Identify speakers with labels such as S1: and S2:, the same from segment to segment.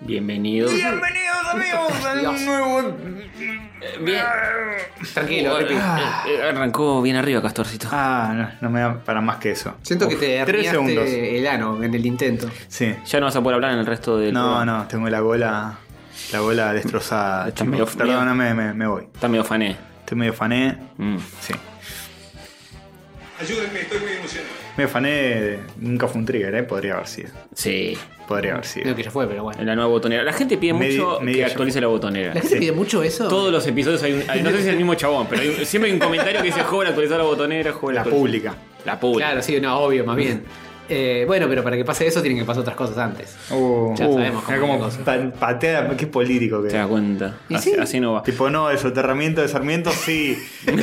S1: Bienvenidos.
S2: Bienvenidos amigos a
S1: Dios.
S2: un nuevo...
S1: Eh, Bien.
S2: ah. Tranquilo,
S1: Oh,
S2: Pepi.
S1: eh, eh, Arrancó bien arriba, Castorcito.
S2: Ah, no, no me da para más que eso.
S3: Siento que
S2: Uf,
S3: te
S2: Tres segundos.
S3: herniaste el ano en el intento.
S2: Sí.
S1: Ya no vas a poder hablar en el resto del.
S2: No,
S1: programa.
S2: no, tengo la gola... La gola destrozada.
S1: Está medio-
S2: chicos. Perdóname, me, me voy.
S1: Está medio fané.
S2: Estoy medio fané.
S1: Mm.
S2: Sí.
S4: Ayúdenme, estoy muy emocionado.
S2: Medio fané de- nunca fue un trigger, ¿eh? Podría haber sido.
S1: Sí.
S2: Podría haber
S3: Creo
S2: sido.
S3: que ya fue, pero bueno.
S1: En la nueva botonera. La gente pide
S2: Medi-
S1: mucho que
S2: medio-
S1: actualice la botonera.
S3: ¿La gente
S2: Sí.
S3: pide mucho eso?
S1: Todos los episodios hay un. hay- no sé si es el mismo chabón, pero hay un- siempre hay un comentario que dice: joven, actualizar la botonera, joven.
S2: La
S1: actualizar-".
S2: pública.
S1: La pública.
S3: Claro, sí, no, obvio, más bien. Eh, bueno, pero para que pase eso tienen que pasar otras cosas antes.
S2: Uh,
S3: Ya
S2: uh,
S3: sabemos
S2: mirá
S3: cómo es la
S2: cómo
S3: cosa.
S2: pa- patea, qué político que
S1: Te das cuenta.
S3: Y
S1: Así,
S3: sí.
S1: así no va.
S2: Tipo, no, el soterramiento de Sarmiento sí.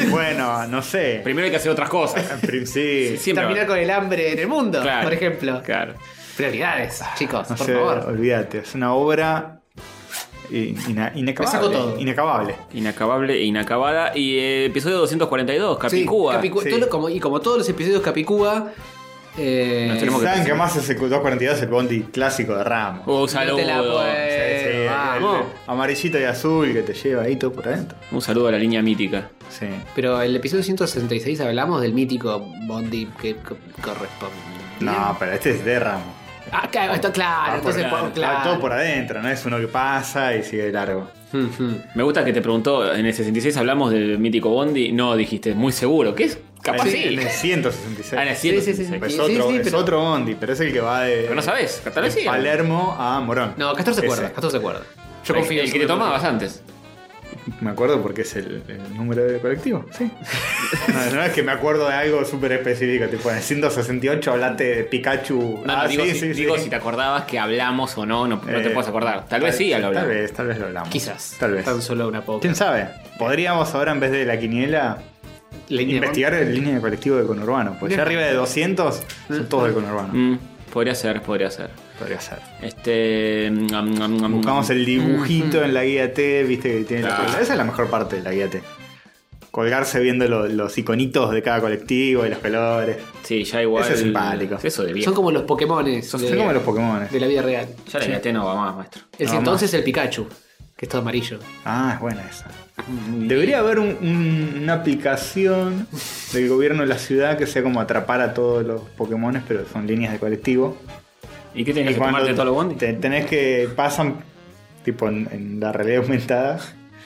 S2: bueno, no sé.
S1: Primero hay que hacer otras cosas.
S2: Prim- Sí.
S1: Siempre.
S3: Terminar con el hambre en el mundo,
S1: Claro.
S3: por ejemplo.
S1: Claro.
S3: Prioridades, chicos,
S2: Ah, No
S3: por
S2: sé,
S3: favor.
S2: olvídate. Es una obra in- ina-
S3: Me saco todo.
S2: inacabable. Inacabable.
S1: Inacabable e inacabada. Y eh, episodio 242,
S3: Sí,
S1: Capicúa.
S3: Capicúa,
S2: sí.
S3: todo lo- como, y como todos los episodios Capicúa, eh,
S1: Nos tenemos
S2: ¿Saben
S1: pensar.
S2: que más es el 242 el bondi clásico de Ramos?
S1: Un
S3: no te la
S1: saludo.
S2: Sí, sí,
S3: puedo.
S2: el-
S3: Uh, Vamos.
S2: el amarillito y azul que te lleva ahí todo por adentro.
S1: Un saludo a la línea mítica.
S2: Sí.
S3: Pero el episodio 166 hablamos del mítico Bondi que co- corresponde.
S2: No, pero este es de Ramos.
S3: Ah, claro, está claro.
S2: Va por
S3: entonces,
S1: adentro,
S3: claro.
S2: Va todo por adentro, no es uno que pasa y sigue de largo.
S3: Ujú.
S1: Me gusta que te preguntó, en el 66 hablamos del mítico Bondi. No, dijiste, muy seguro. ¿Qué es? Capaz
S2: En-
S1: sí.
S2: En el 166.
S1: Ah, en el
S3: Sí, sí, sí,
S1: 166.
S2: Pero es
S3: Sí,
S2: otro,
S3: sí,
S2: es
S3: pero-
S2: otro bondi, pero es el que va de,
S1: Pero no sabes, tal
S2: de
S1: vez sí.
S2: Palermo a Morón.
S3: No, Castor se
S2: Ese.
S3: acuerda, Castor se acuerda. Yo
S1: El-
S3: confío en
S1: El
S3: su
S1: que te
S3: memoria.
S1: tomabas antes.
S2: Me acuerdo porque es el, el número de colectivo, sí. no, no es que me acuerdo de algo súper específico, tipo en el 168 hablaste de Pikachu.
S1: No, no,
S2: Ah,
S1: digo,
S2: sí,
S1: si,
S2: sí,
S1: digo
S2: sí.
S1: si te acordabas que hablamos o no, no, no te
S2: Eh,
S1: puedes acordar. Tal vez sí, al hablar.
S2: Tal vez, tal vez lo hablamos.
S3: Quizás.
S2: Tal vez.
S3: Tan solo una poca.
S2: ¿Quién sabe? Podríamos ahora en vez de la quiniela
S3: Línea
S2: investigar el línea de colectivo de conurbano, pues
S3: Bien.
S2: ya arriba de 200 son todos de conurbano.
S1: Mm, podría ser, podría ser.
S2: Podría ser.
S1: Este. mm, mm, mm,
S2: Buscamos el dibujito en la guía T, viste que tiene la
S1: Claro.
S2: cosa. Esa es la mejor parte de la guía T. Colgarse viendo lo- los iconitos de cada colectivo y los colores.
S1: Sí, ya igual.
S2: Eso es simpático.
S1: Eso de bien.
S3: Son como los Pokémones
S2: Son,
S3: de,
S2: son como los Pokémon.
S3: de la vida real.
S1: Ya la GT no va más, maestro.
S3: El
S2: No,
S3: entonces el Pikachu, que es todo amarillo.
S2: Ah, es buena esa. Debería haber un- un- una aplicación del gobierno de la ciudad que sea como atrapar a todos los Pokémon, pero son líneas de colectivo.
S1: ¿Y qué tenés
S2: Y
S1: que tomarte
S2: cuando
S1: todos los bondis?
S2: te- tenés que. pasan tipo en, en la realidad aumentada.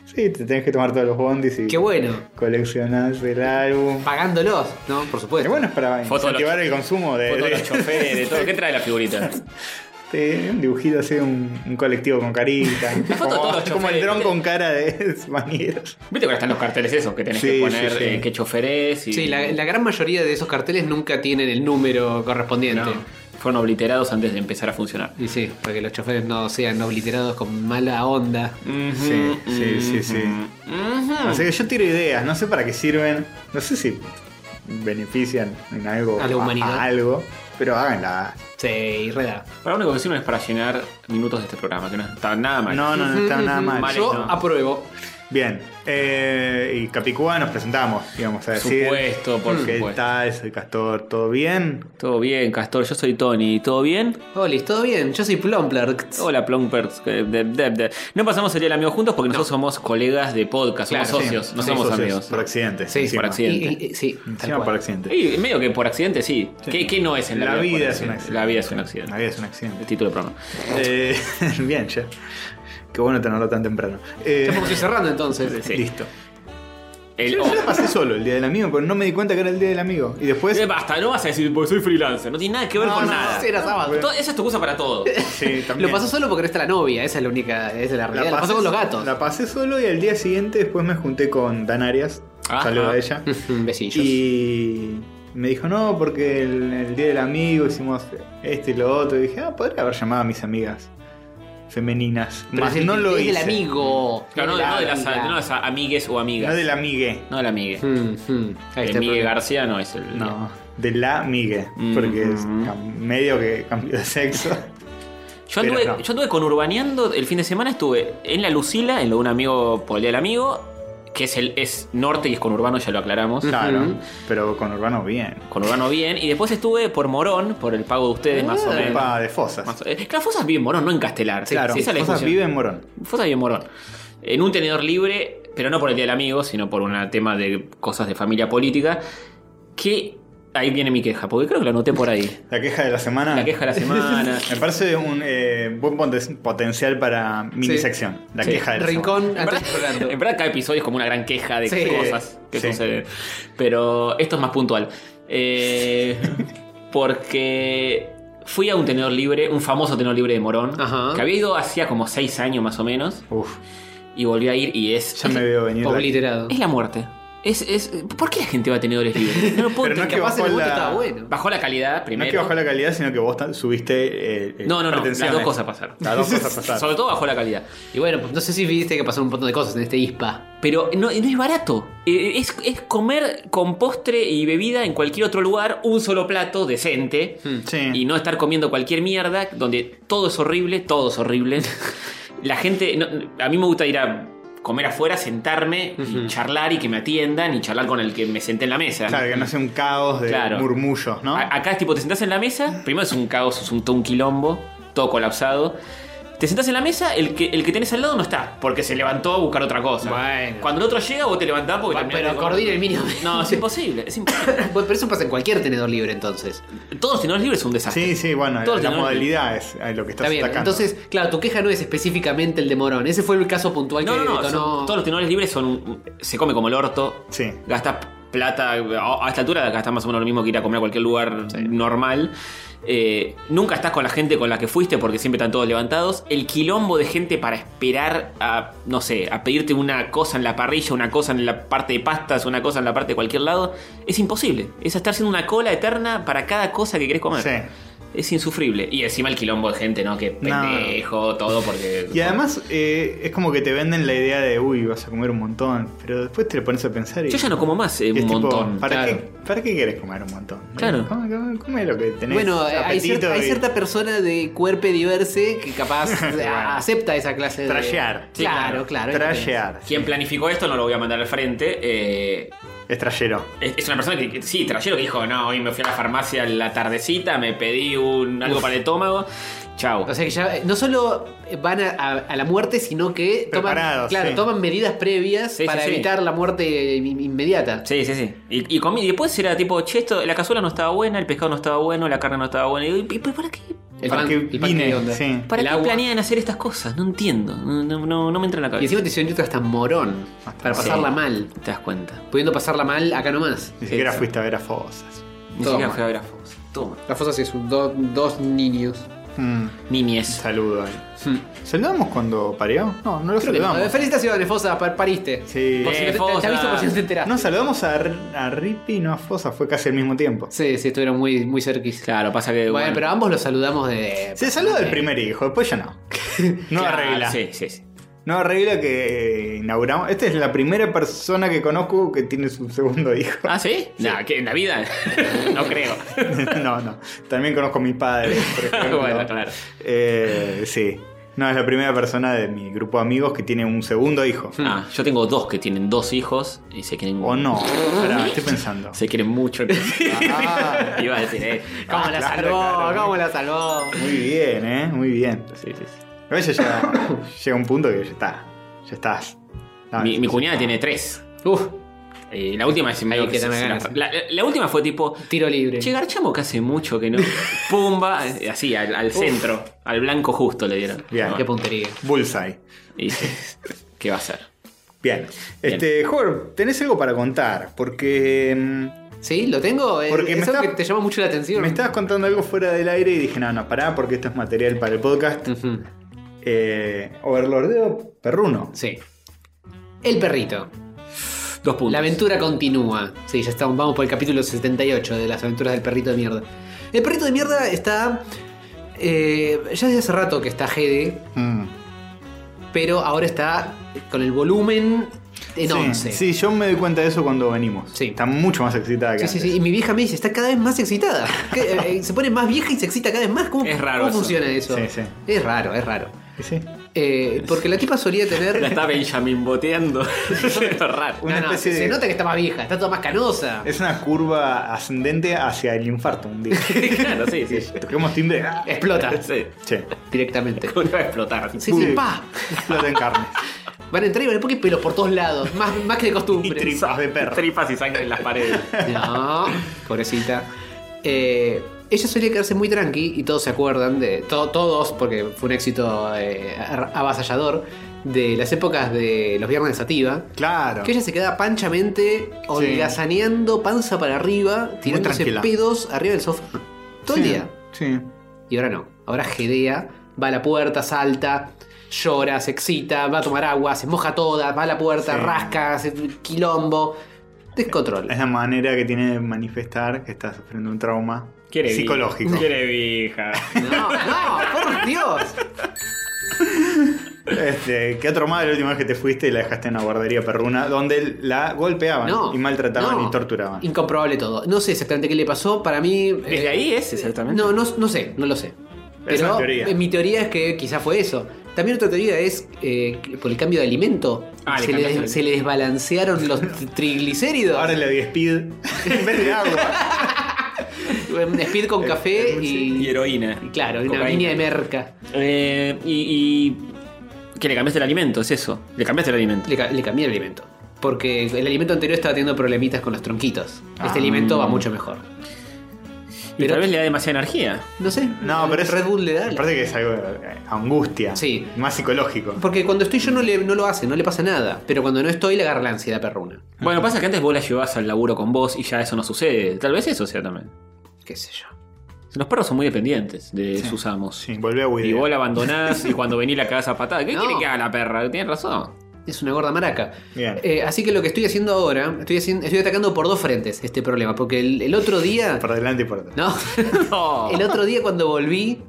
S2: Sí, te tenés que tomar todos los bondis y
S3: Qué bueno.
S2: coleccionás el álbum.
S3: Pagándolos, ¿no? Por
S2: Pero
S3: supuesto.
S2: bueno, es para
S1: Foto de
S2: incentivar el consumo de,
S1: Fotos de los
S2: de-
S1: choferes, todo. ¿Qué trae la figurita?
S2: de un dibujito así, un, un colectivo con carita.
S1: foto de todos los
S2: como, como el
S1: choferes,
S2: dron
S1: ¿viste?
S2: con cara de manieros.
S1: ¿Viste que ahora están los carteles esos que tenés
S2: Sí,
S1: que
S2: sí,
S1: poner
S2: sí.
S1: eh, qué chofer es? Y...
S3: Sí, la, la gran mayoría de esos carteles nunca tienen el número correspondiente.
S1: No, fueron obliterados antes de empezar a funcionar.
S3: Y sí, para que los choferes no sean obliterados con mala onda.
S2: Sí, sí, sí, sí.
S1: Ah.
S2: Así que yo tiro ideas, no sé para qué sirven, no sé si benefician en algo
S3: A la humanidad.
S2: a algo, pero háganla.
S3: Sí, reda.
S1: Para lo único que sirven es para llenar minutos de este programa, que no está nada mal.
S2: No, no, no está nada mal. ah,
S1: Vale,
S3: Yo
S1: no.
S3: apruebo.
S2: Bien, eh, y Capicúa nos presentamos, íbamos a
S1: por
S2: decir.
S1: supuesto, por
S2: ¿Qué
S1: supuesto.
S2: tal? Soy Castor, ¿todo bien?
S1: Todo bien, Castor, yo soy Tony. ¿Todo bien?
S3: Olis, ¿todo bien? Yo soy Plumpler.
S1: Hola, Plumpers. Eh, de- de- de. No pasamos el día del amigo juntos porque nosotros somos colegas de podcast, somos
S3: Claro, sí.
S1: socios, no
S2: Sí,
S1: somos
S2: socios,
S1: amigos.
S2: Por accidente.
S3: Sí,
S2: encima.
S1: por accidente.
S3: Y- y- sí, tal
S2: Encima
S3: cual.
S2: por accidente.
S1: Y medio que por accidente, sí. ¿Qué, qué no es en la,
S2: La
S1: por
S2: vida es un
S1: accidente?
S2: accidente.
S1: La vida es un accidente.
S2: La vida es un
S1: El
S2: accidente.
S1: título del programa.
S2: Eh, bien, che. Qué bueno tenerlo tan temprano. Eh,
S3: Ya porque estoy cerrando entonces.
S1: Sí.
S2: Listo.
S1: El
S2: Yo,
S1: O.
S2: yo la pasé solo el día del amigo, pero no me di cuenta que era el día del amigo. Y después.
S1: Eh, Basta, no vas a decir porque soy freelancer. No tiene nada que ver
S2: No,
S1: con
S2: no,
S1: nada.
S3: sí, era sábado.
S1: Todo- eso es tu cosa para todo.
S2: Sí, también.
S3: Lo pasó solo porque no está la novia, esa es la única, esa es la realidad. Lo pasó con los gatos.
S2: La pasé solo y al día siguiente después me junté con Dan Arias.
S1: Ajá.
S2: Saludo a ella.
S3: Besillos.
S2: Y me dijo, no, porque el, el día del amigo hicimos este y lo otro. Y dije, ah, podría haber llamado a mis amigas femeninas.
S3: Pero
S2: Más
S3: es el,
S2: no lo
S3: es
S2: hice.
S3: del amigo.
S1: Claro, no,
S3: Es
S1: no de las,
S3: amiga.
S1: no de las amigues o amigas.
S2: No del amigue.
S1: No de la amigue.
S3: Mm, mm. Ahí
S1: El
S3: está el
S1: Miguel
S3: problema.
S1: García no es el.
S2: No, de la migue.
S1: Mm.
S2: Porque es cam- medio que cambió de sexo.
S1: Yo
S2: Pero
S1: anduve,
S2: no.
S1: yo anduve con Urbaneando el fin de semana, estuve en la Lucila, en lo de un amigo por el día del amigo, que es el es norte y es conurbano, ya lo aclaramos.
S2: Claro,
S3: Ujú.
S2: pero con Urbano bien.
S1: Conurbano bien. Y después estuve por Morón, por el pago de ustedes, más o menos.
S2: Epa, de Fosas.
S1: Más o- eh, claro, Fosas vive en Morón, no en Castelar. Sí,
S2: claro,
S1: sí, esa es la
S2: Fosas
S1: discusión.
S2: vive en Morón.
S1: Fosas vive en Morón. En un tenedor libre, pero no por el Día del Amigo, sino por un tema de cosas de familia política. Que ahí viene mi queja, porque creo que lo anoté por ahí.
S2: La queja de la semana.
S1: La queja de la semana.
S2: Me parece un eh, buen poten- potencial para minisección. La
S1: Sí.
S2: queja de la
S3: Rincón
S1: En
S3: antes del
S1: verdad,
S3: programa.
S1: en verdad cada episodio es como una gran queja de
S3: Sí.
S1: cosas que
S2: Sí.
S1: suceden. Pero esto es más puntual. Eh, porque fui a un tenedor libre, un famoso tenedor libre de Morón,
S3: Ajá.
S1: que había ido hacía como seis años más o menos,
S2: semana. Uf,
S1: y volví a ir y es...
S2: ya me veo venir.
S3: Obliterado.
S1: Es la muerte. Es, es, ¿Por qué la gente va a tenedores libres? No lo puedo
S2: Pero
S1: entender.
S2: no es que
S3: Capaz
S2: bajó
S3: en el
S2: la-
S3: momento estaba bueno.
S1: Bajó la calidad
S2: No
S1: primero.
S2: es que bajó la calidad, sino que vos ta- subiste. eh, eh,
S1: no, no, no, las
S2: pretensiones.
S1: dos cosas pasaron.
S2: Las dos cosas pasaron.
S1: Sobre todo bajó la calidad.
S3: Y bueno, pues no sé si viste que pasaron un montón de cosas en este ISPA.
S1: Pero no, no es barato. Eh, Es, es comer con postre y bebida en cualquier otro lugar un solo plato decente.
S2: Sí.
S1: Y no estar comiendo cualquier mierda donde todo es horrible, todo es horrible. La gente... no- a mí me gusta ir a comer afuera, sentarme, y
S3: Ujú.
S1: charlar y que me atiendan y charlar con el que me senté en la mesa.
S2: Claro, que no sea un caos de
S1: Claro.
S2: murmullos, ¿no?
S1: A- Acá es tipo, te sentás en la mesa, primero es un caos, es un, todo un quilombo, todo colapsado. Te sentás en la mesa, el que, el que tenés al lado no está, porque se levantó a buscar otra cosa.
S3: Bueno.
S1: Cuando el otro llega, vos te levantás porque
S3: Va,
S1: terminaste
S3: pero
S1: de comer.
S3: coordina el mínimo.
S1: No, es imposible, es imposible.
S3: Bueno, pero eso pasa en cualquier tenedor libre entonces.
S1: Todos los tenedores libres son un desastre.
S2: sí, sí, bueno,
S1: Todos
S2: la
S1: tenemos-
S2: modalidad es eh, lo que estás
S3: Está bien.
S2: atacando.
S3: Entonces, claro, tu queja no es específicamente el de Morón. Ese fue el caso puntual
S1: No,
S3: que
S1: no, no.
S3: detonó-
S1: son- todos los tenedores libres son. un- Se come como el orto.
S2: Sí.
S1: Gasta plata. A a esta altura gasta más o menos lo mismo que ir a comer a cualquier lugar normal. Eh, nunca estás con la gente con la que fuiste porque siempre están todos levantados. El quilombo de gente para esperar a, no sé, a pedirte una cosa en la parrilla, una cosa en la parte de pastas, una cosa en la parte de cualquier lado, es imposible. Es estar haciendo una cola eterna para cada cosa que querés comer.
S2: Sí.
S1: Es insufrible. Y encima el quilombo de gente, ¿no? Que
S2: No.
S1: pendejo, todo porque.
S2: Y además eh, es como que te venden la idea de, uy, vas a comer un montón, pero después te lo pones a pensar y...
S1: Yo ya no como más eh,
S2: y
S1: un
S2: es tipo,
S1: montón.
S2: ¿para,
S3: claro.
S2: qué, ¿Para qué querés comer un montón?
S1: Claro.
S2: Come, come- come lo que tenés.
S3: Bueno, eh, hay,
S2: apetito
S3: cierta, hay
S2: y-
S3: cierta persona de cuerpo diverse que capaz eh, acepta esa clase de.
S2: Trashear.
S1: Sí,
S3: Claro, claro.
S2: Trashear.
S1: Quien planificó esto no lo voy a mandar al frente. eh,
S2: Es trayero.
S1: es es una persona que, que- sí, trayero que dijo, no, hoy me fui a la farmacia en la tardecita, me pedí un algo para el estómago. Chao.
S3: O sea que ya eh, no solo van a, a- a la muerte, sino que toman,
S2: Preparados,
S3: claro,
S2: sí.
S3: toman medidas previas
S1: Sí, sí,
S3: para
S1: sí.
S3: evitar la muerte in- inmediata.
S1: Sí, sí, sí. Y, y comí. Y después era tipo, che, esto, la cazuela no estaba buena, el pescado no estaba bueno, la carne no estaba buena. Y digo, "¿Y- pero ¿para qué?
S3: El
S2: ¿Para
S3: pan,
S2: qué
S3: el pan
S2: vine?
S3: que onda.
S2: Sí.
S1: ¿Para
S3: El
S1: qué
S3: agua.
S1: planean hacer estas cosas? No entiendo. No, no- no- no me entra en la
S3: Y
S1: cabeza.
S3: encima te hicieron yendo hasta morón. Para
S1: Sí.
S3: pasarla mal.
S1: Te das cuenta.
S3: Pudiendo pasarla mal acá nomás.
S2: Ni siquiera
S1: sí.
S2: fuiste a ver a Fosas.
S1: Ni
S3: Toma.
S1: siquiera fui a ver a Fox. Toma.
S3: La fosa sí es un do- dos niños.
S2: Mm,
S1: Niñez.
S2: saludo ahí. ¿Saludamos cuando parió? No, no lo
S3: Creo que no.
S2: saludamos.
S3: Eh, Felicitaciones, Fosa, par- pariste.
S2: Sí.
S3: Por si
S1: Eh,
S3: no te, te- te
S1: Fosa.
S3: aviso por si no te enteraste.
S2: No, saludamos a, a Rippy, no a Fosas, fue casi al mismo tiempo.
S3: Sí, sí, estuvieron muy, muy cerquis.
S1: Claro, pasa que.
S3: Bueno, pero ambos los saludamos de.
S2: Eh, Se saluda el primer hijo, después ya no. No
S1: Claro,
S2: arregla.
S1: Sí, sí, sí.
S2: No arregla que eh, inauguramos. Esta es la primera persona que conozco que tiene su segundo hijo.
S1: ¿Ah, sí? Nah, ¿qué? ¿En la vida? no creo.
S2: no, no. También conozco a mi padre, por ejemplo.
S1: Bueno, claro.
S2: Eh, sí. No, es la primera persona de mi grupo de amigos que tiene un segundo hijo.
S1: Ah, yo tengo dos que tienen dos hijos y se quieren.
S2: O no. Pará, estoy pensando.
S1: Se quieren mucho.
S2: Ah,
S1: Iba a decir, eh.
S3: ¿Cómo
S2: Ah,
S3: la
S2: claro,
S3: salvó?
S2: claro.
S3: ¿Cómo la salvó?
S2: muy bien, eh. Muy bien.
S1: Sí, sí, sí.
S2: A veces ya llega un punto que ya está. Ya estás. No,
S1: Mi, mi
S2: ya
S1: cuñada
S2: está.
S1: tiene tres.
S3: Uf,
S1: Eh, la última es medio
S3: Ahí que
S1: se-
S3: dame
S1: se
S3: ganas.
S1: la, la- la última fue tipo.
S3: tiro libre.
S1: Che, garchamos que hace mucho que no. Pumba, eh, así, al, al centro. Al blanco justo le dieron.
S2: Bien.
S3: Qué puntería.
S2: Bullseye.
S1: Y sí, ¿Qué va a hacer?
S2: Bien. Este, Jorge, tenés algo para contar, porque mm,
S3: ¿Sí? ¿Lo tengo? Eh,
S2: Porque me
S3: es algo
S2: está-
S3: que te llama mucho la atención.
S2: me estabas contando algo fuera del aire y dije, no, no, pará, porque esto es material para el podcast.
S3: Ujú,
S2: Eh, Overlordeo Perruno.
S3: Sí. El perrito.
S1: Dos puntos.
S3: La aventura continúa. Sí, ya estamos, vamos por el capítulo 78 de las aventuras del perrito de mierda. El perrito de mierda está. eh, ya desde hace rato que está GD,
S2: Mm.
S3: pero ahora está con el volumen en
S2: Sí,
S3: 11.
S2: Sí, yo me doy cuenta de eso cuando venimos.
S3: Sí.
S2: Está mucho más excitada que
S3: Sí, sí,
S2: antes.
S3: sí. Y mi vieja me dice, está cada vez más excitada. ¿Qué? Eh, eh, se pone más vieja y se excita cada vez más. ¿Cómo,
S1: Es raro
S3: cómo
S1: eso.
S3: funciona eso?
S2: Sí, sí.
S3: Es raro, es raro.
S2: Sí, sí.
S3: Eh, porque la tipa solía tener.
S1: La está Benjamin boteando. es raro.
S3: No,
S2: Una
S3: no,
S2: especie
S3: se
S2: de-
S3: nota que está más vieja, está toda más canosa.
S2: Es una curva ascendente hacia el infarto un día.
S1: claro, sí, sí.
S2: Toquemos timbre. ah,
S3: Explota
S1: Sí.
S2: Che,
S3: directamente.
S1: Uno va a explotar.
S3: Sí, sí,
S2: Uy.
S3: pa.
S2: explota en carne.
S3: Van a entrar y van a poner pelos por todos lados, más, más que de
S2: Y
S3: costumbre.
S2: tripas de perro.
S1: Tripas y sangre en las paredes.
S3: No, pobrecita. Eh, ella solía quedarse muy tranqui y todos se acuerdan de. to- todos, porque fue un éxito eh, ar- avasallador, de las épocas de los viernes de Sativa.
S2: Claro.
S3: Que ella se queda panchamente holgazaneando, panza para arriba, tirándose
S2: tranquila.
S3: pedos arriba del sofá. Todo el
S2: Sí,
S3: día.
S2: Sí.
S3: Y ahora no. Ahora jedea, va a la puerta, salta, llora, se excita, va a tomar agua, se moja toda, va a la puerta,
S2: Sí.
S3: rasca, hace quilombo. Descontrol.
S2: Es la manera que tiene de manifestar que está sufriendo un trauma
S1: Quiere vi-
S2: psicológico.
S1: Quiere vieja.
S3: No, no, por Dios.
S2: Este, ¿Qué otro más la última vez que te fuiste y la dejaste en una guardería perruna donde la golpeaban
S3: No.
S2: y maltrataban
S3: no.
S2: y torturaban?
S3: Incomprobable todo. No sé exactamente qué le pasó. Para mí.
S1: Desde
S3: eh,
S1: ahí es, exactamente.
S3: No, no, no sé, no lo sé.
S2: Esa es
S3: Pero
S2: la teoría.
S3: eh, mi teoría es que quizá fue eso. También otra teoría es eh, que por el cambio de alimento.
S1: Ah, le
S3: se,
S1: cambiaste
S3: le,
S1: el-
S3: se le desbalancearon los tri- triglicéridos.
S2: Ahora le di speed en vez de agua.
S3: Un Speed con
S2: Eh,
S3: café
S2: eh,
S3: y,
S1: Y heroína.
S3: y claro, y una
S1: Cocaína.
S3: línea de merca.
S1: Eh, y, y que le cambiaste el alimento, es eso. Le cambiaste el alimento.
S3: Le, ca- le cambié el alimento. Porque el alimento anterior estaba teniendo problemitas con los tronquitos.
S2: Ah.
S3: Este alimento va mucho mejor.
S1: y
S3: Pero-
S1: tal vez le da demasiada energía.
S3: No sé.
S2: No, pero es.
S3: Red Bull le da.
S2: Aparte que es algo de eh, angustia.
S3: Sí.
S2: Más psicológico.
S3: Porque cuando estoy yo no, le, no lo hace, no le pasa nada. Pero cuando no estoy le agarra la ansiedad perruna.
S1: Bueno, pasa que antes vos la llevabas al laburo con vos y ya eso no sucede. Tal vez eso sea también.
S3: Qué sé yo.
S1: Los perros son muy dependientes de sus amos.
S2: Sí, volví a
S1: Y
S2: huir.
S1: vos la abandonás y cuando venís la cagás a patada. ¿Qué
S3: No.
S1: quiere que haga la perra? Tienes razón.
S3: Es una gorda maraca.
S2: Bien.
S3: Eh, así que lo que estoy haciendo ahora, estoy, haciendo, estoy atacando por dos frentes este problema. Porque el, el otro día.
S2: Por delante y por atrás.
S3: No.
S1: No.
S3: El otro día cuando volví.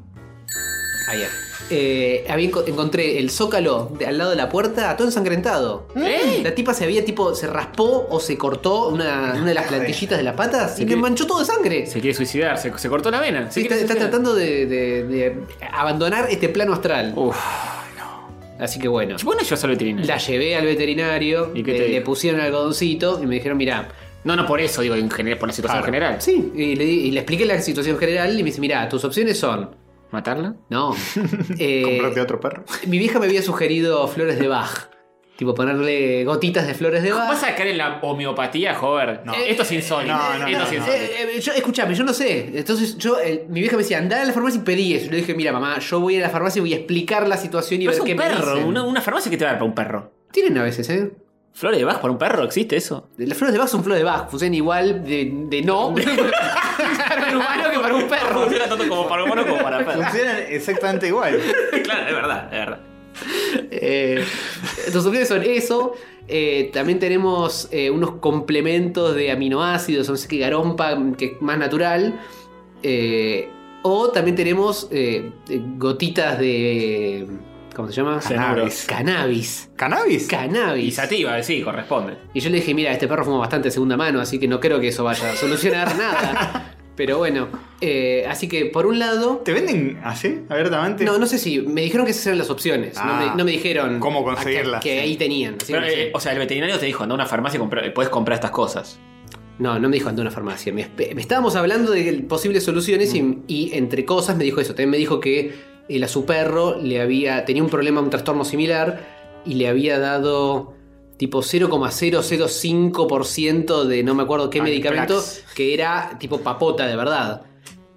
S3: Allá. eh, había enco- encontré el zócalo de- al lado de la puerta todo ensangrentado.
S1: ¿Eh?
S3: La tipa se había tipo, se raspó o se cortó una, una de las plantillitas de las patas y le
S1: quiere-
S3: manchó todo de sangre.
S1: Se quiere suicidar, se, se cortó la vena. Se
S3: Sí, está,
S1: quiere
S3: está
S1: suicidar.
S3: tratando de, de- de abandonar este plano astral.
S1: Uf.
S3: Así que bueno.
S1: Bueno, yo solo veterinario.
S3: La llevé al veterinario,
S1: ¿Y qué te
S3: le, le
S1: dijo?
S3: pusieron algodoncito y me dijeron, mira,
S1: No, no por eso, digo, en general, por la situación
S2: Claro.
S1: general.
S3: Ah, sí, y le, di- y le expliqué la situación general y me dice, mira, tus opciones son,
S1: ¿Matarla?
S3: no, eh,
S2: Comprarte otro perro.
S3: mi vieja me había sugerido flores de Bach, tipo ponerle gotitas de flores de Bach.
S1: ¿Vas a caer en la homeopatía, joder?
S2: No.
S1: Esto es insólito.
S2: No, no,
S1: Esto
S2: no,
S1: es
S2: no.
S1: insólito.
S3: Eh, eh, yo, escúchame, yo no sé. Entonces, yo, eh, mi vieja me decía, andá a la farmacia y pedí eso. Y le dije, mira, mamá, yo voy a la farmacia y voy a explicar la situación y
S1: Pero
S3: ver
S1: es un
S3: qué me
S1: perro,
S3: dicen.
S1: una, una farmacia que te va a dar para un perro.
S3: Tienen a veces, ¿eh?
S1: ¿Flores de Bach para un perro? ¿Existe eso?
S3: Las flores de Bach son flores de Bach, funcionan igual de, de no para un humano que para un perro.
S1: Funciona tanto como para humano como para perro.
S2: Funcionan exactamente igual.
S1: claro, es verdad, es verdad.
S3: Eh, tus opciones son eso. eh, también tenemos eh, unos complementos de aminoácidos, no sé qué garompa, que es más natural. eh, o también tenemos eh, gotitas de. ¿Cómo se llama?
S2: Cannabis.
S3: Cannabis.
S2: ¿Cannabis?
S1: Y
S3: Cannabis.
S1: sativa, sí, corresponde.
S3: Y yo le dije, mira, este perro fuma bastante de segunda mano, así que no creo que eso vaya a solucionar nada. Pero bueno, eh, así que por un lado.
S2: ¿Te venden así, abiertamente?
S3: No, no sé si. Me dijeron que esas eran las opciones. no,
S2: Ah.
S3: me, no me dijeron.
S2: Cómo
S3: a- que-
S2: conseguirlas,
S3: Que,
S2: sí.
S3: ahí tenían. así que
S1: Pero,
S3: no sé.
S1: eh, o sea, el veterinario te dijo, anda a una farmacia y compra- eh, podés comprar estas cosas.
S3: No, no me dijo ante una farmacia. Me, espe- me estábamos hablando de posibles soluciones y-
S2: Mm.
S3: y, entre cosas me dijo eso. También me dijo que él a su perro le había. tenía un problema, un trastorno similar y le había dado tipo 0,005% de no me acuerdo qué medicamento
S2: Antiplax.
S3: que era tipo papota de verdad.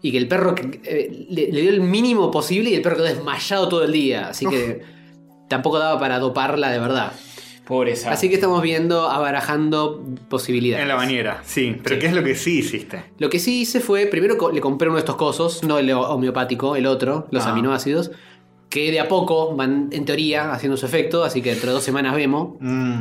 S3: Y que el perro eh, le, le dio el mínimo posible y el perro quedó desmayado todo el día. Así que tampoco daba para doparla de verdad.
S1: Pobreza.
S3: Así que estamos viendo, abarajando posibilidades.
S2: En la bañera, sí. Pero ¿qué es lo que sí hiciste?
S3: Lo que sí hice fue, primero co- le compré uno de estos cosos, no el homeopático, el otro, los
S2: Ah.
S3: aminoácidos, que de a poco van, en teoría, haciendo su efecto, así que entre dos semanas vemos.
S2: Mm.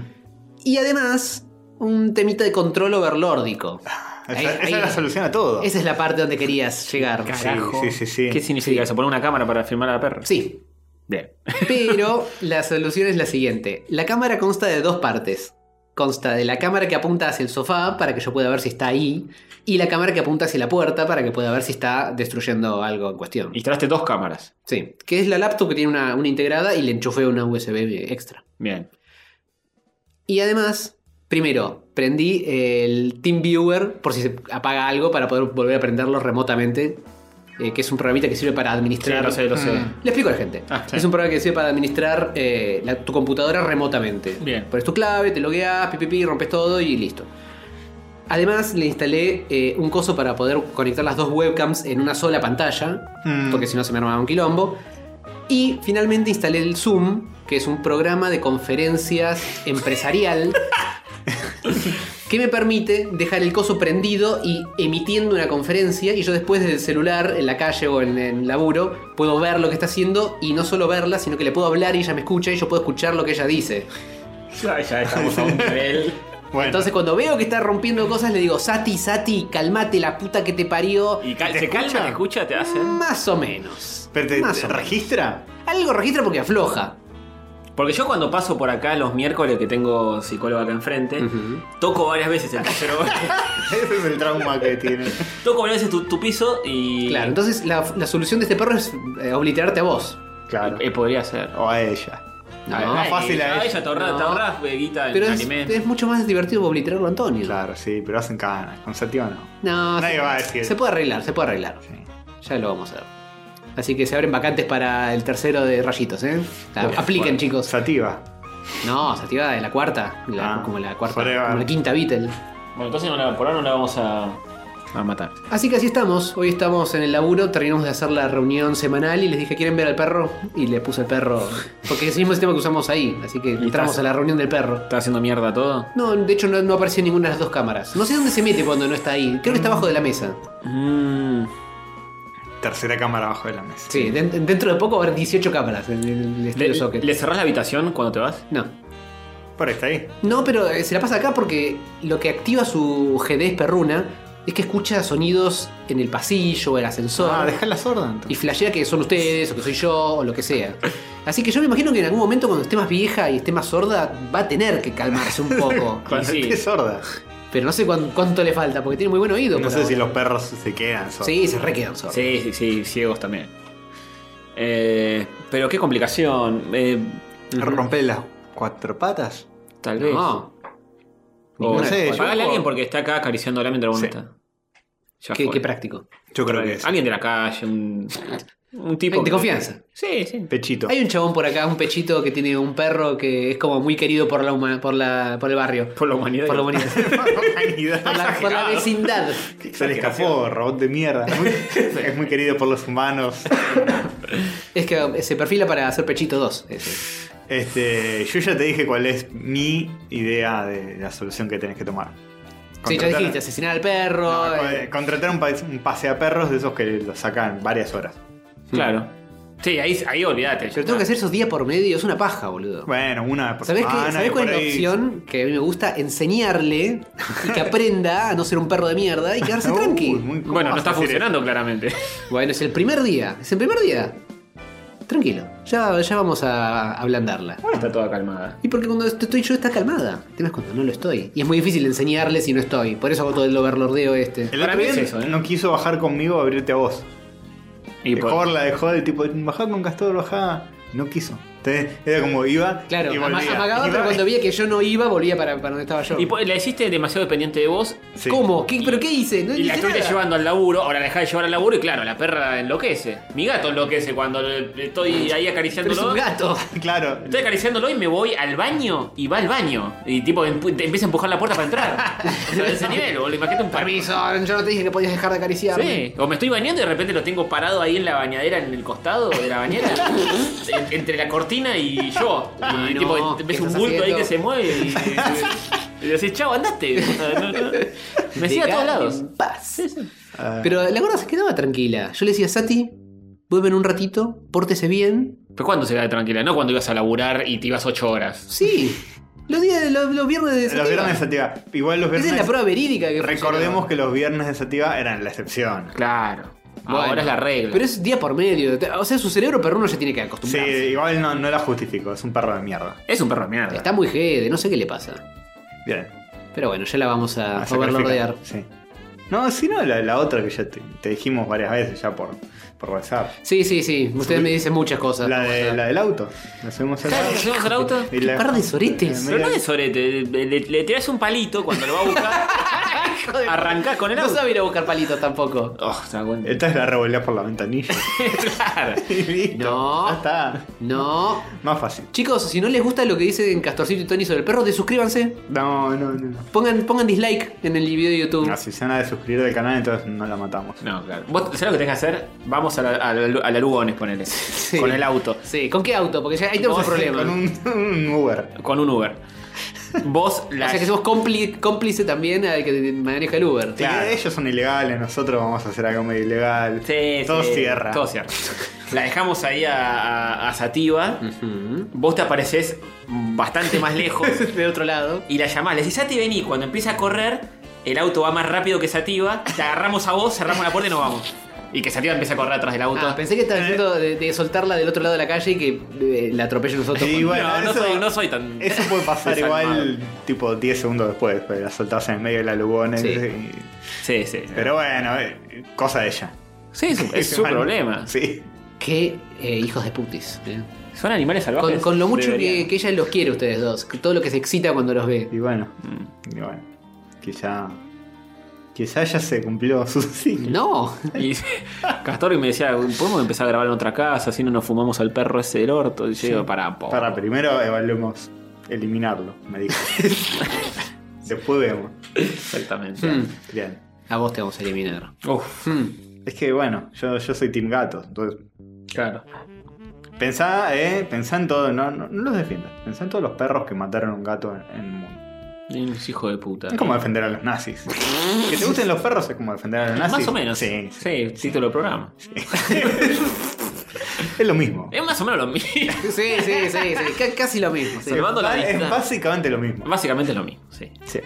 S3: Y además, un temita de control overlórdico.
S2: Esa,
S3: Ahí-
S2: esa
S3: ahí-
S2: es la solución a todo.
S3: Esa es la parte donde querías llegar.
S1: Carajo.
S2: Sí, sí, sí, sí.
S1: ¿Qué significa eso? ¿Poner una cámara para filmar a la perra?
S3: Sí,
S1: Bien.
S3: pero la solución es la siguiente. La cámara consta de dos partes. consta de la cámara que apunta hacia el sofá para que yo pueda ver si está ahí y la cámara que apunta hacia la puerta para que pueda ver si está destruyendo algo en cuestión.
S1: Instalaste dos cámaras.
S3: Sí, que es la laptop que tiene una, una integrada y le enchufé una USB extra.
S1: Bien.
S3: Y además, primero, prendí el TeamViewer por si se apaga algo para poder volver a prenderlo remotamente, eh, que es un programita que sirve para administrar.
S1: Sí, lo sé, lo sé.
S3: Le explico a la gente.
S1: Ah, sí.
S3: Es un programa que sirve para administrar eh, la- tu computadora remotamente.
S1: Bien.
S3: Pones tu clave, te logueas, pipipi, rompes todo y listo. Además, le instalé eh, un coso para poder conectar las dos webcams en una sola pantalla,
S2: Mm.
S3: porque si no se me armaba un quilombo. Y finalmente instalé el Zoom, que es un programa de conferencias empresarial que me permite dejar el coso prendido y emitiendo una conferencia y yo después desde el celular, en la calle o en el laburo, puedo ver lo que está haciendo y no solo verla, sino que le puedo hablar y ella me escucha y yo puedo escuchar lo que ella dice.
S1: Ya, ya estamos a un nivel.
S2: Bueno,
S3: Entonces cuando veo que está rompiendo cosas le digo, Sati, Sati, calmate la puta que te parió.
S1: ¿Y cal-
S2: ¿Te
S1: se calma?
S2: escucha?
S1: ¿Te escucha? ¿Te hacen?
S3: Más o menos.
S2: pero te-
S3: Más
S2: te
S3: o menos.
S2: registra?
S3: Algo registra porque afloja.
S1: Porque yo cuando paso por acá los miércoles que tengo psicóloga acá enfrente, toco varias veces el tercero.
S2: Ese es el trauma que tiene.
S1: toco varias veces tu, tu piso y.
S3: Claro, entonces la, la solución de este perro es eh, obliterarte a vos.
S2: Claro.
S1: Eh, podría ser.
S2: O a ella.
S3: No.
S2: A ver, más fácil a
S1: ella.
S2: ella.
S1: te ahorras,
S3: No.
S1: te ahorras, eh, guita en
S3: Pero es,
S1: alimentos.
S3: es mucho más divertido obliterarlo a Antonio.
S2: Claro, sí, pero hacen canas. Con Sativa no.
S3: No,
S2: Nadie
S3: se,
S2: va a decir.
S3: se puede arreglar, se puede arreglar.
S2: Sí.
S3: Ya lo vamos a ver. Así que se abren vacantes para el tercero de rayitos, ¿eh? O sea,
S1: Bueno,
S3: apliquen,
S1: bueno.
S3: chicos.
S2: Sativa.
S3: No, se activa de la cuarta, la-
S2: Ah,
S3: como la cuarta,
S2: forever.
S3: como la quinta Beatle.
S1: Bueno, entonces no la- por ahora no la vamos a, a matar.
S3: Así que así estamos. Hoy estamos en el laburo, terminamos de hacer la reunión semanal y les dije, ¿quieren ver al perro? Y le puse al perro, porque es el mismo sistema que usamos ahí. Así que entramos
S1: estás-
S3: a la reunión del perro.
S1: ¿Estás haciendo mierda todo?
S3: No, de hecho no, no apareció ninguna de las dos cámaras. No sé dónde se mete cuando no está ahí. Creo que está abajo de la mesa. Mm.
S1: Mmm.
S2: Tercera cámara abajo de la mesa.
S3: Sí, den- dentro de poco va a haber 18 cámaras en el estudio
S1: ¿Le,
S3: Socket.
S1: le cerrás la habitación cuando te vas?
S3: No.
S2: Por ahí está ahí.
S3: No, pero eh, se la pasa acá porque lo que activa su GD perruna es que escucha sonidos en el pasillo, el ascensor.
S2: Ah, dejala sorda entonces.
S3: y flashea que son ustedes, o que soy yo, o lo que sea. Así que yo me imagino que en algún momento cuando esté más vieja y esté más sorda, va a tener que calmarse un poco.
S1: Y sí.
S2: Qué sorda.
S3: Pero no sé cuán- cuánto le falta, porque tiene muy buen oído.
S2: No
S3: por
S2: sé si
S3: ahora.
S2: los perros se quedan sordos.
S3: Sí, se re quedan sordos.
S1: Sí, sí, sí, ciegos también. Eh, pero qué complicación. eh,
S2: Romper las cuatro patas.
S1: tal vez.
S3: No,
S1: O,
S2: No sé,
S1: o
S2: yo-
S1: pagale a alguien porque está acá acariciando la mientras uno
S2: Sí.
S1: está. Ya
S3: qué,
S1: fue.
S3: qué práctico.
S2: Yo creo que es.
S1: Alguien de la calle, un, un tipo.
S3: De
S1: que-
S3: confianza.
S1: Sí, sí.
S2: Pechito.
S3: Hay un chabón por acá, un pechito que tiene un perro que es como muy querido por la, huma- por la por el barrio.
S1: Por la humanidad.
S3: Por la humanidad. Por la, por la vecindad.
S2: Se le escapó, robot de mierda. Muy- es muy querido por los humanos.
S3: Es que se perfila para hacer pechito 2. ese.
S2: Este, yo ya te dije cuál es mi idea de la solución que tenés que tomar.
S3: Sí, ya
S2: Contratar-
S3: dijiste, asesinar al perro.
S2: No,
S3: eh,
S2: eh, contratar un, pase- un paseaperros de esos que lo sacan varias horas.
S1: Claro. Sí, ahí, ahí olvídate.
S3: pero tengo que hacer esos días por medio, es una paja, boludo.
S2: Bueno, una por
S3: ¿Sabés, qué?
S2: semana,
S3: ¿Sabés
S2: que
S3: cuál
S2: por
S3: es la
S2: ahí- Uh,
S3: opción que a mí me gusta? Enseñarle y que aprenda a no ser un perro de mierda y quedarse
S2: Uy,
S3: tranqui.
S2: muy- ¿cómo
S1: Bueno, no
S2: vas
S1: está
S2: a hacer
S1: funcionando claramente.
S3: Bueno, es el primer día, es el primer día. Tranquilo, ya, ya vamos a ablandarla.
S1: Ahora está toda calmada.
S3: Y porque cuando est- estoy yo está calmada. El tema es cuando no lo estoy. Y es muy difícil enseñarle si no estoy. Por eso hago todo el overlordeo este.
S2: El
S1: Para
S2: otro
S1: mí
S2: día
S1: es eso, ¿eh?
S2: no quiso bajar conmigo a abrirte a vos.
S1: Y por-
S2: Mejor la dejó de tipo, bajá con Castor, bajá. No quiso. Entonces, era como iba.
S3: Claro,
S2: y
S3: ama-
S2: volvía.
S3: amagaba,
S2: Iba-
S3: pero cuando veía que yo no iba, volvía para, para donde estaba yo.
S1: Y po- la hiciste demasiado dependiente de vos.
S2: Sí.
S3: ¿Cómo? ¿Qué- ¿Pero qué hice? No
S1: Y la
S3: hice
S1: estuviste
S3: nada.
S1: llevando al laburo, ahora la dejás de llevar al laburo y claro, la perra enloquece. Mi gato enloquece cuando le- le estoy ahí
S3: Pero es
S1: acariciándolo.
S3: un gato.
S2: Claro.
S1: Estoy acariciándolo y me voy al baño y va al baño. Y tipo empu- te empieza a empujar la puerta para entrar. o sea, de ese nivel, boludo. Imagínate un permiso.
S3: Permiso, yo no te dije que podías dejar de acariciarme.
S1: Sí. O me estoy bañando y de repente lo tengo parado ahí en la bañadera, en el costado de la bañera. en- entre la cortina y yo. Y
S3: Ay, Ah, no,
S1: tipo,
S3: ¿qué
S1: ves un
S3: estás
S1: bulto ahí
S3: haciendo?
S1: que se mueve y, y decís, chao, andate. O sea, no, no. Me sigue a todos
S3: Dejame
S1: lados.
S3: en paz.
S2: Ah,
S3: Pero la gorda se quedaba tranquila. Yo le decía, Sati, vuelve en un ratito, pórtese bien.
S1: ¿Pero cuándo se da tranquila? No cuando ibas a laburar y te ibas ocho horas.
S3: Sí. Los días de los, los viernes de
S2: los
S3: Sativa.
S2: viernes de Sativa. Igual los
S3: Esa
S2: viernes.
S3: es la prueba verídica que
S2: Recordemos
S3: funcionaba.
S2: que los viernes de Sativa eran la excepción.
S1: Claro.
S3: Bueno,
S1: Ahora es la regla.
S3: Pero es día por medio. O sea, su cerebro perruno ya tiene que
S2: Sí,
S3: acostumbrarse.
S2: igual no, no la justifico, es un perro de mierda.
S1: Es un perro de mierda.
S3: Está muy jede, no sé qué le pasa.
S2: Bien.
S3: Pero bueno, ya la vamos
S1: Ah,
S3: a,
S2: A
S3: a
S2: sacrificar.
S3: overlordear.
S2: Sí. No, si no, la, la otra que ya te, te dijimos varias veces ya por, por WhatsApp.
S3: Sí, sí, sí. Ustedes me dicen muchas cosas.
S2: La,
S3: O sea,
S2: de, la del auto. Nos subimos al
S1: Claro,
S2: auto.
S1: nos subimos al auto.
S2: Y
S3: qué
S2: la- Eh,
S3: par de soretes.
S2: la
S1: Pero
S2: media-
S1: no es sorete, le, le, le tirás un palito cuando lo va a buscar. arrancás con el
S3: No
S1: auto.
S3: sabe ir a buscar palitos tampoco.
S1: Oh, se da cuenta.
S2: Esta es la revolea por la ventanilla.
S1: Claro.
S2: Y listo.
S3: No.
S2: Ya está.
S3: No.
S2: Más fácil.
S3: Chicos, si no les gusta lo que dicen Castorcito y Tony sobre el perro, desuscríbanse.
S2: No, no, no.
S3: Pongan, pongan dislike en el video de YouTube.
S2: No, si se van a desuscribir del canal, entonces no la matamos.
S1: Uh. No, claro. Vos sabés lo que tenés que hacer, vamos a la, a la- a la Lugones, ponele. Con el auto.
S3: Sí, ¿con qué auto? Porque ya ahí tenemos un problema.
S2: Con un, un Uber.
S1: Con un Uber. Vos la.
S3: O sea que somos compli- cómplice también al que maneja el Uber.
S1: Claro.
S2: Eh, Ellos son ilegales, nosotros vamos a hacer acá medio ilegal.
S1: Sí,
S2: todo
S1: sí,
S2: cierra.
S1: Todo cierra. La dejamos ahí a, a- a Sativa.
S3: Mm. Ujú.
S1: Vos te apareces bastante más lejos
S3: De otro lado.
S1: y la llamás. Le decís, Sati, vení. Cuando empieza a correr, el auto va más rápido que Sativa. Te agarramos a vos, cerramos la puerta y nos vamos. Y que Sativa empieza a correr atrás del auto.
S3: Ah, pensé que estaba diciendo de, de soltarla del otro lado de la calle y que eh, la atropellen los otros.
S2: Sí, igual.
S1: no, no,
S2: eso-
S1: soy, no soy tan.
S2: Eso puede pasar
S1: Desalmado.
S2: igual, tipo 10 segundos después, pues, la soltás en el medio de la Lugones.
S3: Sí.
S2: y-
S1: Sí, sí.
S2: Pero bueno, eh, cosa de ella.
S1: Sí, es, su- es
S2: Ese
S1: su
S2: mal-
S1: problema.
S2: Sí.
S3: Qué eh, hijos de putis. eh.
S1: Son animales salvajes.
S3: Con, con lo mucho que,
S1: Deberían.
S3: que ella los quiere a ustedes dos. que Todo lo que se excita cuando los ve.
S2: Y bueno,
S1: Mm.
S2: y bueno. Quizá. Quizá ya se cumplió su ciclo.
S3: No.
S1: Y Castor me decía, ¿podemos empezar a grabar en otra casa? Si no nos fumamos al perro ese del orto. Y yo digo, pará, po.
S2: Para primero evaluemos eliminarlo, me dijo. Después vemos.
S1: Exactamente.
S3: Hmm.
S2: Bien.
S3: A vos te vamos a eliminar.
S1: Uf,
S3: Hmm.
S2: Es que bueno, yo, yo soy Team Gato, entonces.
S1: claro.
S2: Pensá, eh, pensá en todo, no, no, no los defiendas. Pensá en todos los perros que mataron a un gato en, en el mundo.
S1: Es hijo de puta.
S2: Es como defender a los nazis. que te gusten los perros es como defender a los nazis.
S1: Más o menos.
S2: Sí.
S1: Sí, título del programa.
S2: Es lo mismo.
S1: Es más o menos lo mismo.
S3: Sí, sí, sí, sí. C- casi lo mismo. sí.
S1: Salvando la
S2: Ah, es
S1: distancia.
S2: básicamente lo mismo.
S1: Básicamente es lo mismo, sí.
S2: Sí.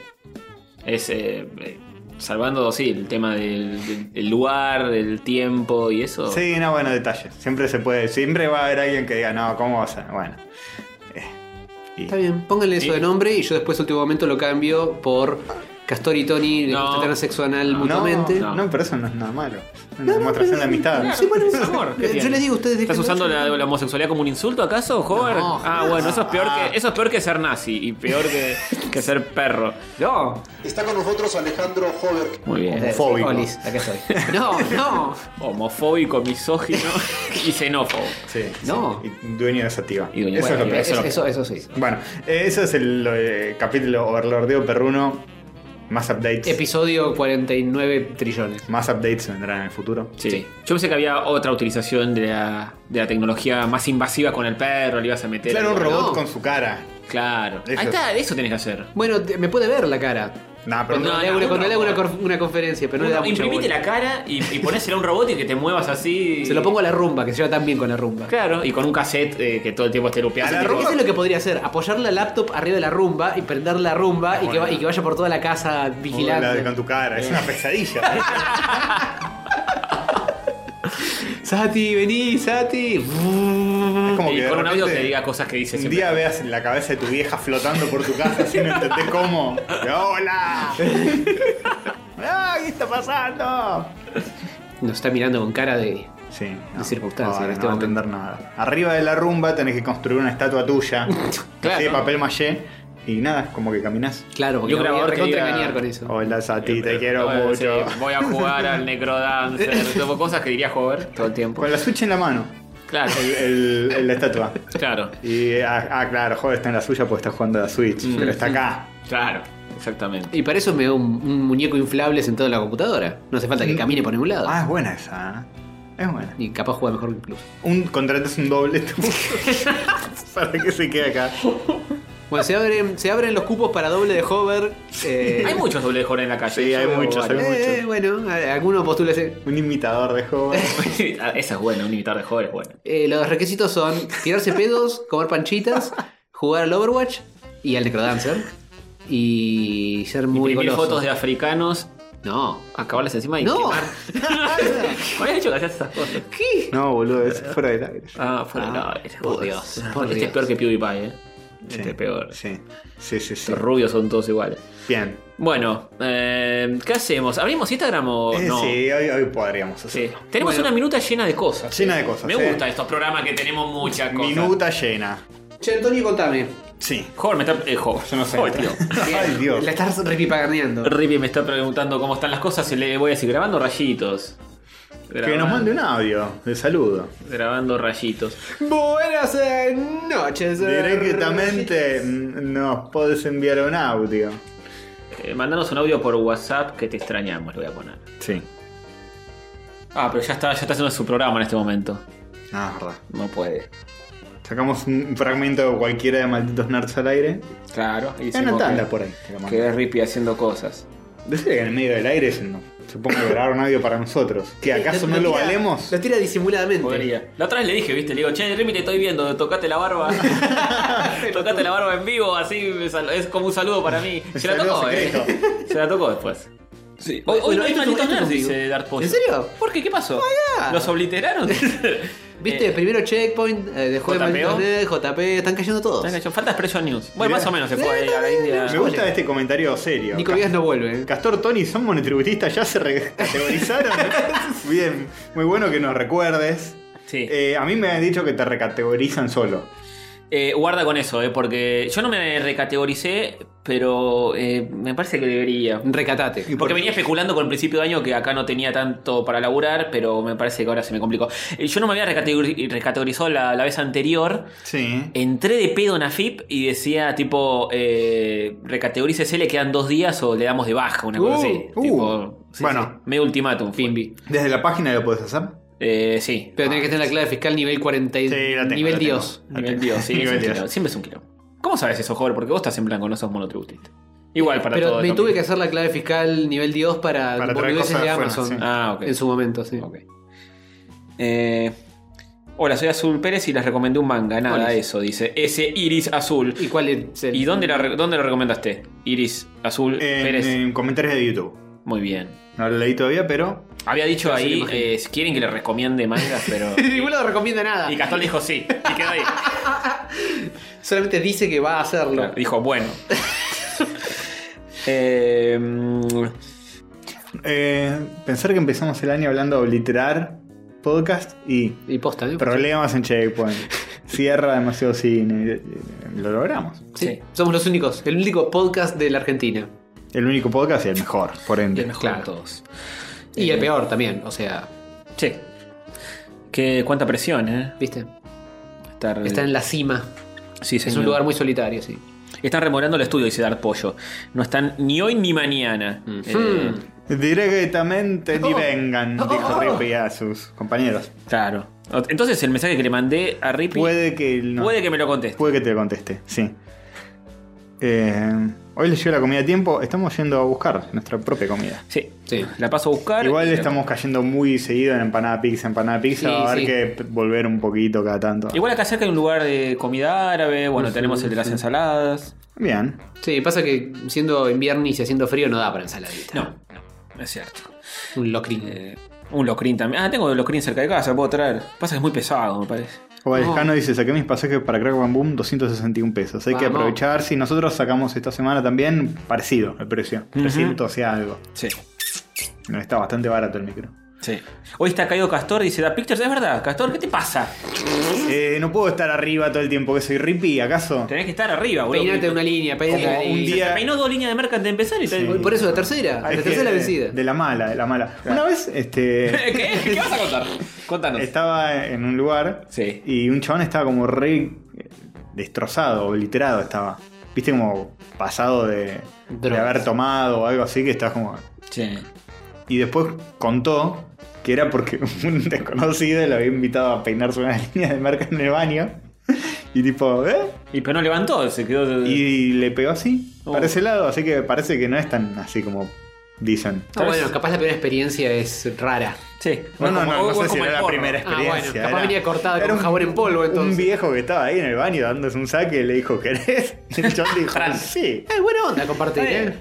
S1: Es eh, eh, salvando, sí, el tema del, del- del lugar, del tiempo y eso.
S2: Sí, no, bueno, detalles. Siempre se puede, siempre va a haber alguien que diga, no, ¿cómo vas a? Bueno. Eh, y-
S3: Está bien, pónganle eso
S1: Sí.
S3: de nombre y yo después último momento lo cambio por Castor y Tony, les
S1: No.
S3: gusta tener sexo anal
S1: No.
S3: mutuamente.
S2: No, no, pero eso no es nada malo. Es una
S3: no,
S2: demostración
S3: pero-
S2: de amistad.
S1: Claro,
S3: Sí, bueno,
S1: es amor, ¿qué
S3: eh, yo
S1: tiene?
S3: les digo, ustedes
S1: ¿Estás
S3: dejen-
S1: usando la, la homosexualidad como un insulto acaso, Hover?
S3: No,
S1: ah,
S3: jamás.
S1: bueno, eso es peor que, eso es peor que ser nazi y peor que, que ser perro.
S3: No,
S4: Está con nosotros Alejandro Hover.
S1: Muy bien.
S2: Homofóbico.
S3: Olis, acá estoy. No, no.
S1: Homofóbico, misógino y xenófobo.
S2: Sí, sí.
S3: No.
S2: Y dueño de Sativa.
S1: Y dueño de
S2: eso es lo
S1: Sativa.
S2: peor.
S1: Eso
S3: Eso,
S1: lo-
S3: eso, eso sí.
S2: Bueno, eh, eso es el eh, capítulo Overlordeo Perruno. Más updates.
S3: Episodio 49 trillones.
S2: más updates vendrán en el futuro.
S1: Sí. Yo pensé que había otra utilización de la, de la tecnología más invasiva con el perro, le ibas a meter.
S2: Claro, un
S1: algo,
S2: robot
S3: no.
S2: con su cara.
S1: ¿no? Claro.
S2: Eso.
S1: Ahí está, eso tenés que hacer.
S3: Bueno, te- me puede ver la cara.
S2: Nah, pero
S3: Cuando,
S1: No,
S3: le, hago,
S1: no,
S3: cuando
S1: no.
S3: le hago una, cor- una conferencia, pero no le da
S1: Uno,
S3: mucha
S1: imprimite
S3: bola.
S1: la cara y, y ponésela a un robot y que te muevas así.
S3: Se lo pongo a la rumba, que se lleva tan bien con la rumba.
S1: Claro, y con un cassette eh, que todo el tiempo esté lupeando.
S2: A la
S1: Tipo,
S2: rumba.
S3: Eso es lo que podría hacer, apoyar la laptop arriba de la rumba y prender la rumba y que, va- y que vaya por toda la casa vigilando.
S2: Hola, con tu cara. Es una pesadilla.
S3: Sati, vení, Sati.
S2: es como
S1: y
S2: que de
S1: con un audio que
S2: repente
S1: diga cosas que dice
S2: Un
S1: siempre.
S2: día veas la cabeza de tu vieja flotando por tu casa sin entender cómo. Y, ¡Hola! ¡Ah, qué está pasando!
S3: Nos está mirando con cara de.
S2: Sí.
S3: De circunstancia,
S2: ahora
S3: en
S2: no
S3: este
S2: va a
S3: momento.
S2: entender nada. Arriba de la rumba tenés que construir una estatua tuya.
S1: Claro.
S2: así de papel maché. Y nada, como que caminás.
S3: Claro, porque
S1: Y un
S3: me voy a
S1: grabador que
S3: recontra
S1: diga- "Oh,
S3: engañar con eso.
S2: Hola Sati, te quiero
S1: Bueno,
S2: mucho.
S1: sí, voy a jugar al Necrodancer. tipo, cosas que diría Hover todo el tiempo.
S2: Con la Switch en la mano,
S1: Claro,
S2: el, el- el- la estatua.
S1: claro,
S2: Y, ah, ah, claro, joder, está en la suya porque está jugando a la Switch.
S1: Mm.
S2: Pero está acá.
S1: claro. Exactamente.
S3: Y para eso me da un, un muñeco inflable sentado en la computadora. No hace falta que camine por ningún
S1: Mm.
S3: lado.
S2: Ah, es buena esa. ¿eh? Es buena.
S3: Y capaz juega mejor que incluso.
S2: Un, contratas un doble tú. para que se quede acá.
S3: Bueno, se abren, se abren los cupos para doble de hover. eh,
S1: Hay muchos doble de Hover en la calle.
S2: Sí,
S1: Yo
S2: hay
S1: veo
S2: muchos,
S1: varios.
S3: eh, bueno, a- alguno postula ese.
S2: Un imitador de joven.
S1: Ah, Esa es buena, un imitar de Hover es bueno.
S3: Eh, los requisitos son tirarse pedos, comer panchitas, jugar al Overwatch y al Necrodancer. Y ser muy
S1: Imprimir
S3: goloso.
S1: fotos de africanos,
S3: No.
S1: acabarles encima y
S3: No.
S1: quemar. ¿Cuál hecho que hacías esas cosas?
S3: ¿Qué?
S2: No, boludo, es fuera del aire.
S1: Ah, fuera de la
S3: por Dios, por
S1: Este
S3: Dios.
S1: es peor que PewDiePie, eh. Este es peor.
S2: Sí, sí, sí. sí.
S1: Los rubios son todos iguales.
S2: Bien.
S1: Bueno, eh, ¿qué hacemos? ¿Abrimos Instagram o
S2: Eh,
S1: Oh, no?
S2: Sí, hoy, hoy podríamos
S1: Sí.
S2: hacerlo.
S1: Tenemos
S3: Bueno.
S1: una minuta llena de cosas.
S2: Llena de cosas,
S1: Me
S2: sí.
S1: gustan estos programas que tenemos muchas cosas.
S2: Minuta llena.
S3: Che, Antonio, contame.
S2: Sí.
S1: Jorge me está. Eh, Jorge.
S2: Yo no sé.
S1: Jorge, tío.
S2: Ay, Dios.
S3: La estás repipagarneando.
S1: Rippy me está preguntando cómo están las cosas y le voy a decir grabando rayitos.
S2: Que nos mande un audio de saludo.
S1: Grabando rayitos.
S3: Buenas eh, noches. eh,
S2: Directamente mm, nos podés enviar un audio.
S1: Eh, mandanos un audio por WhatsApp que te extrañamos, lo voy a poner.
S2: Sí.
S1: Ah, pero ya está, ya está haciendo su programa en este momento.
S2: Ah, es verdad.
S1: No puede.
S2: Sacamos un fragmento de cualquiera de Malditos Nerds al aire.
S1: Claro.
S2: Es una tanda por ahí. que lo mando.
S1: es Rippy haciendo cosas.
S2: Decirle que en el medio del aire se, no, se ponga a grabar un audio para nosotros. ¿Que acaso no lo
S3: tira-
S2: valemos?
S3: Lo tira disimuladamente.
S1: Podría. La otra vez le dije, viste, le digo, che, Rippy, te estoy viendo, tocate la barba. tocate la barba en vivo, así me sal- es como un saludo para mí. Se la
S2: Saludo
S1: tocó,
S2: secreto.
S1: eh. Se la tocó después. Sí. Hoy, hoy
S3: Bueno,
S1: no hay
S3: esto es-
S1: malditos
S3: esto es
S1: nerds,
S3: un vivo.
S1: dice Dark Potion.
S3: ¿En serio? Oh
S1: ¿Por qué? ¿Qué pasó?
S3: God.
S1: ¿Los obliteraron?
S3: Viste,
S1: Eh,
S3: primero Checkpoint, eh, dejó de
S1: JPO.
S3: Malditos Nerds, JP, están cayendo todos.
S1: Están cayendo. Falta Expression News. Bueno,
S2: Mirá.
S1: más o menos se fue ahí a la India.
S2: Me gusta este comentario serio.
S3: Nico Vías no vuelve. eh.
S2: Castor Tony, son monotributistas, ya se recategorizaron. Bien, muy bueno que nos recuerdes.
S1: Sí.
S2: Eh, a mí me han dicho que te recategorizan solo.
S1: Eh, guarda con eso, eh, porque yo no me recategoricé, pero eh, me parece que debería.
S3: Recatate.
S1: Porque venía especulando con el principio de año que acá no tenía tanto para laburar, pero me parece que ahora se me complicó. Eh, Yo no me había recategori- recategorizado la, la vez anterior.
S2: Sí.
S1: Entré de pedo en AFIP y decía, tipo, eh, recategorícese, le quedan dos días o le damos de baja, una cosa
S3: Uh,
S1: así.
S2: uh.
S1: Tipo,
S2: Bueno.
S1: medio ultimátum, Finbi.
S2: ¿Desde la página lo puedes hacer?
S1: Eh, sí,
S3: Pero tenés que tener la clave fiscal nivel 40 y-
S2: Ah, Sí, la tengo,
S3: nivel
S2: la tengo.
S3: Dios.
S1: Nivel Dios, sí,
S2: Nivel
S1: es un
S2: Dios.
S1: quilombo. siempre es un quilombo. ¿Cómo sabes eso, joven? Porque vos estás en blanco, no sos monotributista. Igual para
S3: Pero
S1: todo.
S3: me
S1: el
S3: tuve que
S1: camino.
S3: hacer la clave fiscal nivel Dios para,
S2: Para traer
S3: boludeces
S2: cosas
S3: de
S2: de afuera,
S3: Amazon.
S2: sí.
S1: Ah, ok.
S3: En su momento, sí.
S1: Ok. Eh, hola, soy Azul Pérez y les recomendé un manga. Nada,
S3: Hola.
S1: eso dice. Ese Iris Azul.
S3: ¿Y cuál es el-
S1: ¿Y dónde, la re- dónde lo recomendaste? Iris Azul
S2: En,
S1: Pérez.
S2: en comentarios de YouTube.
S1: Muy bien.
S2: No lo leí todavía, pero.
S1: Había dicho
S3: Pero se lo
S1: ahí,
S3: imagino.
S1: eh, si quieren que le recomiende mangas, pero.
S3: Ninguno lo recomienda nada.
S1: y Castón dijo sí. Y quedó ahí.
S3: Solamente dice que va a hacerlo.
S1: Claro, Dijo, bueno. Eh, mm,
S2: eh, pensar que empezamos el año hablando de obliterar podcast y
S3: Y posta, ¿eh?
S2: problemas en Checkpoint. Cierra demasiado cine. Lo logramos.
S3: Sí.
S1: Sí.
S3: Somos los únicos, el único podcast de la Argentina.
S2: El único podcast y el mejor, por
S1: y el
S2: ende.
S1: mejor
S3: Claro.
S1: de todos.
S3: Y
S2: Eh,
S3: el peor también, o sea,
S1: Sí. Que cuánta presión, ¿eh?
S3: ¿viste?
S1: Estar,
S3: Está en la cima.
S1: Sí,
S3: Es un lugar muy solitario, sí.
S1: Están remorando el estudio, dice Dar Pollo. No están ni hoy ni mañana. Eh,
S3: Hmm.
S2: Directamente
S1: Oh.
S2: ni vengan, dijo Rippy a sus compañeros.
S1: claro. Entonces el mensaje que le mandé a Rippy puede,
S2: Puede que no-
S1: que me lo conteste.
S2: puede que te lo conteste, sí. Eh, hoy les llegó la comida a tiempo. Estamos yendo a buscar nuestra propia comida.
S1: Sí.
S3: Sí.
S1: La paso a buscar. Eh,
S2: Igual
S1: Y-
S2: estamos cayendo muy seguido en empanada pizza, empanada pizza.
S3: Sí,
S2: va a haber
S3: sí.
S2: que p- volver un poquito cada tanto.
S1: Igual acá cerca hay un lugar de comida árabe. Bueno, tenemos el de las ensaladas.
S2: Bien.
S3: Sí, pasa que siendo invierno y si haciendo frío no da para ensaladita.
S1: No, no, es cierto.
S3: Un locrín.
S1: Eh, un locrín también. Ah, tengo locrín cerca de casa, puedo traer. Pasa que es muy pesado, me parece.
S2: O Vallecano dice: Saqué mis pasajes para Crack Bam Boom 261 pesos. Hay que
S3: Vamos.
S2: aprovechar. Si nosotros sacamos esta semana también, parecido el precio. 300 sea algo.
S1: Sí.
S2: No, Está bastante barato el micro.
S1: Sí. Hoy está caído Castor y dice, da pictures, es verdad, Castor, ¿qué te pasa?
S2: Eh, no puedo estar arriba todo el tiempo que soy Rippy, ¿acaso?
S1: Tenés que estar arriba, boludo.
S3: Peinate una línea, peinate una
S2: Como un
S1: Y se
S3: línea.
S2: día-
S1: te peinó dos líneas de merca antes de empezar y te...
S2: Sí.
S3: Por eso la tercera,
S2: Hay
S3: la
S2: que-
S3: tercera vencida.
S2: Eh, De la mala, de la mala. Una vez, este.
S1: ¿Qué? ¿Qué vas a contar? Contanos.
S2: Estaba en un lugar
S1: Sí.
S2: y un chabón estaba como re eh, destrozado, obliterado estaba. Viste como pasado de, de
S3: Drogas.
S2: haber tomado o algo así que estás como...
S1: Sí.
S2: Y después contó que era porque un desconocido lo había invitado a peinarse una línea de marca en el baño. Y tipo, ¿eh?
S1: Y pero no levantó, se quedó...
S2: Y le pegó así,
S1: Oh.
S2: para ese lado, así que parece que no es tan así como dicen.
S3: Ah, bueno, capaz la primera experiencia es rara.
S1: Sí.
S2: No, no, no,
S1: O-
S2: no
S1: o
S2: sé
S1: es
S2: si
S1: como
S2: era
S1: el
S2: la
S1: porro.
S2: primera
S3: Ah, bueno,
S2: experiencia.
S3: capaz
S2: era-
S3: venía cortada
S2: era
S3: con jabón en polvo,
S2: Un
S3: entonces.
S2: viejo que estaba ahí en el baño dándose un saque le dijo, ¿querés? Y el chabón dijo,
S1: Fran.
S2: sí.
S3: Eh, buena onda compartir,
S1: Está
S3: eh.
S1: bien.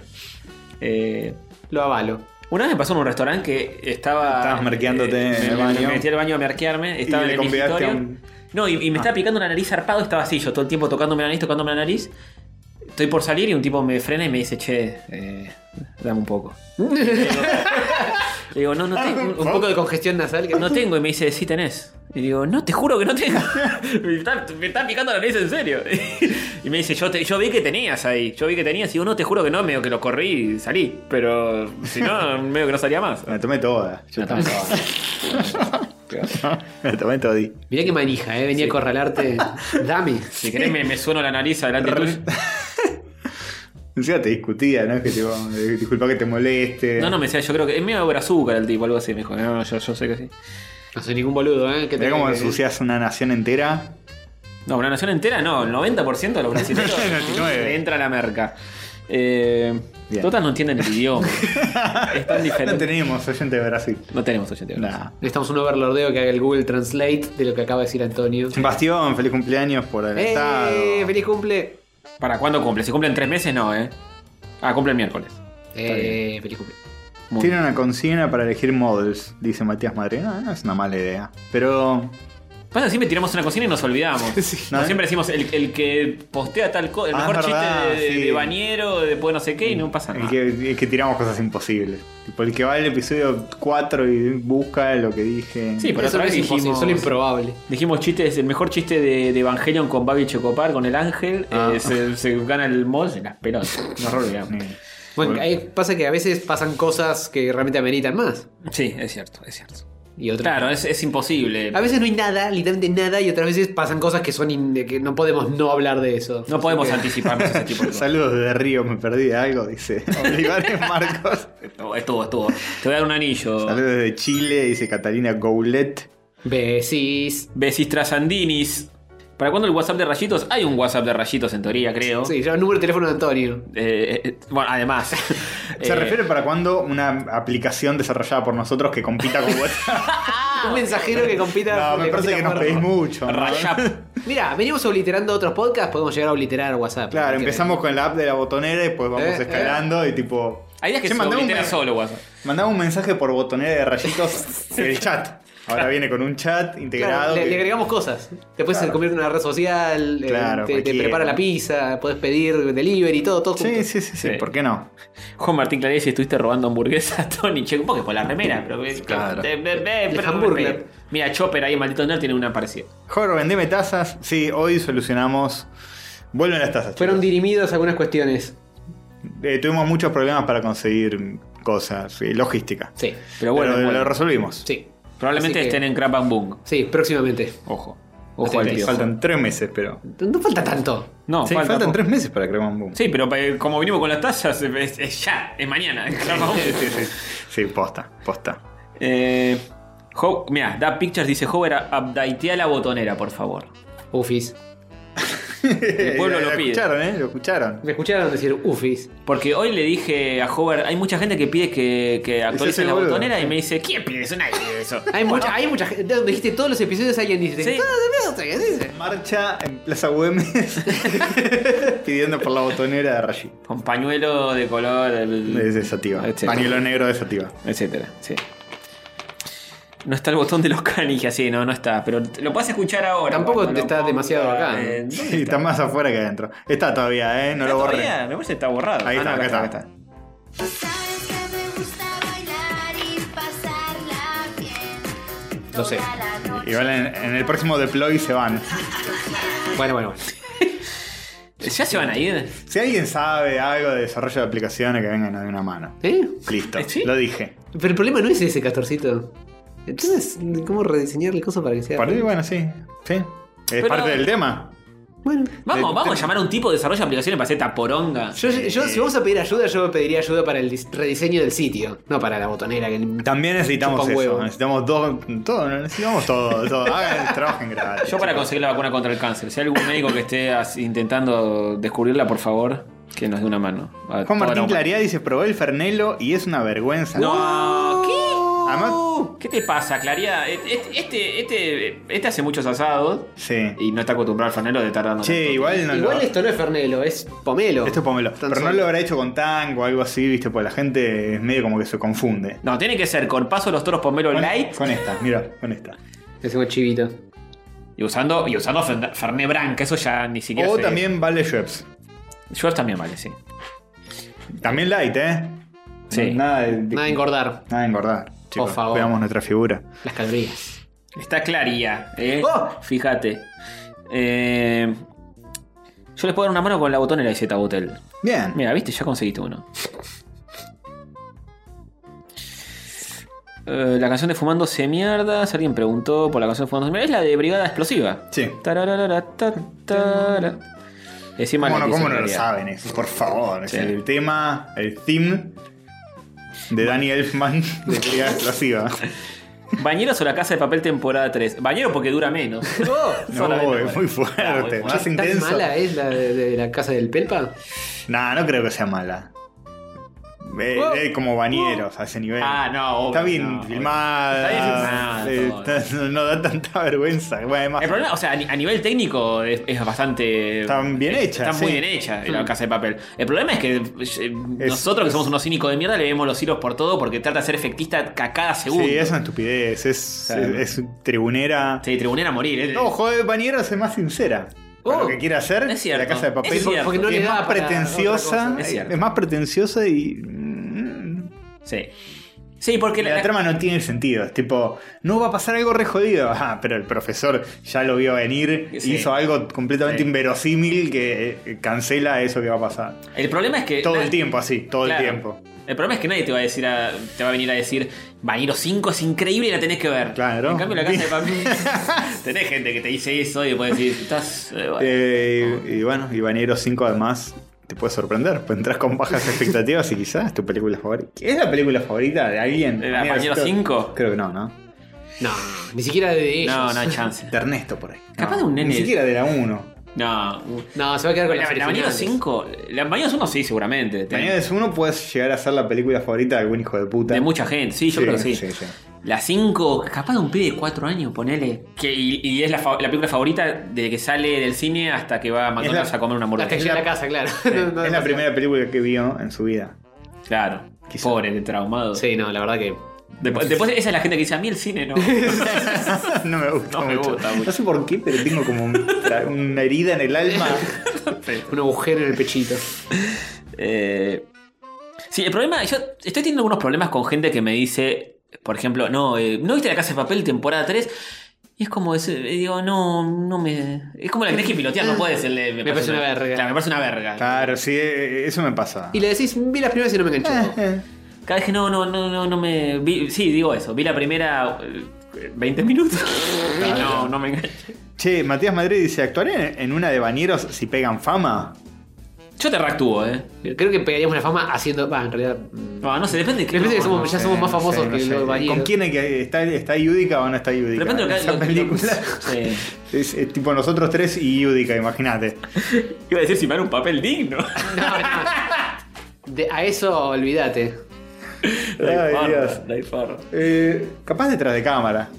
S1: Eh,
S3: Lo avalo.
S1: Una vez me pasó en un restaurante que estaba.
S2: Estabas merqueándote en
S1: me-
S2: el
S1: me-
S2: baño.
S1: Me metí al baño a merquearme. Estaba
S2: le
S1: en el
S2: convidaste
S1: escritorio.
S2: a un-
S1: No, y, y me
S2: Ah.
S1: estaba picando la nariz zarpado. Estaba así, yo todo el tiempo tocándome la nariz, tocándome la nariz. Estoy por salir y un tipo me frena y me dice, che, eh, dame un poco. Le digo, no, no tengo.
S3: Un poco de congestión nasal que no
S1: No tengo. Y me dice, sí tenés. Y digo, no, te juro que no tengo. me, está, me está picando la nariz en serio. y me dice, yo, te- yo vi que tenías ahí. Yo vi que tenías. Y digo, no, te juro que no. Medio que lo corrí y salí. Pero si no, medio que no salía más.
S2: Me la tomé toda. Yo
S1: Me la tomé
S2: me la tomé toda.
S3: Mirá qué manija, ¿eh? venía a acorralarte. Dame.
S1: Si querés, me, me sueno la nariz adelante tuyo.
S2: Encima te discutía, ¿no? Es que tipo, eh, disculpa que te moleste.
S1: No, no, me decía, yo creo que es medio over azúcar el tipo, algo así. Me dijo, no, yo, yo sé que sí.
S3: No soy ningún boludo, ¿eh? Que
S2: Mirá cómo
S3: que-
S2: ensucias una nación entera.
S1: No, una nación entera, no. El 90% de los brasileños
S2: 99.
S1: entra a la merca. Eh,
S2: Bien.
S1: total no entienden el idioma. es tan
S2: No
S1: diferente.
S2: tenemos oyente de Brasil.
S1: No tenemos 80
S2: Nah.
S3: Necesitamos un overlordeo que haga el Google Translate de lo que acaba de decir Antonio.
S2: Bastión, feliz cumpleaños por adelantado.
S3: ¡Eh! ¡Feliz cumple!
S1: ¿Para cuándo cumple? Si cumple en tres meses, no, ¿eh? Ah, cumple el miércoles.
S3: Eh, feliz cumple.
S1: Muy
S2: Tiene
S1: bien.
S2: una consigna para elegir models, dice Matías Madre. No, no es una mala idea. Pero
S1: Pasa, que siempre tiramos una cocina y nos olvidamos.
S2: ¿no?
S1: Nos siempre decimos, el, el que postea tal cosa, el
S2: Ah,
S1: mejor
S2: es verdad,
S1: chiste de,
S2: sí.
S1: de bañero, de después no sé qué, y no pasa
S2: el
S1: nada.
S2: que, el que tiramos cosas imposibles. Tipo, el que va al episodio 4 y busca lo que dije.
S1: Sí, pero
S3: Eso
S1: otra
S3: no
S1: vez
S3: es imposible,
S1: dijimos-
S3: solo improbable.
S1: Dijimos chistes, el mejor chiste de, de Evangelion con Babi Checopar, con el ángel,
S2: Ah.
S1: eh, se, se gana el mod en las pelotas. Nos olvidamos.
S2: Sí.
S3: Bueno, ahí pasa que a veces pasan cosas que realmente ameritan más.
S1: Sí, es cierto, es cierto.
S3: Y otras.
S1: Claro, es, es imposible.
S3: A veces no hay nada, literalmente nada, y otras veces pasan cosas que son in- que no podemos no hablar de eso.
S1: No podemos
S3: Así que-
S1: anticiparnos ese tipo de cosas.
S2: Saludos de Río, me perdí de algo, dice Olivares Marcos.
S1: Estuvo, Oh, estuvo, estuvo. Te voy a dar un anillo.
S2: Saludos de Chile, dice Catalina Goulet.
S3: Besis.
S1: Besis Trasandinis. ¿Para cuándo el WhatsApp de rayitos? Hay un WhatsApp de rayitos en teoría, creo.
S3: Sí, ya el número de teléfono de Antonio.
S1: Eh, eh, bueno, además.
S2: ¿Se
S1: Eh,
S2: refiere para cuando una aplicación desarrollada por nosotros que compita con WhatsApp?
S3: Un mensajero que compita.
S2: no, me parece que nos pedís mucho. ¿no?
S1: Rayap.
S3: Mira, venimos obliterando otros podcasts, podemos llegar a obliterar WhatsApp.
S2: Claro,
S3: Porque-
S2: empezamos con la app de la botonera y después vamos
S3: Eh,
S2: escalando y tipo.
S1: Hay días que
S2: Che,
S1: se
S2: mandá un
S1: oblitera
S2: men-
S1: solo WhatsApp.
S2: mandá un mensaje por botonera de rayitos el chat. Ahora viene con un chat integrado.
S3: Claro, le,
S2: que-
S3: le agregamos cosas. Después se convierte en una red social, eh,
S2: Claro,
S3: te, te
S2: cualquiera.
S3: prepara la pizza, puedes pedir delivery, todo, todo. junto.
S2: Sí, sí, sí, sí,
S1: Sí.
S2: ¿por qué no?
S1: Juan Martín Clarelli, si estuviste robando hamburguesas, Tony, che, un poco por la remera, pero.
S2: Claro.
S1: Eh, eh, eh,
S3: El
S1: pero-
S3: hamburger.
S1: Mira, Chopper ahí, maldito nerd, tiene una parecida.
S2: Jorge, vendeme tazas. Sí, hoy solucionamos. Vuelven las tazas.
S3: Fueron
S2: chicos.
S3: dirimidas algunas cuestiones.
S2: Eh, tuvimos muchos problemas para conseguir cosas, eh, logística.
S3: Sí,
S1: Pero bueno,
S2: lo,
S1: bueno.
S2: lo resolvimos.
S3: sí.
S1: Probablemente
S3: Así que-
S1: estén en Crap and Boom.
S3: Sí, próximamente.
S1: Ojo. Ojo al
S2: Sí,
S1: piojo.
S2: faltan tres meses, pero.
S3: No falta tanto.
S1: No,
S2: Sí,
S1: falta
S2: faltan
S1: poco.
S2: tres meses para Crema Boom.
S1: Sí, pero eh, como vinimos con las tazas, eh, es, es ya, es mañana. es Crap and Boom.
S2: sí, sí. Sí, posta, posta.
S1: Eh, Ho- Mira, Da Pictures dice Hover, updatea la botonera, por favor.
S3: Ufis.
S2: El
S1: pueblo lo
S2: lo
S1: pide.
S2: escucharon, ¿eh? Lo escucharon.
S3: Me escucharon decir ufis.
S1: Porque hoy le dije a Hover, hay mucha gente que pide que, que
S2: ese
S1: actualicen la
S2: boludo.
S1: botonera y me dice, ¿quién pide eso? Nadie pide eso.
S3: Hay mucha, hay mucha gente. donde Dijiste todos los episodios alguien dice.
S1: Sí.
S3: "Todos los episodios", dice.
S2: Marcha en Plaza Güemes pidiendo por la botonera de Rashi.
S1: Con pañuelo de color. el-
S2: Es desativa.
S1: Etcétera.
S2: Pañuelo negro desativa.
S1: Etcétera, sí. No está el botón de los canijas, sí, no, no está. Pero t- lo puedes escuchar ahora.
S3: Tampoco
S1: cuando
S3: te
S1: lo
S3: está demasiado acá,
S1: eh,
S3: ¿no?
S1: ¿dónde
S2: Sí, está más afuera que adentro. Está todavía, ¿eh? No
S1: está
S2: lo borré.
S1: todavía? Me parece que está borrado.
S2: Ahí
S1: Ah,
S2: está,
S1: no,
S2: acá está.
S1: acá
S5: Sabes que me gusta bailar y pasarla bien.
S3: No sé.
S5: Toda la noche.
S2: Igual en, en el próximo deploy se van.
S3: Bueno, bueno, bueno.
S1: ¿Ya se van a ir?
S2: Si alguien sabe algo de desarrollo de aplicaciones, que vengan de una mano.
S3: ¿Eh?
S2: Listo,
S1: ¿Sí?
S2: lo dije.
S3: Pero el problema no es ese castorcito. Entonces, ¿cómo rediseñarle cosas para que sea?
S2: Por ahí, bueno, sí. Sí. Es
S1: Pero-
S2: parte del tema.
S3: Bueno.
S1: Vamos,
S2: Eh,
S1: vamos a
S2: te-
S1: llamar a un tipo de desarrollo de aplicaciones para hacer esta poronga.
S3: Yo, yo-
S2: Eh,
S3: si vamos a pedir ayuda, yo pediría ayuda para el dis- rediseño del sitio, no para la botonera. Que...
S2: También necesitamos
S3: Chupa
S2: eso.
S3: huevo.
S2: Necesitamos dos- todo, necesitamos todo, todo. Hagan, trabajen gratis.
S1: Yo para conseguir la vacuna contra el cáncer. Si hay algún médico que esté as- intentando descubrirla, por favor, que nos dé una mano. A
S2: Juan
S1: toda la
S2: Martín
S1: humanidad.
S2: Claridad dice, probé el Fernelo y es una vergüenza.
S1: No, ¿qué?
S2: Uh. Además-
S1: ¿Qué te pasa, Claría? Este, este, este, este hace muchos asados
S2: Sí.
S1: y no está acostumbrado al fanelo de estar dando.
S2: Che, igual no
S3: Igual
S2: lo...
S3: esto no es Fernelo, es Pomelo.
S2: Esto es pomelo.
S3: Tan
S2: Pero no
S3: solo.
S2: lo habrá hecho con tango o algo así, viste, porque la gente es medio como que se confunde.
S1: No, tiene que ser con paso de los toros pomelo
S2: Con,
S1: light
S2: con esta, mira, con esta.
S3: Le Decimos chivito.
S1: y usando, y usando Fer- Fernet Branca. Eso ya ni siquiera
S2: O
S1: se-
S2: también vale Schweppes.
S1: George también vale, sí.
S2: También light, ¿eh?
S1: Sí.
S2: No, Nada de, de-
S3: Nada de engordar
S2: nada de engordar. Chicos,
S3: Por favor.
S2: Cuidamos nuestra figura.
S3: las calorías.
S1: Está Claría, ¿eh?
S3: ¡Oh!
S1: Fíjate. Eh, yo les puedo dar una mano con la botonera de Z Botel.
S2: Bien.
S1: Mira, viste, ya conseguiste uno. Eh, la canción de Fumándose Mierdas, alguien preguntó por la canción de Fumándose Mierdas. Es la de Brigada Explosiva.
S2: Sí.
S1: Tararara, ta, tara. Encima
S2: ¿Cómo
S1: la
S2: no,
S1: que
S2: cómo
S1: hizo
S2: no lo
S1: Claría.
S2: saben eso? Por favor.
S1: Sí.
S2: Es el tema, el theme de Danny Elfman de Brigada Explosiva.
S1: ¿Bañeros o la casa de papel temporada 3? Bañero porque dura menos.
S2: No,
S1: Solamente
S2: es
S1: Ah,
S2: muy
S1: muy
S2: fuerte,
S1: fuerte.
S2: más
S3: ¿Tan
S2: intenso.
S3: mala es la de, de la casa del Pelpa?
S2: Nah, no creo que sea mala. Eh,
S3: Oh.
S2: eh, como bañeros a ese nivel.
S1: Ah, no, obvio,
S2: Está bien
S1: no, obvio.
S2: filmada.
S1: Está bien filmada,
S2: eh, está- no, da tanta vergüenza. Bueno, además,
S1: El problema, o sea, a ni- a nivel técnico es, es bastante.
S2: Están bien
S1: es-
S2: hechas,
S1: Están muy
S2: sí.
S1: bien hechas la casa de papel. El problema es que eh, nosotros, que
S2: es-
S1: somos unos cínicos de mierda, le vemos los hilos por todo porque trata de ser efectista a cada segundo.
S2: sí, es una estupidez. Es,
S1: Claro.
S2: es- es tribunera.
S1: Sí, tribunera a morir. ¿eh?
S2: No, joder, bañeros es más sincera. Con
S3: Oh,
S2: lo que quiere hacer,
S1: es cierto,
S2: la casa de papel
S1: es cierto.
S3: Porque no
S2: es
S3: le da
S2: más
S3: para otra
S2: pretenciosa.
S3: cosa.
S1: Es
S2: Es,
S1: cierto.
S2: más pretenciosa y. mm,
S1: Sí. Sí, porque
S2: La, trama no tiene sentido. Es tipo, no va a pasar algo re jodido. Ajá, pero el profesor ya lo vio venir y
S1: Sí.
S2: hizo algo completamente
S1: Sí.
S2: inverosímil que eh, cancela eso que va a pasar.
S1: El problema es que.
S2: Todo el
S1: nadie-
S2: tiempo, así, todo
S1: Eh, Claro.
S2: el tiempo.
S1: El problema es que nadie te va a decir a- te va a venir a decir Bañero 5 es increíble y la tenés que ver.
S2: Claro.
S1: En cambio la casa de papel. tenés gente que te dice eso y después decís, estás. eh, bueno".
S2: Eh, y, y bueno, y Bañero 5 además te puede sorprender. Pues entras con bajas expectativas y quizás es tu película favorita. ¿Es la película favorita de alguien?
S1: ¿De la
S2: Bañeros
S1: Bañeros
S2: creo-
S1: cinco?
S2: Creo que no, ¿no?
S3: No, ni siquiera de ellos.
S1: no, no hay chance.
S2: De Ernesto por ahí.
S1: Capaz
S2: No,
S1: de un nene.
S2: Ni siquiera de la 1.
S1: No.
S3: No, se va a quedar con
S1: La,
S3: las
S1: la Bañeros
S3: originales.
S1: 5. La Bañeros 1 sí, seguramente. Te-
S2: Bañeros 1 puedes llegar a ser la película favorita de algún hijo de puta.
S1: De mucha gente, sí, yo creo que sí.
S2: sí, sí.
S1: La 5, capaz de un pibe de 4 años, ponele. Que, y, y es la, fa- la película favorita desde que sale del cine hasta que va a McDonald's
S2: la-
S1: a comer una
S3: Hasta que
S1: hamburguesa.
S3: llegue a la casa, claro. No, no,
S2: es
S3: no,
S2: la
S3: no.
S2: primera película que vio en su vida.
S1: Claro.
S2: Quizá.
S1: Pobre, de traumado.
S3: Sí, no, la verdad que.
S1: Después, después esa es la gente que dice, a mí el cine no.
S2: no me gusta
S1: No me
S2: mucho.
S1: gusta mucho.
S2: No sé por qué, pero tengo como un- tra- una herida en el alma.
S3: Un agujero en el pechito.
S1: Eh, sí, el problema, yo estoy teniendo algunos problemas con gente que me dice, por ejemplo, no, eh, ¿no viste la casa de papel temporada 3? Y es como, es, eh, digo, no, no me... Es como la tenés que pilotear, no puedes el de-
S3: Me parece una verga.
S1: Claro, me parece una verga.
S2: Claro, sí, eh, eso me pasa.
S3: Y le decís, vi las primeras y no me enganchó.
S2: Eh, eh.
S1: Cada vez que no, no, no, no, no me... vi- sí, digo eso, vi la primera... eh, 20 minutos. No, no me enganché.
S2: Che, Matías Madrid dice, ¿actuaré en una de bañeros si pegan fama?
S1: Yo te reactúo, eh.
S3: Creo que pegaríamos la fama haciendo. Va, en realidad. mm,
S1: No, no sé, depende de qué-
S3: Me parece que
S1: no,
S3: somos-
S1: no.
S3: ya somos más famosos que los bañeros.
S2: ¿Con quién hay que está, está Yudica o no está
S1: De
S2: Yudica?
S1: repente lo que...
S2: Esa
S1: lo- lo-
S2: película
S1: sí.
S2: es, es tipo nosotros tres y Yudica, imagínate.
S1: Iba a decir si me dan un papel digno.
S3: No, no. De- a eso olvídate.
S2: Ay,
S1: forma,
S2: Dios.
S1: no hay forma.
S2: Eh, capaz detrás de cámara.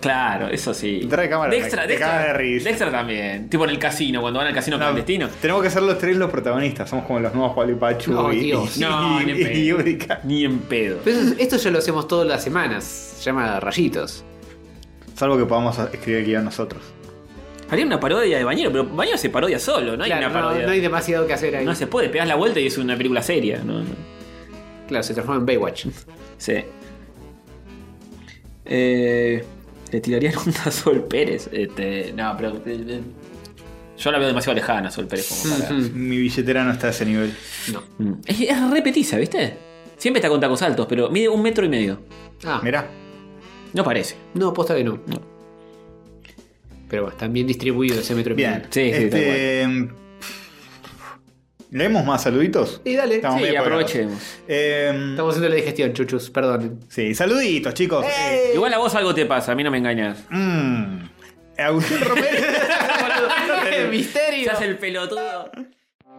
S1: Claro, eso sí.
S2: Trae cámara,
S1: Dextra,
S2: te
S1: Dextra,
S2: caga de risa.
S1: Dextra también. Tipo en el casino, cuando van al casino
S2: No,
S1: clandestino.
S2: Tenemos que ser los tres los protagonistas. Somos como los nuevos Pablo y Pachu
S3: No,
S2: y,
S3: Dios.
S2: y-
S1: No,
S2: y-
S1: ni en pedo.
S2: y Yudica.
S1: Ni en pedo.
S3: Pero eso- esto ya lo hacemos todas las semanas. Se llama Rayitos.
S2: Salvo que podamos escribir el guión nosotros.
S1: Haría una parodia de Bañero, pero Bañero se parodia solo, no hay
S3: Claro,
S1: una
S3: no,
S1: parodia.
S3: no hay demasiado que hacer ahí.
S1: No se puede, pegas la vuelta y es una película seria. No, no.
S3: Claro, se transforma en Baywatch.
S1: Sí. Eh, le tirarían un a Sol Pérez. Este, no, pero. eh, eh, Yo la veo demasiado lejana, Sol Pérez, como para.
S3: Ujú.
S2: Mi billetera no está a ese nivel.
S3: No.
S1: Mm. Es, es repetiza, ¿viste? Siempre está con tacos altos, pero mide un metro y medio.
S3: Ah,
S2: Mirá.
S1: No parece.
S3: no, posta que no.
S1: No.
S3: Pero bueno, están bien distribuidos ese metro y
S2: Bien.
S3: medio.
S1: Sí, sí,
S2: Este, ¿Leemos más saluditos?
S3: Y dale.
S2: Estamos
S1: Sí,
S2: medio
S1: aprovechemos.
S2: colgados. Eh,
S3: Estamos haciendo la digestión, chuchus, perdón.
S2: sí, saluditos, chicos. Eh,
S1: Igual a vos algo te pasa, a mí no me engañas.
S2: mm, Agustín Romero.
S3: misterio!
S1: Estás el pelotudo.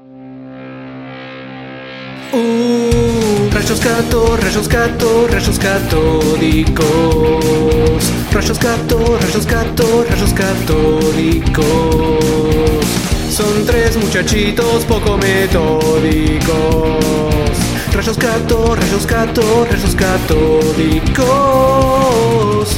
S2: Un
S3: Uh, Rayos gato, rayos gato, rayos catódicos. Rayos gato, rayos gato, rayos catódicos. Son tres muchachitos poco metódicos. Rayos gato, rayos gato, rayos catódicos.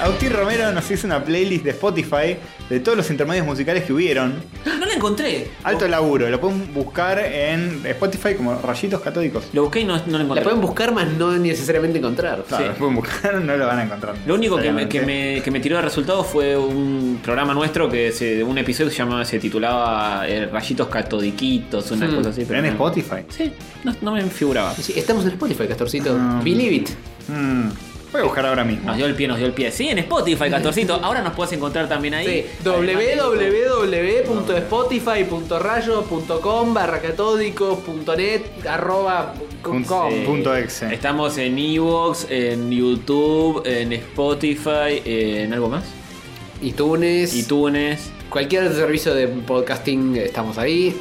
S2: Agustín Romero nos hizo una playlist de Spotify de todos los intermedios musicales que hubieron.
S1: No la encontré.
S2: Alto laburo, lo pueden buscar en Spotify como Rayitos Catódicos.
S1: Lo busqué y no, no la encontré.
S3: La pueden buscar, más no necesariamente encontrar.
S2: Claro, lo pueden buscar, no lo van a encontrar.
S1: Lo único que me, que,
S2: Obviamente.
S1: me, que me tiró de resultado fue un programa nuestro que se, de un episodio que se, llamaba, se titulaba eh, Rayitos Catodiquitos, una
S3: Hmm.
S1: cosa así.
S2: Pero en
S1: no-
S2: Spotify.
S1: Sí, no, no me figuraba.
S3: Sí, estamos en Spotify, Castorcito.
S2: Ah.
S3: Believe it.
S2: Mm, voy a buscar ahora mismo.
S1: Nos dio el pie, nos dio el pie. Sí, en Spotify, Castorcito. Ahora nos puedes encontrar también ahí.
S3: Sí, www.spotify.rayo.com barra catódico.net arroba com.
S2: Punto-
S1: Eh,
S2: Punto exe.
S1: Estamos en Evox, en YouTube, en Spotify, eh, en algo más.
S3: iTunes,
S1: iTunes.
S3: cualquier servicio de podcasting eh, estamos ahí.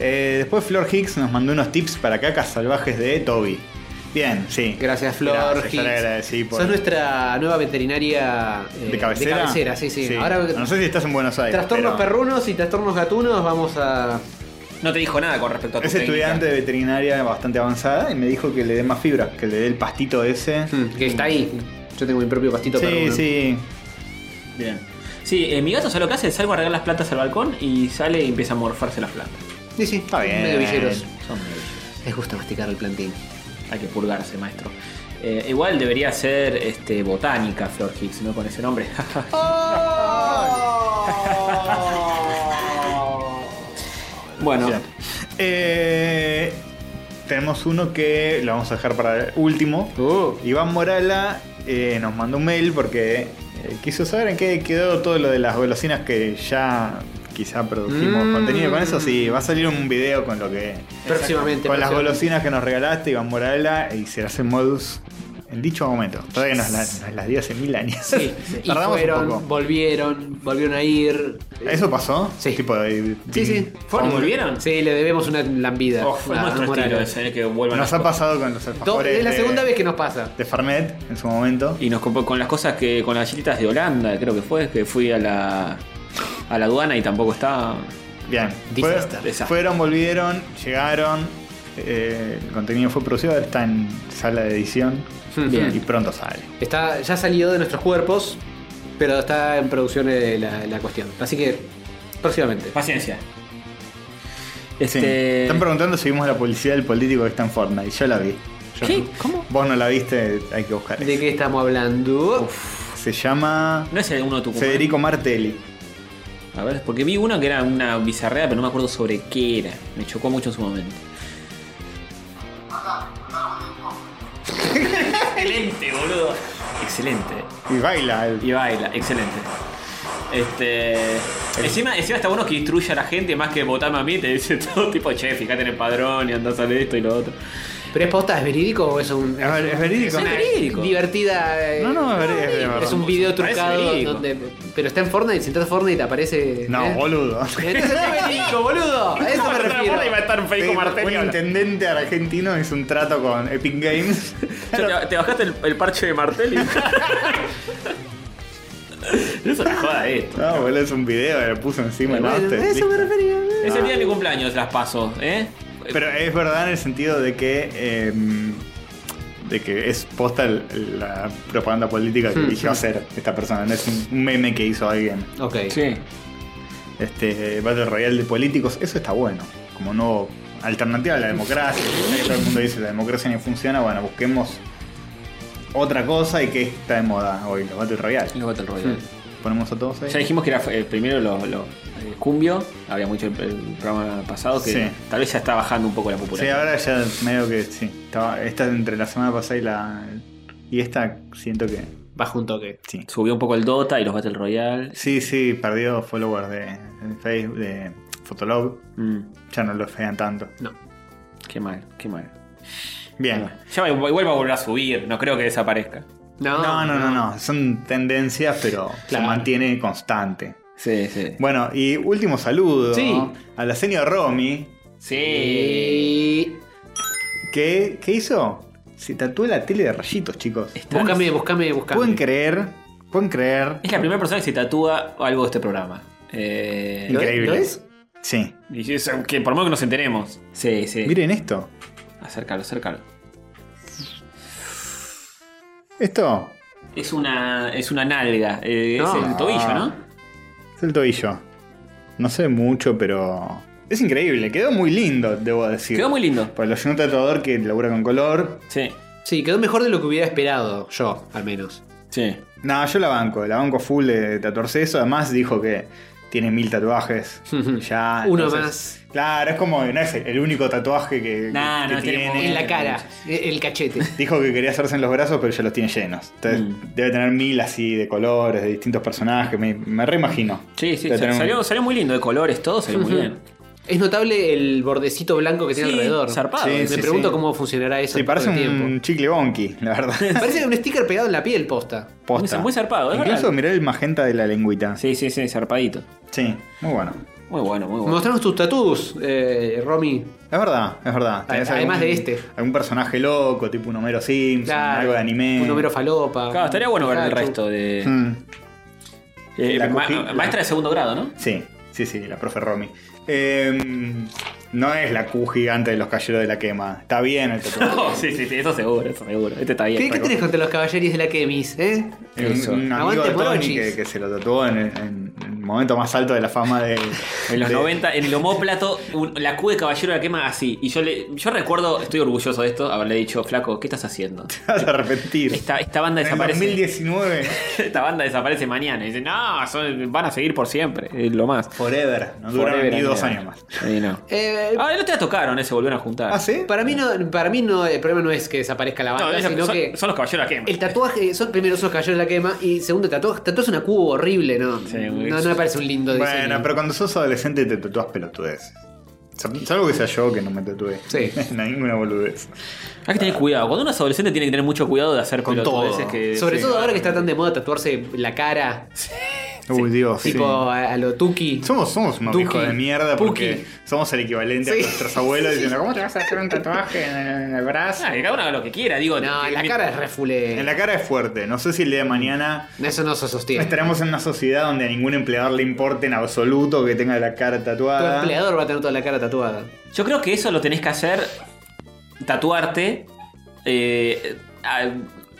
S2: Eh, después Flor Hicks nos mandó unos tips para cacas salvajes de Toby. Bien, sí.
S3: Gracias Flor.
S2: Gracias,
S3: Hicks.
S2: estar agradecido por-
S3: Sos nuestra nueva veterinaria eh,
S2: ¿De cabecera?
S3: sí, sí. Ahora
S2: no sé si estás en Buenos Aires.
S3: trastornos
S2: pero
S3: perrunos y trastornos gatunos vamos a...
S1: No te dijo nada con respecto a tu
S2: Es
S1: técnica.
S2: estudiante de veterinaria bastante avanzada y me dijo que le dé más fibra, que le dé el pastito ese.
S3: hmm, que está ahí. Yo tengo mi propio pastito
S2: Sí,
S3: perruno.
S2: sí.
S1: Bien. Sí, eh, mi gato sabe lo que hace, salgo a regar las plantas al balcón y sale y empieza a morfarse las plantas.
S3: Sí, sí.
S2: Está bien.
S3: Medio villeros.
S1: Son medio-
S3: Les gusta masticar el plantín.
S1: Hay que purgarse, maestro. Eh, igual debería ser este, botánica Flor Hicks, ¿no? Con ese nombre. bueno,
S2: Bien. Eh, tenemos uno que lo vamos a dejar para el último.
S3: Uh.
S2: Iván Morala eh, nos mandó un mail porque eh, quiso saber en qué quedó todo lo de las golosinas que ya quizá producimos
S3: Mm.
S2: contenido con eso. Sí, va a salir un video con lo que.
S3: Próximamente.
S2: Con las
S3: próximamente.
S2: golosinas que nos regalaste, Iván Morala, y se las en modus en dicho momento. Todavía nos, la- nos las dio hace mil años.
S3: Sí, sí. Y
S2: Tardamos
S3: fueron,
S2: un poco.
S3: volvieron, volvieron a ir.
S2: ¿Eso pasó?
S3: Sí.
S2: Tipo, eh,
S3: Sí, sí.
S1: ¿Fueron,
S2: como-
S1: volvieron?
S3: Sí, le debemos una lambida.
S2: Ojo,
S1: Fue
S3: Ah,
S1: nuestro
S3: Morales.
S1: estilo ese, eh, que vuelvan
S2: Nos
S1: las
S2: ha
S1: cosas.
S2: pasado con los
S3: Do-
S2: alfajores.
S3: es la
S2: de-
S3: segunda vez que nos pasa.
S2: de Farmed en su momento.
S1: Y nos comp- con las cosas que. con las galletitas de Holanda, creo que fue, que fui a la. a la aduana y tampoco estaba.
S2: Bien.
S3: Disaster.
S2: Fueron-
S1: Desastre.
S2: Fueron, volvieron, llegaron. eh, el contenido fue producido, está en sala de edición.
S1: Bien.
S2: Y pronto sale.
S3: Está, ya salió de nuestros cuerpos, pero está en producción eh, la, la cuestión. Así que, próximamente.
S1: Paciencia.
S2: Sí.
S1: Este.
S2: Están preguntando si vimos la publicidad del político que está en Fortnite. Yo la vi. Yo-
S1: ¿Qué? ¿Cómo?
S2: Vos no la viste, hay que buscar.
S3: ¿De
S2: eso.
S3: qué estamos hablando?
S2: Se llama
S1: ¿No es el uno de Tucumán?
S2: Federico Martelli.
S1: A ver, porque vi uno que era una bizarrea, pero no me acuerdo sobre qué era. Me chocó mucho en su momento. excelente, boludo. Excelente.
S2: Y baila. el-
S1: Y baila, excelente. Este. Encima, encima está bueno que instruya a la gente más que votarme a mí. Te dice todo tipo, che, fíjate en el padrón y andás a hacer esto y lo otro.
S3: ¿Pero es posta? ¿Es verídico o es un.?
S2: Es, ver- es verídico.
S1: Es verídico.
S3: Divertida. eh,
S2: No, no, es ver- es de verdad.
S3: Es un video
S1: Parece
S3: trucado
S1: verídico.
S3: donde. Pero está en Fortnite, si entras a Fortnite aparece.
S2: No,
S3: ¿eh?
S2: boludo.
S3: Entonces no es verídico, boludo. A eso me refiero.
S1: Iba a estar Federico Martelli.
S2: un
S1: ahora.
S2: intendente argentino hizo un trato con Epic Games.
S1: Te, te bajaste el, el parche de Martelli. Eso no joda esto.
S2: No, boludo, es un video, le puso encima el
S3: Bueno,
S2: máster,
S3: a eso
S2: listo.
S3: me refería.
S1: Es el día de mi cumpleaños las paso, ¿eh?
S2: Pero es verdad en el sentido de que. em, de que es posta el- la propaganda política que
S3: Hmm,
S2: eligió
S3: hmm.
S2: hacer esta persona, no es un- un meme que hizo alguien.
S3: Ok.
S1: Sí.
S2: este Battle Royale de políticos, eso está bueno. Como nuevo alternativa a la democracia. Ya que todo el mundo dice la democracia no funciona, bueno, busquemos otra cosa y que está de moda hoy, los Battle Royale.
S1: Los Battle Royale.
S2: Ponemos a todos ahí.
S1: Ya dijimos que era eh, primero los lo, eh, cumbio, había mucho el, el programa pasado que
S2: Sí.
S1: tal vez ya está bajando un poco la
S2: Sí,
S1: popularidad.
S2: ahora ya medio que sí. Estaba- esta entre la semana pasada y la. Y esta siento que.
S3: Bajo un toque.
S2: Sí.
S1: Subió un poco el Dota y los Battle Royale.
S2: Sí, sí, perdió followers de, de Facebook, de Fotolog.
S1: Mm,
S2: Ya no lo fean tanto.
S3: No.
S1: qué mal, qué mal.
S2: Bien.
S1: Ya va- igual va a volver a subir, no creo que desaparezca.
S3: No,
S2: No, no, no, no. Son tendencias, pero
S3: Claro.
S2: se mantiene constante.
S1: Sí, sí.
S2: Bueno, y último saludo
S3: Sí. Eh,
S2: a la señora Romy,
S1: Sí.
S3: Y-
S2: ¿Qué, qué hizo? Se tatuó la tele de rayitos, chicos.
S3: Buscame, buscame, buscame.
S2: Pueden creer, pueden creer.
S1: Es la primera persona que se tatúa algo de este programa. Eh,
S3: ¿Lo es?
S2: Increíble.
S3: ¿Lo es?
S2: Sí.
S1: y eso, que por lo menos que nos enteremos. Sí, sí.
S2: Miren esto.
S1: Acércalo, acércalo.
S2: Esto
S1: Es una, es una nalga. eh,
S3: No.
S1: Es el tobillo, ¿no?
S2: Ah, es el tobillo. No sé mucho, pero. Es increíble. Quedó muy lindo, debo decir.
S1: Quedó muy lindo.
S2: Para los un tatuador que labura con color.
S1: Sí,
S3: Sí, quedó mejor de lo que hubiera esperado, yo, al menos.
S1: sí.
S2: No, yo la banco. La banco full de tatuarse eso. Además, dijo que tiene mil tatuajes. ya.
S3: Uno
S2: entonces-
S3: más.
S2: Claro, es como. No es el único tatuaje que.
S1: Nah,
S2: que
S1: no, tenemos-
S3: En
S2: eh,
S3: la cara, eh, el cachete.
S2: Dijo que quería hacerse en los brazos, pero ya los tiene llenos. Entonces,
S1: Mm.
S2: debe tener mil así de colores, de distintos personajes. Me, me reimagino.
S1: Sí, sí, sal-
S2: Debe tener un-
S1: salió, salió muy lindo, de colores, todo salió muy
S3: Ujú.
S1: bien.
S3: Es notable el bordecito blanco que tiene
S1: Sí,
S3: alrededor.
S1: zarpado.
S2: Sí,
S3: Me
S2: sí,
S3: pregunto
S2: sí.
S3: cómo funcionará
S2: Sí,
S3: eso todo el
S2: parece un
S3: tiempo.
S2: chicle bonky, la verdad.
S3: Parece un sticker pegado en la piel, posta.
S2: Posta.
S1: Muy- muy zarpado, es
S2: Incluso
S1: verdad.
S2: mirá el magenta de la lengüita. Sí,
S1: Sí, sí, sí, zarpadito.
S2: muy bueno.
S1: Muy bueno, muy bueno.
S3: Mostrarnos tus tatús, eh, Romy.
S2: Es verdad, es verdad. Tenés
S3: Además de este.
S2: Algún personaje loco, tipo un Homero Simpson,
S3: Claro,
S2: algo de anime.
S3: Un número falopa.
S1: Claro, estaría bueno ver el
S3: Pikachu.
S1: resto de.
S2: Mm,
S1: Eh,
S2: La
S1: ma-
S2: cogi-
S1: maestra de segundo grado, ¿no?
S2: Sí, sí, sí, la profe Romy. Em, no es la Q gigante de los caballeros de la quema. Está bien el tatuaje.
S1: Oh, sí, sí, sí, eso seguro, eso seguro. Este está bien.
S3: ¿Qué, qué
S1: pero-
S3: tenés contra los caballeros de la Kemis, eh?
S2: Es Un, un amigo
S3: Aguante
S2: de Tony
S3: Morochis.
S2: que, que se lo tatuó en, en el momento más alto de la fama de.
S1: En los
S2: de-
S1: 90, en el homóplato, un- la Q de caballero la quema así. Y yo le, yo recuerdo, estoy orgulloso de esto, haberle dicho, flaco, ¿qué estás haciendo?
S2: Te vas a arrepentir.
S1: Esta, esta banda
S2: en el
S1: desaparece.
S2: 2019.
S1: Esta banda desaparece mañana. Y dice, no, son- van a seguir por siempre. Es lo más.
S2: Forever. No duraron
S1: Forever
S2: ni
S1: and
S2: dos
S1: ever.
S2: años más.
S1: Sí, no.
S3: Eh,
S1: Ah, el otro día tocaron, eh, se volvieron a juntar.
S2: ¿Ah, sí?
S3: para mí, no, para mí no, el problema no es que desaparezca la
S1: No,
S3: banda,
S1: ellos
S3: sino
S1: son,
S3: que
S1: son los caballeros de la quema.
S3: el tatuaje, son, primero son los caballeros de la quema y segundo, tatuaje, tatuaje es una cubo horrible, ¿no?
S1: Sí, güey.
S3: no, no me parece un lindo diseño.
S2: Bueno, pero cuando sos adolescente te tatuás pelotudeces. Sal- Salvo que sea yo que no me tatué.
S3: Sí.
S2: No, ninguna boludez.
S1: Hay que tener cuidado. Cuando uno es adolescente tiene que tener mucho cuidado de hacer
S2: Con
S1: pelotudeces
S2: todo.
S1: que-
S3: Sobre
S1: sí.
S3: todo ahora que está tan de moda tatuarse la cara,
S2: Uy, Dios.
S3: tipo a, a lo Tuki.
S2: sí. Somos, somos unos
S3: Duki,
S2: hijos de mierda porque
S3: Puki.
S2: somos el equivalente
S3: Sí.
S2: a nuestros abuelos diciendo, ¿cómo te vas a hacer un tatuaje en el, en el brazo?
S1: Ah, que cada uno haga lo que quiera, digo.
S3: No,
S1: que-
S3: la
S1: mi-
S3: cara es refule.
S2: En la cara es fuerte. No sé si el día de mañana
S3: Eso no se sostiene.
S2: estaremos en una sociedad donde a ningún empleador le importe en absoluto que tenga la cara
S3: Tu
S2: tatuada.
S3: empleador va a tener toda la cara tatuada.
S1: Yo creo que eso lo tenés que hacer, tatuarte, eh, a-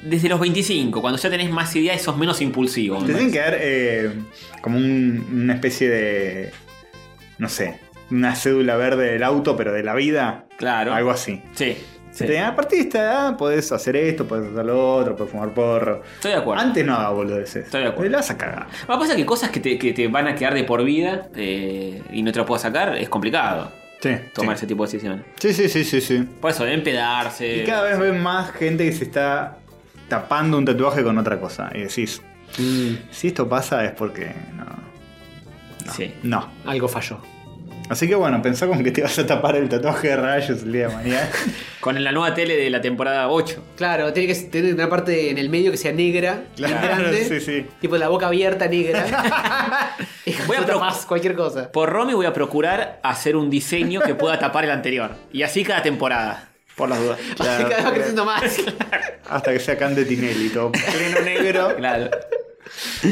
S1: desde los 25, cuando ya tenés más idea y sos menos impulsivo.
S2: Te
S1: ¿no?
S2: tienen que dar eh, como un- una especie de. No sé. Una cédula verde del auto, pero de la vida.
S1: Claro.
S2: Algo así.
S1: Sí, sí.
S2: Te- a partir de esta edad podés hacer esto, podés hacer lo otro, podés fumar porro.
S1: Estoy de acuerdo.
S2: Antes no haga boludeces.
S1: Estoy de acuerdo.
S2: Te la vas a cagar.
S1: Lo que Ah, pasa es que cosas que te, que te van a quedar de por vida eh, y no te lo puedas sacar, es complicado
S2: Sí.
S1: tomar ese Eh, tipo de decisiones.
S2: Sí, sí, sí, sí. sí.
S1: Por eso, deben pedarse.
S2: Y cada vez ven más gente que se está tapando un tatuaje con otra cosa. Y decís, si esto pasa es porque. No.
S1: Sí.
S2: No.
S3: Algo falló.
S2: Así que bueno, pensá con que te vas a tapar el tatuaje de rayos el día de mañana.
S1: Con la nueva tele de la temporada 8.
S3: Claro, tiene que tener una parte en el medio que sea negra,
S2: Claro,
S3: grande,
S2: sí, sí.
S3: tipo la boca abierta negra. Y
S1: Voy a
S3: puta,
S1: pro-
S3: más cualquier cosa.
S1: Por Romy voy a procurar hacer un diseño que pueda tapar el anterior. Y así cada temporada. Por las dudas.
S2: Claro,
S3: Cada vez va
S2: porque-
S3: creciendo más.
S2: Hasta que sea Cande Tinelli, todo pleno negro.
S1: Claro.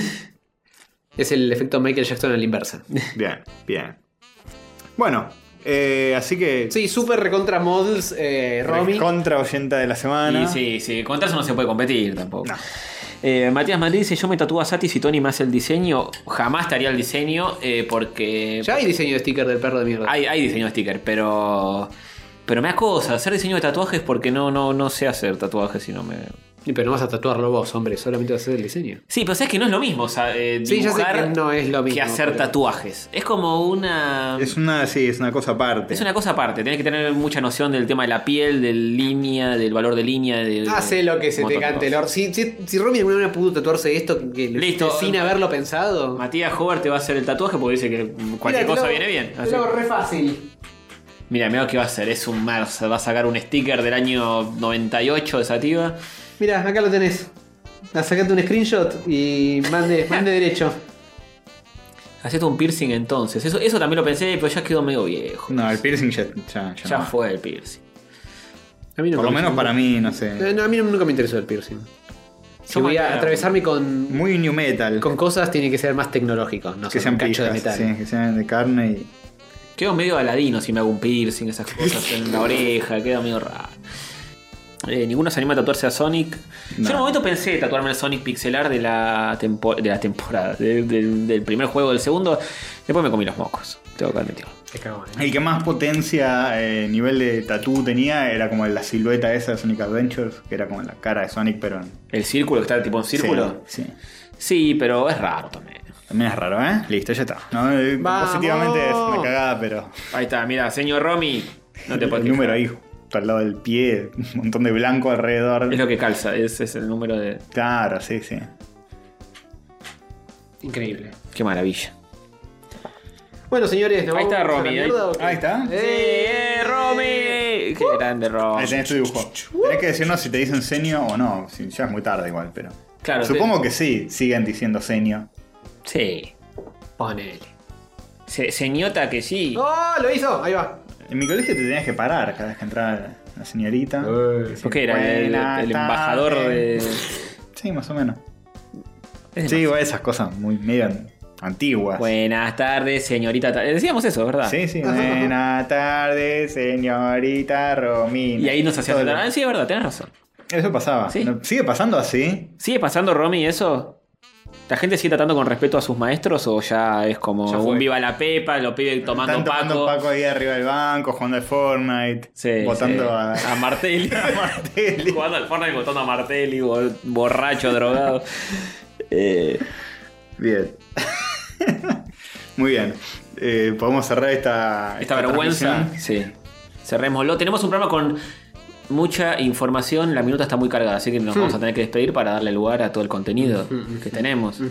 S3: Es el efecto Michael Jackson a la inversa.
S2: Bien, bien. Bueno, eh, así que.
S3: Sí, super recontra models, eh, Romy.
S2: Contra oyenta de la semana.
S1: Y sí, sí, contra eso no se puede competir tampoco. Eh, Matías Madrid dice: Yo me tatúo a Satis y Tony me hace el diseño. Jamás te haría el diseño eh, porque.
S3: Ya hay diseño de sticker del perro de mierda.
S1: Hay, hay diseño de sticker, pero. Pero me da cosa hacer diseño de tatuajes porque no, no, no sé hacer tatuajes si no me.
S3: Y Pero no vas a tatuarlo vos, hombre, solamente vas a hacer el diseño.
S1: Sí, pero sabes que no es lo mismo. O sea, eh,
S3: Sí, ya sé
S1: dibujar
S3: que no es lo
S1: que
S3: mismo,
S1: hacer
S3: pero-
S1: tatuajes. Es como una.
S2: Es una, sí, es una cosa aparte.
S1: Es una cosa aparte, tenés que tener mucha noción del tema de la piel, de línea, del valor de línea. De,
S3: Hace Ah, lo que se te
S1: montón de
S3: cante el
S1: cosas.
S3: orto. Si, si, si Romy alguna vez pudo tatuarse esto que le-
S1: Listo.
S3: sin haberlo pensado.
S1: Matías Hobart te va a hacer el tatuaje porque dice que mm, cualquier
S3: Mira, te
S1: cosa
S3: lo-
S1: viene bien.
S3: te lo hago re fácil.
S1: Mira, mira qué va a hacer, es un Mars, va a sacar un sticker del año 98 de Sativa.
S3: Mira, acá lo tenés. Ah, Sacate un screenshot y mande, mande derecho.
S1: Hacete un piercing entonces. Eso, eso también lo pensé, pero ya quedó medio viejo.
S2: No, el piercing Mm, ya, ya, ya
S1: Ya
S2: no.
S1: fue el piercing.
S3: A mí no
S2: Por lo
S3: me-
S2: menos para mí, no
S3: No,
S1: Eh,
S2: sé.
S3: Eh, no, a mí nunca me interesó el piercing. Si
S1: Yo
S3: voy a
S1: mañana-
S3: atravesarme con,
S2: Muy new metal.
S3: con cosas, tiene que ser más tecnológico. No
S2: que
S3: son
S2: sean
S3: cachos de
S2: pijas,
S3: metal.
S2: sí, que sean de carne y.
S1: Quedo medio aladino si me hago un piercing, esas cosas en la oreja, queda medio raro. Eh, ninguno se anima a tatuarse a Sonic. Yo en
S2: No.
S1: un momento pensé tatuarme el Sonic Pixelar de la, tempo- de la temporada, de- del- del primer juego, del segundo. Después me comí los mocos, tengo que admitirlo.
S3: Qué cagón, ¿eh?
S2: El que más potencia, eh, nivel de tatú tenía era como la silueta esa de Sonic Adventures, que era como la cara de Sonic, pero. en-
S1: El círculo que está tipo en círculo.
S2: Sí, sí.
S1: Sí, pero es raro también.
S2: También es raro, ¿eh? Listo, ya está. No, eh,
S3: ¡Vamos!
S2: positivamente es una cagada, pero.
S1: Ahí está, mira, señor Romy. No te puedes
S2: el número
S1: quejar.
S2: ahí, justo al lado del pie, un montón de blanco alrededor.
S1: Es lo que calza, ese es el número de.
S2: Claro, sí, sí.
S3: Increíble.
S1: Qué maravilla.
S3: Bueno, señores, ¿nos
S1: Ahí está
S3: vamos a la
S1: Romy, ahí-
S3: mierda o qué?
S2: Ahí está.
S1: ¡Eh, Romy!
S3: Uh.
S1: ¡Qué grande, Romy!
S2: Ahí tenés tu dibujo. Tenés que decirnos si te dicen senio o no. si- Ya es muy tarde igual, pero.
S1: Claro,
S2: Supongo que sí, siguen diciendo senio.
S1: Sí.
S3: Ponele.
S1: Se, se nota que sí.
S3: ¡Oh! ¡Lo hizo! Ahí va.
S2: En mi colegio te tenías que parar cada vez que entraba la señorita.
S3: Eh,
S1: Porque era el,
S2: Buena
S1: el embajador
S2: tarde.
S1: de.
S2: Sí, más o menos.
S1: Es
S2: Sí, bueno, esas cosas muy medio antiguas.
S1: Buenas tardes, señorita. ta- Decíamos eso, ¿verdad?
S2: Sí, sí. Buenas tardes, señorita Romina.
S1: Y ahí nos hacían
S2: Todo
S1: sentar.
S2: lo-
S1: Ah, sí, es verdad, tenés razón.
S2: Eso pasaba.
S1: Sí.
S2: ¿No- ¿Sigue pasando así?
S1: ¿Sigue pasando, Romy, eso? ¿La gente sigue tratando con respeto a sus maestros o ya es como
S3: Ya fue.
S1: un viva la pepa, lo pibes tomando
S2: Están tomando
S1: Paco?
S2: Paco ahí arriba del banco, jugando al Fortnite,
S1: Sí,
S2: votando
S1: sí. Ah,
S2: a,
S1: a Martelli.
S2: a Martelli.
S1: Jugando al Fortnite, votando a Martelli, bo- borracho, drogado. Eh,
S2: Bien. Muy bien. Eh, Podemos cerrar esta.
S1: Esta vergüenza. Sí.
S2: transmisión?
S1: Cerrémoslo. Tenemos un programa con mucha información. La minuta está muy cargada, así que nos
S2: Hmm.
S1: vamos a tener que despedir para darle lugar a todo el contenido que tenemos.
S2: Hmm.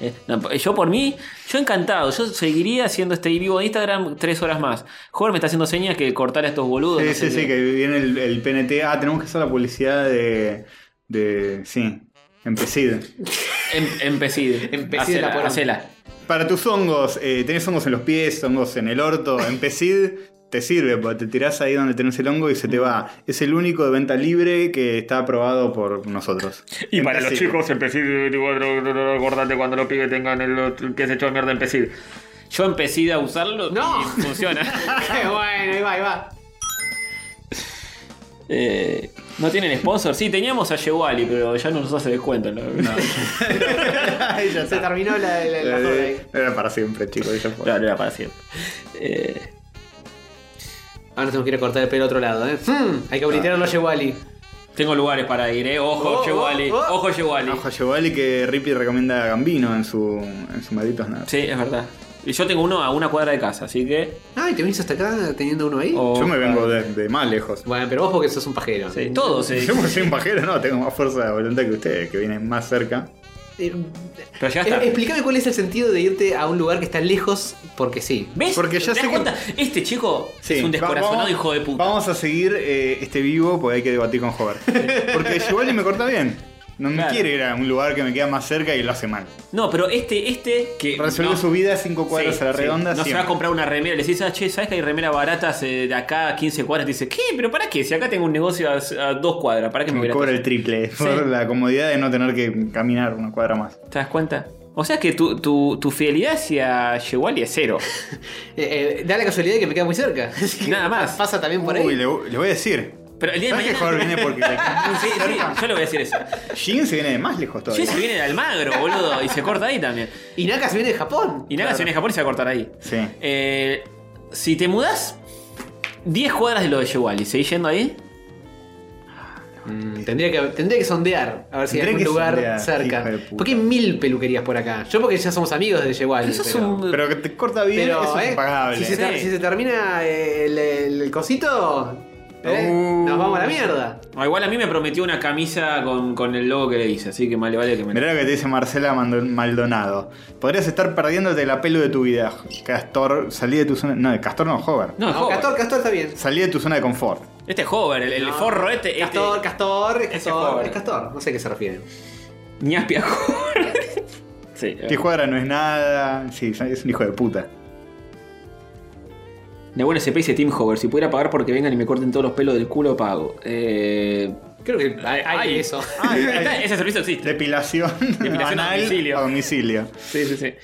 S1: Eh, no, yo por mí, yo encantado. Yo seguiría haciendo este vivo de Instagram tres horas más. Joder, me está haciendo señas que cortar a estos boludos.
S2: Sí,
S1: no sé
S2: sí, sí,
S1: qué.
S2: que viene el, el PNT. Ah, tenemos que hacer la publicidad de. de sí, empecid.
S1: Em- empecid.
S3: Empecid la
S1: Hacela,
S3: porón.
S1: hacela.
S2: Para tus hongos, eh, tenés hongos en los pies, hongos en el orto, empecid. Te sirve, porque te tirás ahí donde tenés el hongo y se te va. Es el único de venta libre que está aprobado por nosotros.
S6: Y para los
S2: Empecid.
S6: chicos, empecé acordate cuando los pibes tengan el que se echó de mierda empecé.
S1: Yo empecé a usarlo
S3: No.
S1: y funciona.
S3: Qué bueno, ahí va, ahí va.
S1: Eh, no tienen sponsor. Sí, teníamos a Yewali, pero ya no nos hace descuento. ¿no?
S2: Ahí ya
S3: Se
S2: está. Eh.
S3: terminó la, la, la joda ahí.
S2: Era para siempre, chicos. ya fue.
S1: No, no era para siempre. Eh,
S3: Ahora tenemos que ir a cortar el pelo a otro lado, ¿eh? Hmm, hay que habilitarlo a Yewali.
S1: tengo lugares para ir, ¿eh? Ojo,
S3: Oh,
S1: Yewali.
S3: oh, oh.
S1: Ojo, Yewali.
S2: Ojo, Giovanni que Rippy recomienda a Gambino en su, en su malditos nada.
S1: Sí, es verdad. Y yo tengo uno a una cuadra de casa, así que.
S3: Ay, ¿te viniste hasta acá teniendo uno ahí?
S1: ojo.
S2: Yo me vengo de, de más lejos.
S3: Oh. Bueno, pero vos porque sos un pajero.
S1: Sí, todos. eh.
S2: Yo porque soy un pajero, no, tengo más fuerza de voluntad que ustedes, que vienen más cerca.
S3: Eh,
S1: Pero ya
S3: eh,
S1: está.
S3: explícame cuál es el sentido de irte a un lugar que está lejos porque sí.
S1: ¿Ves?
S2: Porque ya
S1: ¿Te das
S2: sé que-
S1: cuenta? Este chico
S2: Sí,
S1: es un
S2: va-
S1: descorazonado
S2: vamos-
S1: hijo de puta.
S2: Vamos a seguir eh, este vivo porque hay que debatir con Hover. Porque Giovanni me corta bien. No me
S1: Claro.
S2: quiere ir a un lugar que me queda más cerca y lo hace mal.
S1: No, pero este, este que.
S2: Resuelve
S1: no.
S2: su vida cinco cuadras
S1: Sí,
S2: a la
S1: sí.
S2: redonda.
S1: No se va
S2: siempre.
S1: a comprar una remera. Le decís, ah, che, ¿sabes que hay remera baratas eh, de acá a 15 cuadras? Te dice, ¿qué? ¿Pero para qué? Si acá tengo un negocio a, a dos cuadras, ¿para qué me voy a ir
S2: me
S1: a
S2: cobra
S1: tu-
S2: el triple por la comodidad de no tener que caminar una cuadra más.
S1: ¿Te das cuenta? O sea que tu, tu, tu fidelidad hacia Yewali es cero.
S3: Eh, eh, da la casualidad de que me queda muy cerca. Así que
S1: Nada más.
S3: Pasa también por ahí.
S2: Uy, le, le voy a decir.
S1: Pero el día
S2: ¿Sabes
S1: de
S2: que Hover
S1: mañana.
S2: viene porque le queda más
S1: Sí, sí,
S2: cerca?
S1: yo le voy a decir eso.
S2: Jin se viene de más lejos todavía.
S1: Jin se viene de Almagro, boludo, y se corta ahí también.
S3: Y Naka se viene de Japón.
S1: Y Naga se viene de Japón y se va a cortar ahí.
S2: Sí.
S1: Eh, si te mudás 10 cuadras de lo de Yewali, ¿seguís yendo ahí?
S3: Mm, tendría, que, tendría que sondear a ver si hay
S2: Tendría
S3: algún
S2: que
S3: lugar
S2: sondear,
S3: cerca.
S2: hijo de puta.
S3: Porque hay mil peluquerías por acá. Yo porque ya somos amigos de Yewali.
S1: Pero sos
S3: pero-
S1: un-
S2: Pero que te corta bien,
S3: Pero,
S2: eso
S3: eh,
S2: es impagable.
S3: Si se,
S1: Sí.
S3: ter- si se termina eh, el, el cosito, ¿eh?
S2: Uh.
S3: nos vamos a la mierda.
S1: Ah, igual a mí me prometió una camisa con, con el logo que le hice, así que más le vale que me.
S2: Mirá lo que te dice Marcela Mando- Maldonado. Podrías estar perdiéndote la pelo de tu vida, Castor. Salí de tu zona. No, Castor no, Hover.
S1: No, es
S3: No,
S1: Hover.
S3: Castor, Castor está bien.
S2: Salí de tu zona de confort.
S1: Este es Hover, el, el
S3: No.
S1: forro este. este-
S3: Castor, Castor, es
S1: Ese
S3: Castor,
S1: joven.
S3: es Castor. No sé a qué se refieren.
S1: Ñaspia Hover. sí. eh.
S2: Que cuadra no es nada. Sí, es un hijo de puta.
S1: Nahuen SP dice Team Hover. Si pudiera pagar porque vengan y me corten todos los pelos del culo, pago. Eh, creo que hay,
S3: hay eso.
S1: Ay, Ah. está- ese servicio existe.
S2: Depilación,
S1: Depilación a
S2: anal
S1: domicilio.
S2: a domicilio.
S1: Sí, sí, sí.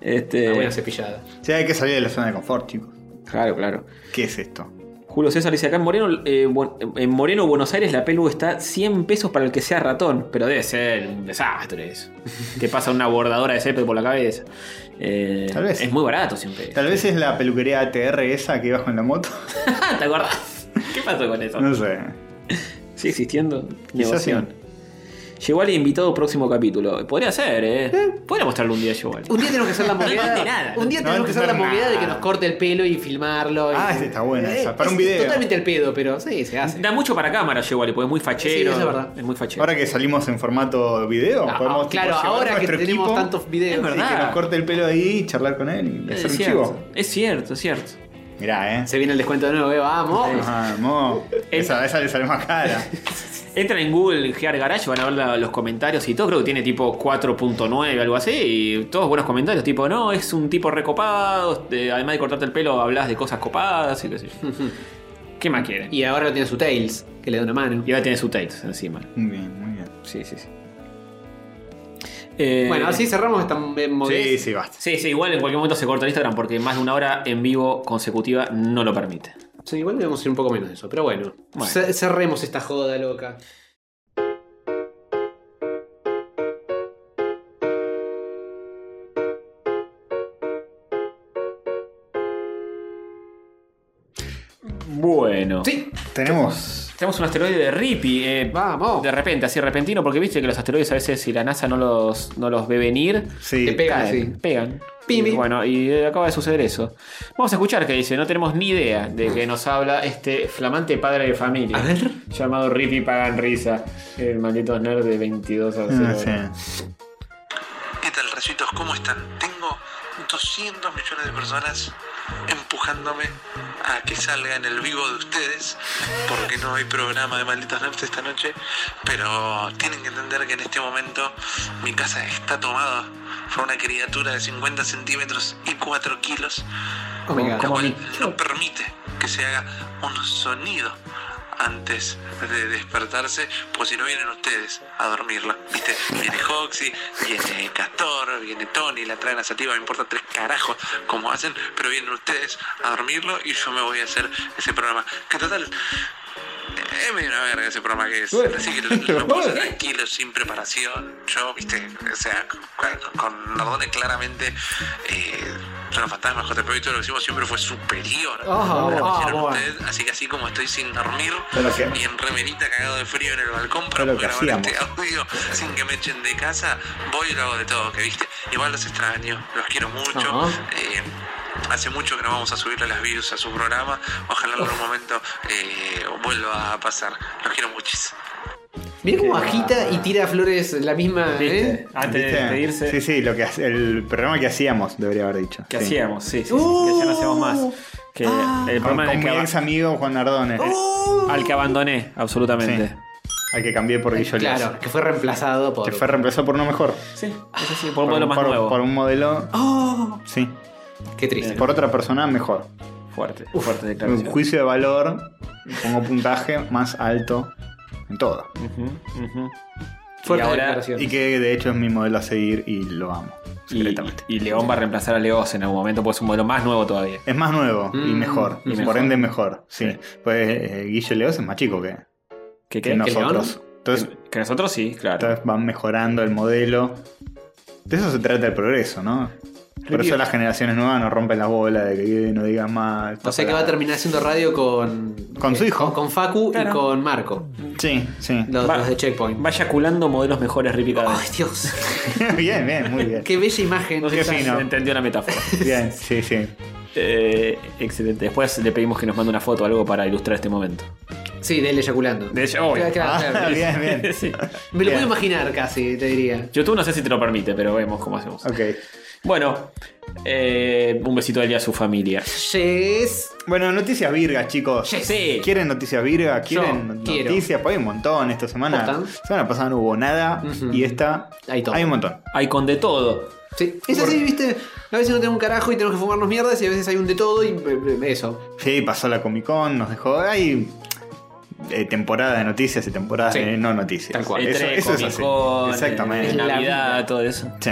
S1: Este,
S3: Una buena cepillada.
S2: Ah, Sí, hay que salir de la zona de confort, chicos.
S1: claro, claro.
S2: ¿Qué es esto?
S1: Julio César dice acá en Moreno, eh, Bu- en Moreno, Buenos Aires, la pelu está 100 pesos para el que sea ratón. Pero debe ser un desastre eso. Te pasa una bordadora de césped por la cabeza. Eh,
S2: Tal vez.
S1: Es muy barato siempre.
S2: Tal vez es la peluquería ATR esa que ibas con la moto.
S1: Ah, ¿Te acordás? ¿Qué pasó con eso?
S2: No sé.
S1: ¿Sigue existiendo?
S2: Quizás sí.
S1: Negoción. Llegó al invitado próximo capítulo. Podría ser, ¿eh? Podría mostrarlo un día, Yewali.
S3: Un día tenemos que hacer la
S1: entiende
S3: moviada.
S1: nada.
S3: un día
S2: No
S3: tenemos que hacer la
S2: entender
S3: moviada de
S2: nada.
S3: que nos corte el pelo y filmarlo.
S2: Ah,
S3: y-
S2: esa está buena
S3: Eh,
S2: esa, para
S3: es
S2: un video.
S3: Totalmente al pedo, pero sí, se hace.
S1: Da mucho para cámara, Yewali, porque es muy fachero.
S3: Sí, eso es verdad.
S1: Es muy fachero.
S2: Ahora que salimos en formato video,
S3: Ah,
S2: podemos tipo,
S3: claro,
S2: llevar
S3: ahora que
S2: nuestro
S3: tenemos
S2: equipo,
S3: tantos videos.
S1: Es
S2: sí,
S1: verdad.
S2: que nos corte el pelo ahí, charlar con él
S1: es,
S2: y hacer un
S1: cierto.
S2: chivo.
S1: es cierto, es cierto.
S2: Mirá, eh.
S3: Se viene el descuento de nuevo, eh, vamos.
S2: Ajá, mo. Esa, esa le sale más cara.
S1: Entran en Google Gear Garage, van a ver la- los comentarios y todo. Creo que tiene tipo 4.9, algo así. Y todos buenos comentarios, tipo, no, es un tipo recopado. este, además de cortarte el pelo, hablas de cosas copadas y qué sé yo. ¿Qué más quieren?
S3: Y ahora tiene su Tails, que le da una mano.
S1: Y ahora tiene su Tails encima.
S2: Muy bien, muy bien.
S1: Sí, sí, sí. Eh,
S3: Bueno, así cerramos esta movida.
S2: Sí, sí, basta.
S1: Sí, sí, igual en cualquier momento se corta el Instagram porque más de una hora en vivo consecutiva no lo permite.
S3: Sí, igual debemos ir un poco menos de eso, pero bueno.
S1: Bueno.
S3: Ce- Cerremos esta joda loca.
S1: Bueno.
S3: Sí,
S2: Tenemos.
S1: Tenemos un asteroide de Rippy. eh,
S3: Vamos.
S1: De repente, así repentino, porque viste que los asteroides a veces si la NASA no los, no los ve venir,
S2: Sí.
S3: Te pego. Pegan,
S1: caen,
S3: sí.
S1: pegan.
S3: Pim,
S1: Y
S3: pim.
S1: bueno, y eh, acaba de suceder eso. Vamos a escuchar qué dice. No tenemos ni idea de que nos habla este flamante padre de familia.
S3: A ver.
S1: Llamado Rippy Pagan Risa. El maldito nerd de 22 a 0.
S2: No sé.
S7: ¿Qué tal, rayitos? ¿Cómo están? Tengo 200 millones de personas empujándome a que salga en el vivo de ustedes, porque no hay programa de Malditos Nerds esta noche, pero tienen que entender que en este momento mi casa está tomada por una criatura de 50 centímetros y 4 kilos,
S3: Oh my God.
S7: lo cual no permite que se haga un sonido antes de despertarse, pues si no vienen ustedes a dormirla. ¿Viste? Viene Hoxie, viene Castor, viene Tony, la traen a Sativa, me importa tres carajos cómo hacen, pero vienen ustedes a dormirlo y yo me voy a hacer ese programa. Que total. Es medio una verga ese programa que es. Así que lo, lo puedo hacer tranquilo, sin preparación. Yo, viste, o sea, con- con Nardone claramente. Eh, los fantasmas, JP y todo lo que hicimos siempre fue superior.
S3: Ah,
S7: a lo que
S3: ah,
S7: hicieron
S3: bueno.
S7: ustedes. Así que así como estoy sin dormir
S2: Pero que-
S7: y en remerita cagado de frío en el balcón para
S2: Pero
S7: poder
S2: que
S7: grabar este audio sin que me echen de casa, voy y lo hago de todo, que viste. Igual los extraño, los quiero mucho.
S3: Ajá.
S7: Eh, Hace mucho que no vamos a subirle las views a su programa. Ojalá en algún momento eh, vuelva a pasar. Los quiero muchísimo.
S3: Mirá cómo agita y tira flores la misma. ¿eh?
S1: Antes de
S2: ¿Viste?
S1: despedirse.
S2: Sí, sí, lo que, hace- el programa que hacíamos, debería haber dicho.
S1: Que
S2: Sí.
S1: hacíamos, sí, sí, sí,
S3: Uh, ah.
S1: que ya no hacemos más. Que el
S2: Con,
S1: programa en
S2: con
S1: el
S2: mi
S1: que, ¡Oh! aba-
S2: ex amigo Juan Nardone. Ah,
S1: al que abandoné, absolutamente.
S2: Al que cambié por Guillo Lias.
S3: Claro, que fue reemplazado por.
S2: Que fue reemplazado por uno mejor.
S1: Sí, eso sí, por un modelo más
S2: por-
S1: nuevo.
S2: por un modelo. Sí.
S3: Qué triste.
S2: Por otra persona mejor.
S1: Fuerte, fuerte
S2: Un
S1: declaración.
S2: juicio de valor, pongo puntaje más alto en todo.
S1: Ujú, ujú.
S3: Fuerte
S1: y ahora-
S3: declaración.
S2: Y que de hecho es mi modelo a seguir y lo amo.
S1: Y,
S2: Secretamente.
S1: y León va a reemplazar a Leos en algún momento, porque es un modelo más nuevo todavía.
S2: Es más nuevo y
S3: Mm,
S2: mejor.
S1: y
S2: por
S1: mejor.
S2: ende mejor. Sí. Pues eh, Guillo Leos es más chico que,
S1: ¿Qué,
S2: que
S1: qué?
S2: nosotros. Entonces,
S1: Que- que nosotros sí, claro.
S2: entonces van mejorando el modelo. De eso se trata el progreso, ¿no? Por eso las generaciones nuevas no rompen las bolas de que eh, no digas más.
S3: O sea que va a terminar haciendo radio con.
S2: Con su hijo.
S3: Con, con Facu
S1: Claro.
S3: y con Marco.
S2: Sí, sí.
S3: Los,
S1: Va-
S3: los de Checkpoint.
S1: Vaya culando modelos mejores, Rippy cada
S3: Ay,
S1: vez.
S3: Dios.
S2: bien, bien, muy bien.
S3: Qué bella imagen.
S2: No sé qué
S3: Esa-
S2: fino.
S1: Entendió la metáfora.
S2: Bien, sí, sí.
S1: Eh, excelente. Después le pedimos que nos mande una foto o algo para ilustrar este momento.
S3: Sí, de él eyaculando.
S1: De hecho, obvio.
S3: Claro, claro,
S2: Ah,
S3: claro.
S2: bien, bien.
S1: Sí.
S3: Me lo
S2: Bien.
S3: puedo imaginar casi, te diría.
S1: YouTube no sé si te lo permite, pero vemos cómo hacemos.
S2: Ok.
S1: Bueno, eh, un besito allá a su familia.
S3: Yes.
S2: Bueno, noticias virgas, chicos.
S1: Sí.
S2: ¿Quieren noticias virgas?
S3: Yo
S2: ¿Quieren
S3: quiero.
S2: noticias? Pues hay un montón esta semana.
S3: Votan.
S2: La semana pasada no hubo nada
S3: Ujú.
S2: y esta
S3: Hay todo.
S2: hay un montón.
S1: Hay con de todo.
S3: Sí, es así, viste. A veces no tengo un carajo y tenemos que fumarnos mierdas y a veces hay un de todo y eh, eh, eso.
S2: Sí, pasó la Comic Con, nos dejó. Hay eh, temporada de noticias y temporadas
S3: Sí.
S2: de no noticias.
S3: Tal cual.
S2: Eso,
S1: Entre
S2: eso es así.
S1: Comic-Con,
S2: Exactamente.
S1: eh,
S3: La
S1: Navidad, todo eso.
S2: Sí.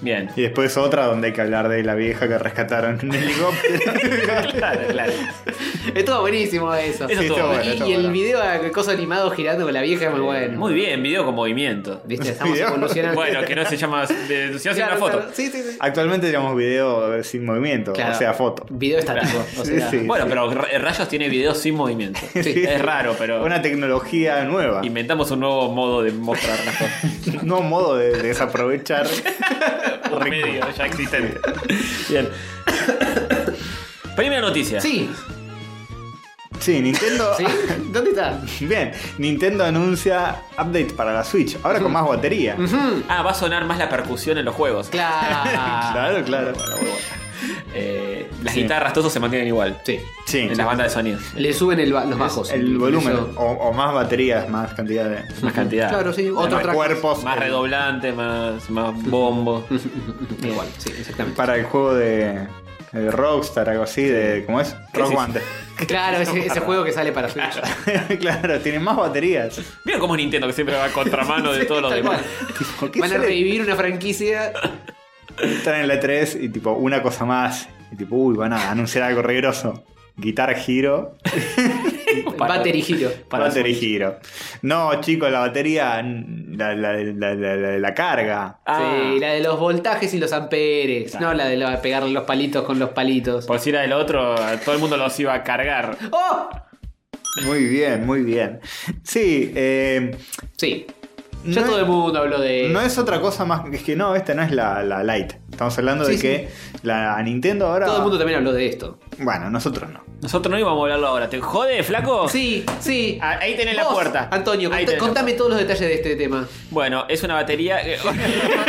S1: Bien.
S2: Y después otra donde hay que hablar de la vieja que rescataron en un helicóptero.
S1: Claro, claro.
S3: Estuvo buenísimo eso.
S1: Eso
S2: Sí,
S1: estuvo
S2: está
S1: bueno,
S3: y,
S2: está
S3: y el
S2: bueno.
S3: video a coso animado girando con la vieja es muy bueno.
S1: Muy bien, video con movimiento.
S3: Viste, estamos
S2: Video.
S3: evolucionando.
S1: Bueno, que no se llama. de- Si no hace una
S3: Claro,
S1: foto.
S3: claro. Sí, sí, sí.
S2: Actualmente tenemos video eh, sin movimiento,
S3: Claro.
S2: o sea, foto.
S3: Video estático. O
S2: Sí,
S3: sea,
S2: sí.
S1: Bueno, pero Ra- eh, Rayos tiene video sin movimiento.
S3: Sí.
S1: Es raro, pero.
S2: Una tecnología nueva.
S1: Inventamos un nuevo modo de mostrar las cosas.
S2: Un nuevo modo de desaprovechar.
S1: Un medio ya existente. Bien. Primera noticia.
S3: Sí,
S2: Sí, Nintendo.
S3: sí. ¿Dónde está?
S2: Bien, Nintendo anuncia update para la Switch, ahora con más batería.
S3: Ujú.
S1: Ah, va a sonar más la percusión en los juegos.
S3: Hmm, Claro.
S2: Ah. Claro, claro.
S1: Eh, las
S2: Sí.
S1: guitarras, todo eso se mantienen igual.
S3: Sí.
S2: Sí.
S1: En las bandas de sonido.
S3: Le suben el ba- los bajos.
S2: El volumen,
S3: Eso.
S2: o, o más baterías, más cantidad de
S1: Más cantidad.
S3: Claro, sí. Otro
S2: más
S3: track.
S2: cuerpos.
S1: Más
S2: eh,
S1: redoblante, más, más bombo.
S3: Igual, sí, exactamente.
S2: Para el juego de, de Rockstar, algo así, de. ¿Cómo es? Rock
S1: es
S2: Band.
S3: Claro, ese, ese juego que sale para Switch.
S2: claro, tiene más baterías.
S1: Mira cómo es Nintendo, que siempre va a contramano de todos los
S3: Tal
S1: demás.
S3: cual.
S2: Tipo, ¿qué
S3: Van a
S2: sale?
S3: revivir una franquicia.
S2: Están en la 3 y tipo, una cosa más. Y tipo, uy, van a anunciar algo re grosso. Guitar Hero.
S1: Para-
S3: Battery Hero.
S1: Para
S2: Battery Hero. No, chicos, la batería. La, la, la, la- la- la carga.
S1: Ah,
S3: Sí, la de los voltajes y los amperes. No la de la- pegar los palitos con los palitos.
S1: Por si era el otro, todo el mundo los iba a cargar.
S3: ¡Oh!
S2: Muy bien, muy bien. Sí, eh,
S3: Sí. Ya
S2: No
S3: todo
S2: es-
S3: el mundo habló de.
S2: no es otra cosa más. Es que no, esta no es la, la Lite. Estamos hablando de
S3: Sí,
S2: que la Nintendo ahora.
S3: Todo el mundo también habló de esto.
S2: Bueno, nosotros no.
S1: Nosotros no íbamos a hablarlo ahora. ¿Te jode, flaco?
S3: Sí, sí.
S1: Oh. Ah, ahí tenés la
S3: Vos,
S1: puerta.
S3: Antonio,
S1: Ahí
S3: contá-
S1: tenés la
S3: contame todos los detalles de este tema.
S1: Bueno, es una batería. que-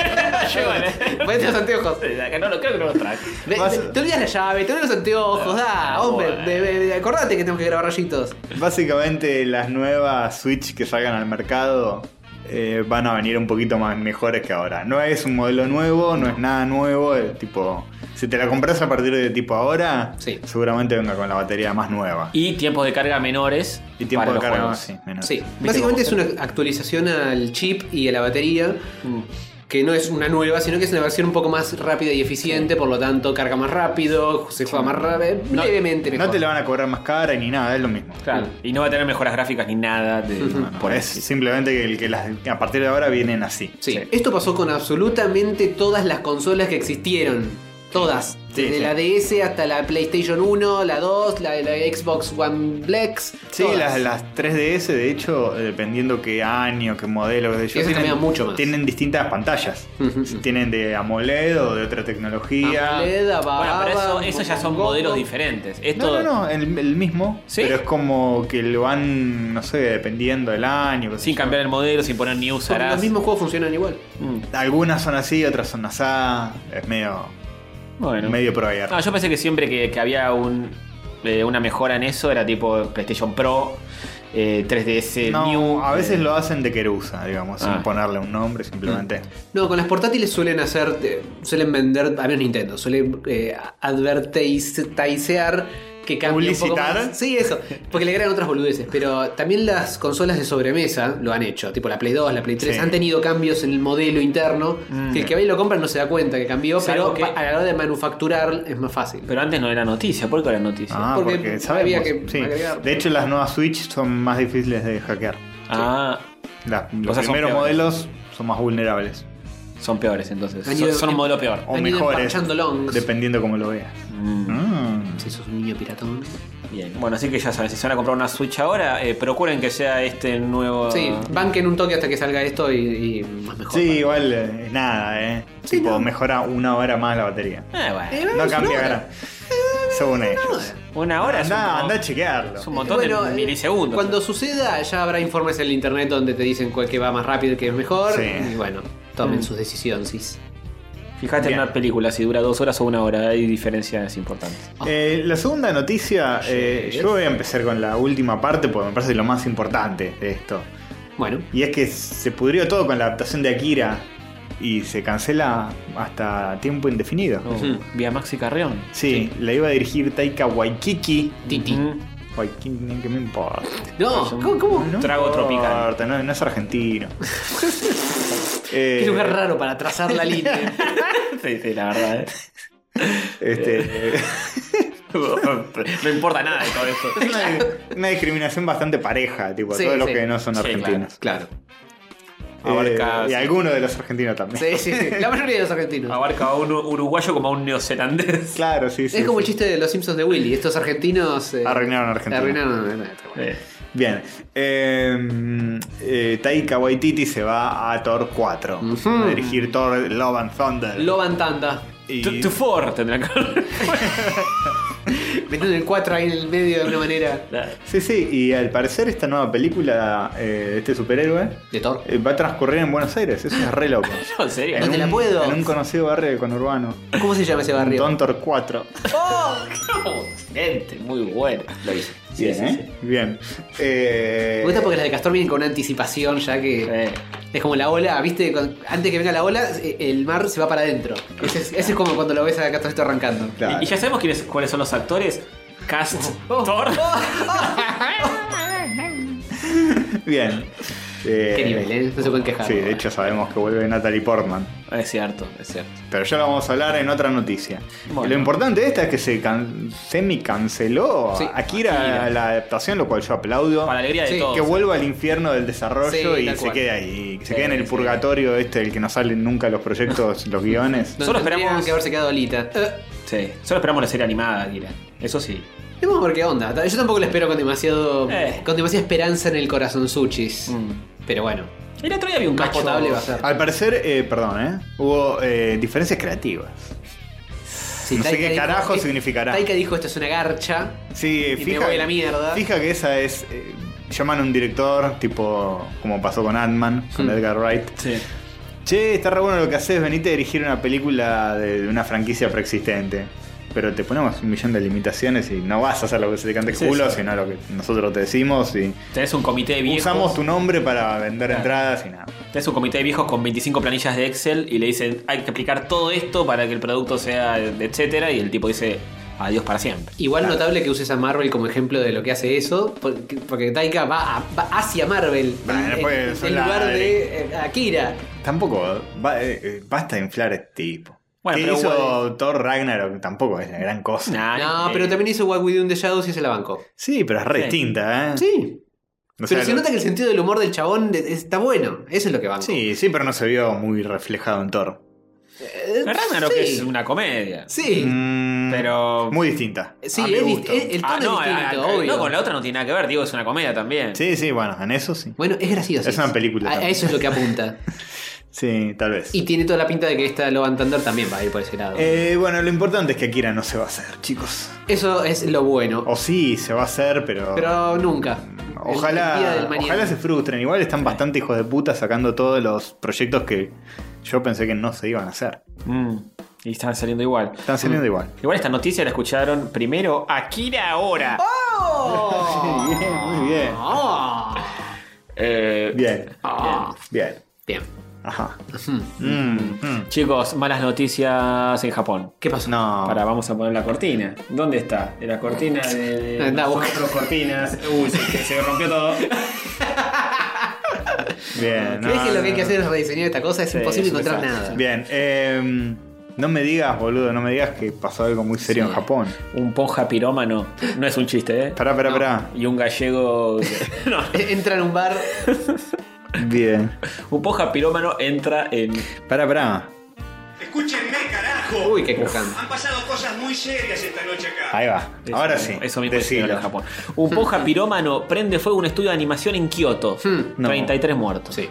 S1: Llévale.
S3: Ponete los anteojos.
S1: Acá no lo- creo que no lo traje.
S3: Ve-
S2: Vas-
S3: ve- te olvidas la llave, te olvidas los anteojos, da, hombre.
S1: Ah, bueno.
S3: de- de- de- acordate que tenemos que grabar rayitos.
S2: Básicamente las nuevas Switch que salgan al mercado eh, van a venir un poquito más mejores que ahora. No es un modelo nuevo, no es nada nuevo, es tipo. Si te la compras a partir de tipo ahora,
S3: Sí.
S2: seguramente venga con la batería más nueva.
S1: Y tiempos de carga menores.
S2: Y tiempo
S1: para
S2: de
S1: los
S2: carga
S1: juegos.
S2: más, sí, menor.
S3: Sí, básicamente es una actualización al chip y a la batería.
S1: Mm.
S3: Que no es una nueva, sino que es una versión un poco más rápida y eficiente, por lo tanto carga más rápido, se juega más rápido, levemente mejor.
S2: No te la van a cobrar más cara ni nada, es lo mismo.
S1: Claro. Y no va a tener mejoras gráficas ni nada de.
S2: Por es simplemente que, el- que las, a partir de ahora vienen así.
S3: Sí. Esto pasó con absolutamente todas las consolas que existieron. Todas.
S2: Sí,
S3: Desde
S2: sí.
S3: la DS hasta la PlayStation 1, la 2, la, la Xbox One Plex.
S2: Sí,
S3: todas.
S2: las, las 3DS, de hecho, eh, dependiendo qué año, qué modelo, qué sé yo,
S3: Esas cambian mucho más.
S2: tienen distintas pantallas.
S3: Ujú, ujú.
S2: Tienen de AMOLED o de otra tecnología.
S3: AMOLED,
S1: Bueno, pero eso,
S3: Ababa,
S1: eso ya son
S3: Moco.
S1: modelos diferentes. Esto.
S2: No, no, no, el, el mismo.
S1: ¿Sí?
S2: Pero es como que lo van, no sé, dependiendo del año. qué sé
S1: Sin
S2: yo.
S1: cambiar el modelo, sin poner ni
S3: Porque
S1: usarás.
S3: Los mismos juegos funcionan igual.
S1: Mm,
S2: Algunas son así, otras son así. Es medio,
S1: Bueno.
S2: medio pro ayer.
S3: Ah,
S1: No, yo pensé que siempre que, que había un, eh, una mejora en eso era tipo PlayStation Pro, eh, 3DS
S2: No,
S1: New.
S2: a veces
S1: eh,
S2: lo hacen de querusa, digamos,
S1: Ah.
S2: sin ponerle un nombre, simplemente.
S3: No, con las portátiles suelen hacer, eh, suelen vender, a menos Nintendo, suelen eh, advertisear que cambia un poco
S2: ¿Publicitar?
S3: más. Sí, eso, porque le agregan otras boludeces, pero también las consolas de sobremesa lo han hecho, tipo la Play 2, la Play 3,
S2: Sí.
S3: han tenido cambios en el modelo interno, que el que va y lo compra no se da cuenta que cambió,
S1: Salvo
S3: pero
S1: que-
S3: pa- a la hora de manufacturar es más fácil.
S1: Pero antes no era noticia, ¿por qué ahora es noticia?
S2: Ah,
S3: Porque
S2: porque,
S3: había
S2: sabemos,
S3: que
S2: sí.
S3: agregar.
S2: De hecho, las nuevas Switch son más difíciles de hackear.
S1: Ah,
S2: La-
S1: O
S2: los
S1: sea, son
S2: primeros
S1: peores.
S2: modelos son más vulnerables.
S1: son peores entonces.
S3: Han
S1: Son,
S3: ido-
S1: son un modelo peor.
S2: O
S3: Han ido
S2: mejores.
S3: parchando longs.
S2: Dependiendo cómo lo veas.
S1: Mm,
S2: Mm.
S3: Si sos un niño piratón.
S1: bien. Bueno, así que ya saben, si se van a comprar una Switch ahora, eh, procuren que sea este nuevo.
S3: Sí, banquen un toque hasta que salga esto y, y más mejor.
S2: Sí, igual eh, es nada, ¿eh?
S3: Sí,
S2: tipo,
S3: no. Eh,
S2: mejora una hora más la batería.
S1: Ah, bueno.
S2: No cambia gran. Según ellos.
S1: Una hora es un,
S2: Anda,
S1: mo-
S2: anda a chequearlo.
S1: es un montón de
S3: eh,
S1: milisegundos.
S3: Cuando suceda, ya habrá informes en el internet donde te dicen cuál que va más rápido y que es mejor.
S2: Sí.
S3: Y bueno, tomen
S1: Mm.
S3: sus decisiones. sí.
S1: Fijate en
S2: Bien.
S1: una película, si dura dos horas o una hora, hay diferencias importantes.
S2: Eh, la segunda noticia, eh,
S3: Yes.
S2: yo voy a empezar con la última parte porque me parece lo más importante de esto.
S3: Bueno,
S2: Y es que se pudrió todo con la adaptación de Akira y se cancela hasta tiempo indefinido.
S3: Oh,
S1: Ujú. Vía Maxi Carrión.
S2: Sí, la iba a dirigir Taika Waikiki.
S3: Titi.
S1: Ujú.
S2: Waikiki, que me importa.
S3: No, ¿cómo? cómo?
S2: No
S1: Trago
S2: importa,
S1: tropical.
S2: No, no es argentino. Eh,
S3: Qué lugar raro para trazar la línea.
S1: Sí, sí, la verdad. ¿eh?
S2: este,
S1: no importa nada de todo eso.
S2: es una, una discriminación bastante pareja, tipo, a
S3: Sí,
S2: todos los
S3: sí.
S2: que no son
S1: Sí,
S2: argentinos.
S3: claro.
S2: Eh,
S1: Abarca-
S2: y algunos de los argentinos también.
S3: Sí, sí, sí. La mayoría de los argentinos.
S2: Ah,
S1: Abarca a un uruguayo como a un neozelandés.
S2: Claro, sí, sí.
S3: es como el
S2: sí.
S3: chiste de los Simpsons de Willy. Estos argentinos. eh,
S2: Arruinaron a Argentina.
S3: Arruinaron. eh, eh,
S1: Eh,
S2: Bien. Eh, eh, Taika Waititi se va a Thor 4.
S3: Ujú.
S2: A dirigir Thor Love and Thunder.
S3: Loban Tanda.
S2: Y-
S1: to- to four tendrá que
S3: Metiendo el 4 ahí en el medio de alguna manera.
S2: Sí, sí, y al parecer esta nueva película eh, de este superhéroe
S3: De Thor.
S2: eh, va a transcurrir en Buenos Aires. Eso es re loco.
S1: No, en serio.
S3: No
S2: En
S3: te la
S2: un-
S3: puedo.
S2: En un conocido barrio de conurbano.
S3: ¿Cómo se llama ese barrio?
S2: Thor 4.
S1: Excelente, muy bueno. Lo hice.
S2: Bien, ¿eh? Bien. Eh,
S3: Me gusta porque las de Castor vienen con una anticipación ya que.
S1: Eh,
S3: Es como la ola, ¿viste? Con- Antes que venga la ola, eh, el mar se va para adentro. Ese es, ese es como cuando lo ves a Castorcito arrancando.
S2: claro.
S1: Y, y ya sabemos quiénes, cuáles son los actores. Cast,
S3: Oh,
S1: Thor.
S3: oh,
S2: Bien. Eh,
S3: Qué nivel, ¿eh? No se pueden quejar.
S2: Sí, de hecho sabemos que vuelve Natalie Portman.
S1: Es cierto, es cierto.
S2: Pero ya lo vamos a hablar en otra noticia.
S1: Bueno.
S2: Lo importante de esta es que se can- semi-canceló
S3: Sí.
S2: a Akira,
S1: Akira.
S2: la adaptación, lo cual yo aplaudo.
S1: Para la alegría de
S3: Sí,
S1: todos.
S2: Que vuelva al infierno del desarrollo
S3: Sí,
S2: y
S3: tal
S2: se
S3: cual.
S2: quede ahí. Que se
S1: Sí,
S2: quede en el
S1: sí.
S2: purgatorio este del que no salen nunca los proyectos, los guiones.
S3: No,
S1: Solo
S3: tendrían
S1: esperamos-
S3: que haberse quedado alita. Eh,
S1: Sí. Solo esperamos la serie animada, Akira. Eso sí.
S3: Vamos a ver qué onda. Yo tampoco lo espero con demasiado.
S1: Eh.
S3: Con demasiada esperanza en el corazón suchis.
S2: Mm.
S3: Pero bueno,
S1: El otro día vi un
S3: Mm. más
S1: cacho.
S3: potable va a ser.
S2: Al parecer, eh, perdón, ¿eh? hubo eh, diferencias creativas.
S3: Sí,
S2: no sé
S3: Taika
S2: qué
S3: dijo-
S2: carajo
S3: eh,
S2: significará.
S3: Taika dijo esto es una garcha.
S2: Sí,
S3: Y me
S2: fija,
S3: voy a la mierda.
S2: fija que esa es. eh, llaman a un director, tipo como pasó con Ant-Man, con
S3: Mm.
S2: Edgar Wright.
S1: Sí.
S2: Che, está re bueno lo que haces, venite a dirigir una película de, de una franquicia preexistente. Pero te ponemos un millón de limitaciones y no vas a hacer lo que se te cante el
S1: Sí,
S2: culo,
S1: sí.
S2: sino lo que nosotros te decimos y
S1: Tenés un comité de viejos.
S2: usamos tu nombre para vender
S1: Claro.
S2: entradas y nada.
S1: Tenés un comité de viejos con 25 planillas de Excel y le dicen hay que aplicar todo esto para que el producto sea etcétera. Y el tipo dice adiós para siempre.
S3: Igual notable que uses a Marvel como ejemplo de lo que hace eso, porque, porque Taika va, a- va hacia Marvel
S2: Bueno,
S3: en,
S2: pues,
S3: en-
S2: son
S3: en
S2: la-
S3: lugar de eh, Akira.
S2: Tampoco, va- eh, eh, basta de inflar a este tipo.
S1: Bueno,
S2: ¿Qué
S1: pero
S2: hizo Thor Ragnarok tampoco es la gran cosa.
S1: Nah,
S3: No,
S1: eh,
S3: pero también hizo What We Do in the Shadows y se la bancó.
S2: Sí, pero es re
S1: Sí.
S2: distinta, ¿eh?
S3: Sí.
S2: O sea,
S3: pero se
S2: lo-
S3: nota que el sentido del humor del chabón de- está bueno. Eso es lo que banco.
S2: Sí, sí, pero no se vio muy reflejado en Thor.
S3: Eh,
S1: Ragnarok
S3: sí.
S1: es una comedia.
S3: Sí.
S2: Mm,
S1: Pero.
S2: Muy distinta.
S3: Sí,
S2: A mi
S3: es dist-
S2: gusto.
S3: es- el tono
S1: Ah, no,
S3: es distinto,
S1: ah,
S3: obvio.
S1: no, con la otra no tiene nada que ver. Digo, es una comedia también.
S2: Sí, sí, bueno, en eso sí.
S3: Bueno, es gracioso.
S2: Es una película
S3: A, a
S2: también.
S3: eso es lo que apunta.
S2: Sí, tal vez.
S3: y tiene toda la pinta de que esta Loban Thunder también va a ir por ese lado.
S2: Eh, bueno, lo importante es que Akira no se va a hacer, chicos.
S3: Eso es lo bueno.
S2: O sí, se va a hacer, pero.
S3: Pero nunca. El día
S2: ojalá,
S3: del mañana.
S2: ojalá se frustren. Igual están bastante hijos de puta sacando todos los proyectos que yo pensé que no se iban a hacer.
S1: Mm, y están saliendo igual.
S2: Están saliendo igual.
S1: Igual esta noticia la escucharon primero Akira ahora.
S3: ¡Oh!
S2: Bien, muy bien.
S3: ¡Oh!
S1: Eh,
S2: Bien,
S3: ¡Oh!
S2: bien.
S3: Bien.
S2: Ajá. Mm, mm.
S1: Chicos, malas noticias en Japón.
S3: ¿Qué pasó?
S2: No.
S1: Ahora vamos a poner la cortina. ¿Dónde está? De la cortina de, de
S3: Anda,
S1: nosotros,
S3: busca.
S1: cortinas. Uy, se, que se rompió todo.
S2: Bien.
S3: ¿Crees
S2: no,
S3: que lo que hay
S2: no,
S3: que
S2: no.
S3: hacer es rediseñar esta cosa? Es
S1: Sí,
S3: imposible
S1: es un
S3: encontrar
S1: desastre.
S3: nada.
S2: Bien. eh, no me digas, boludo, no me digas que pasó algo muy serio en Japón.
S1: Un ponja pirómano. No es un chiste, ¿eh?
S2: Pará, pará, pará.
S1: Y un gallego. No.
S3: Entra en un bar.
S2: Bien.
S1: Un ponja pirómano entra en.
S2: Pará, pará.
S8: Escúchenme, carajo.
S3: Uy, qué crujante.
S8: Han pasado cosas muy serias esta noche acá.
S2: Ahí va. Ahora sí.
S1: Eso mismo es
S2: decilo.
S1: en Japón. Un ponja pirómano prende fuego un estudio de animación en Kioto.
S3: Hmm.
S2: No.
S1: 33 muertos.
S3: Sí.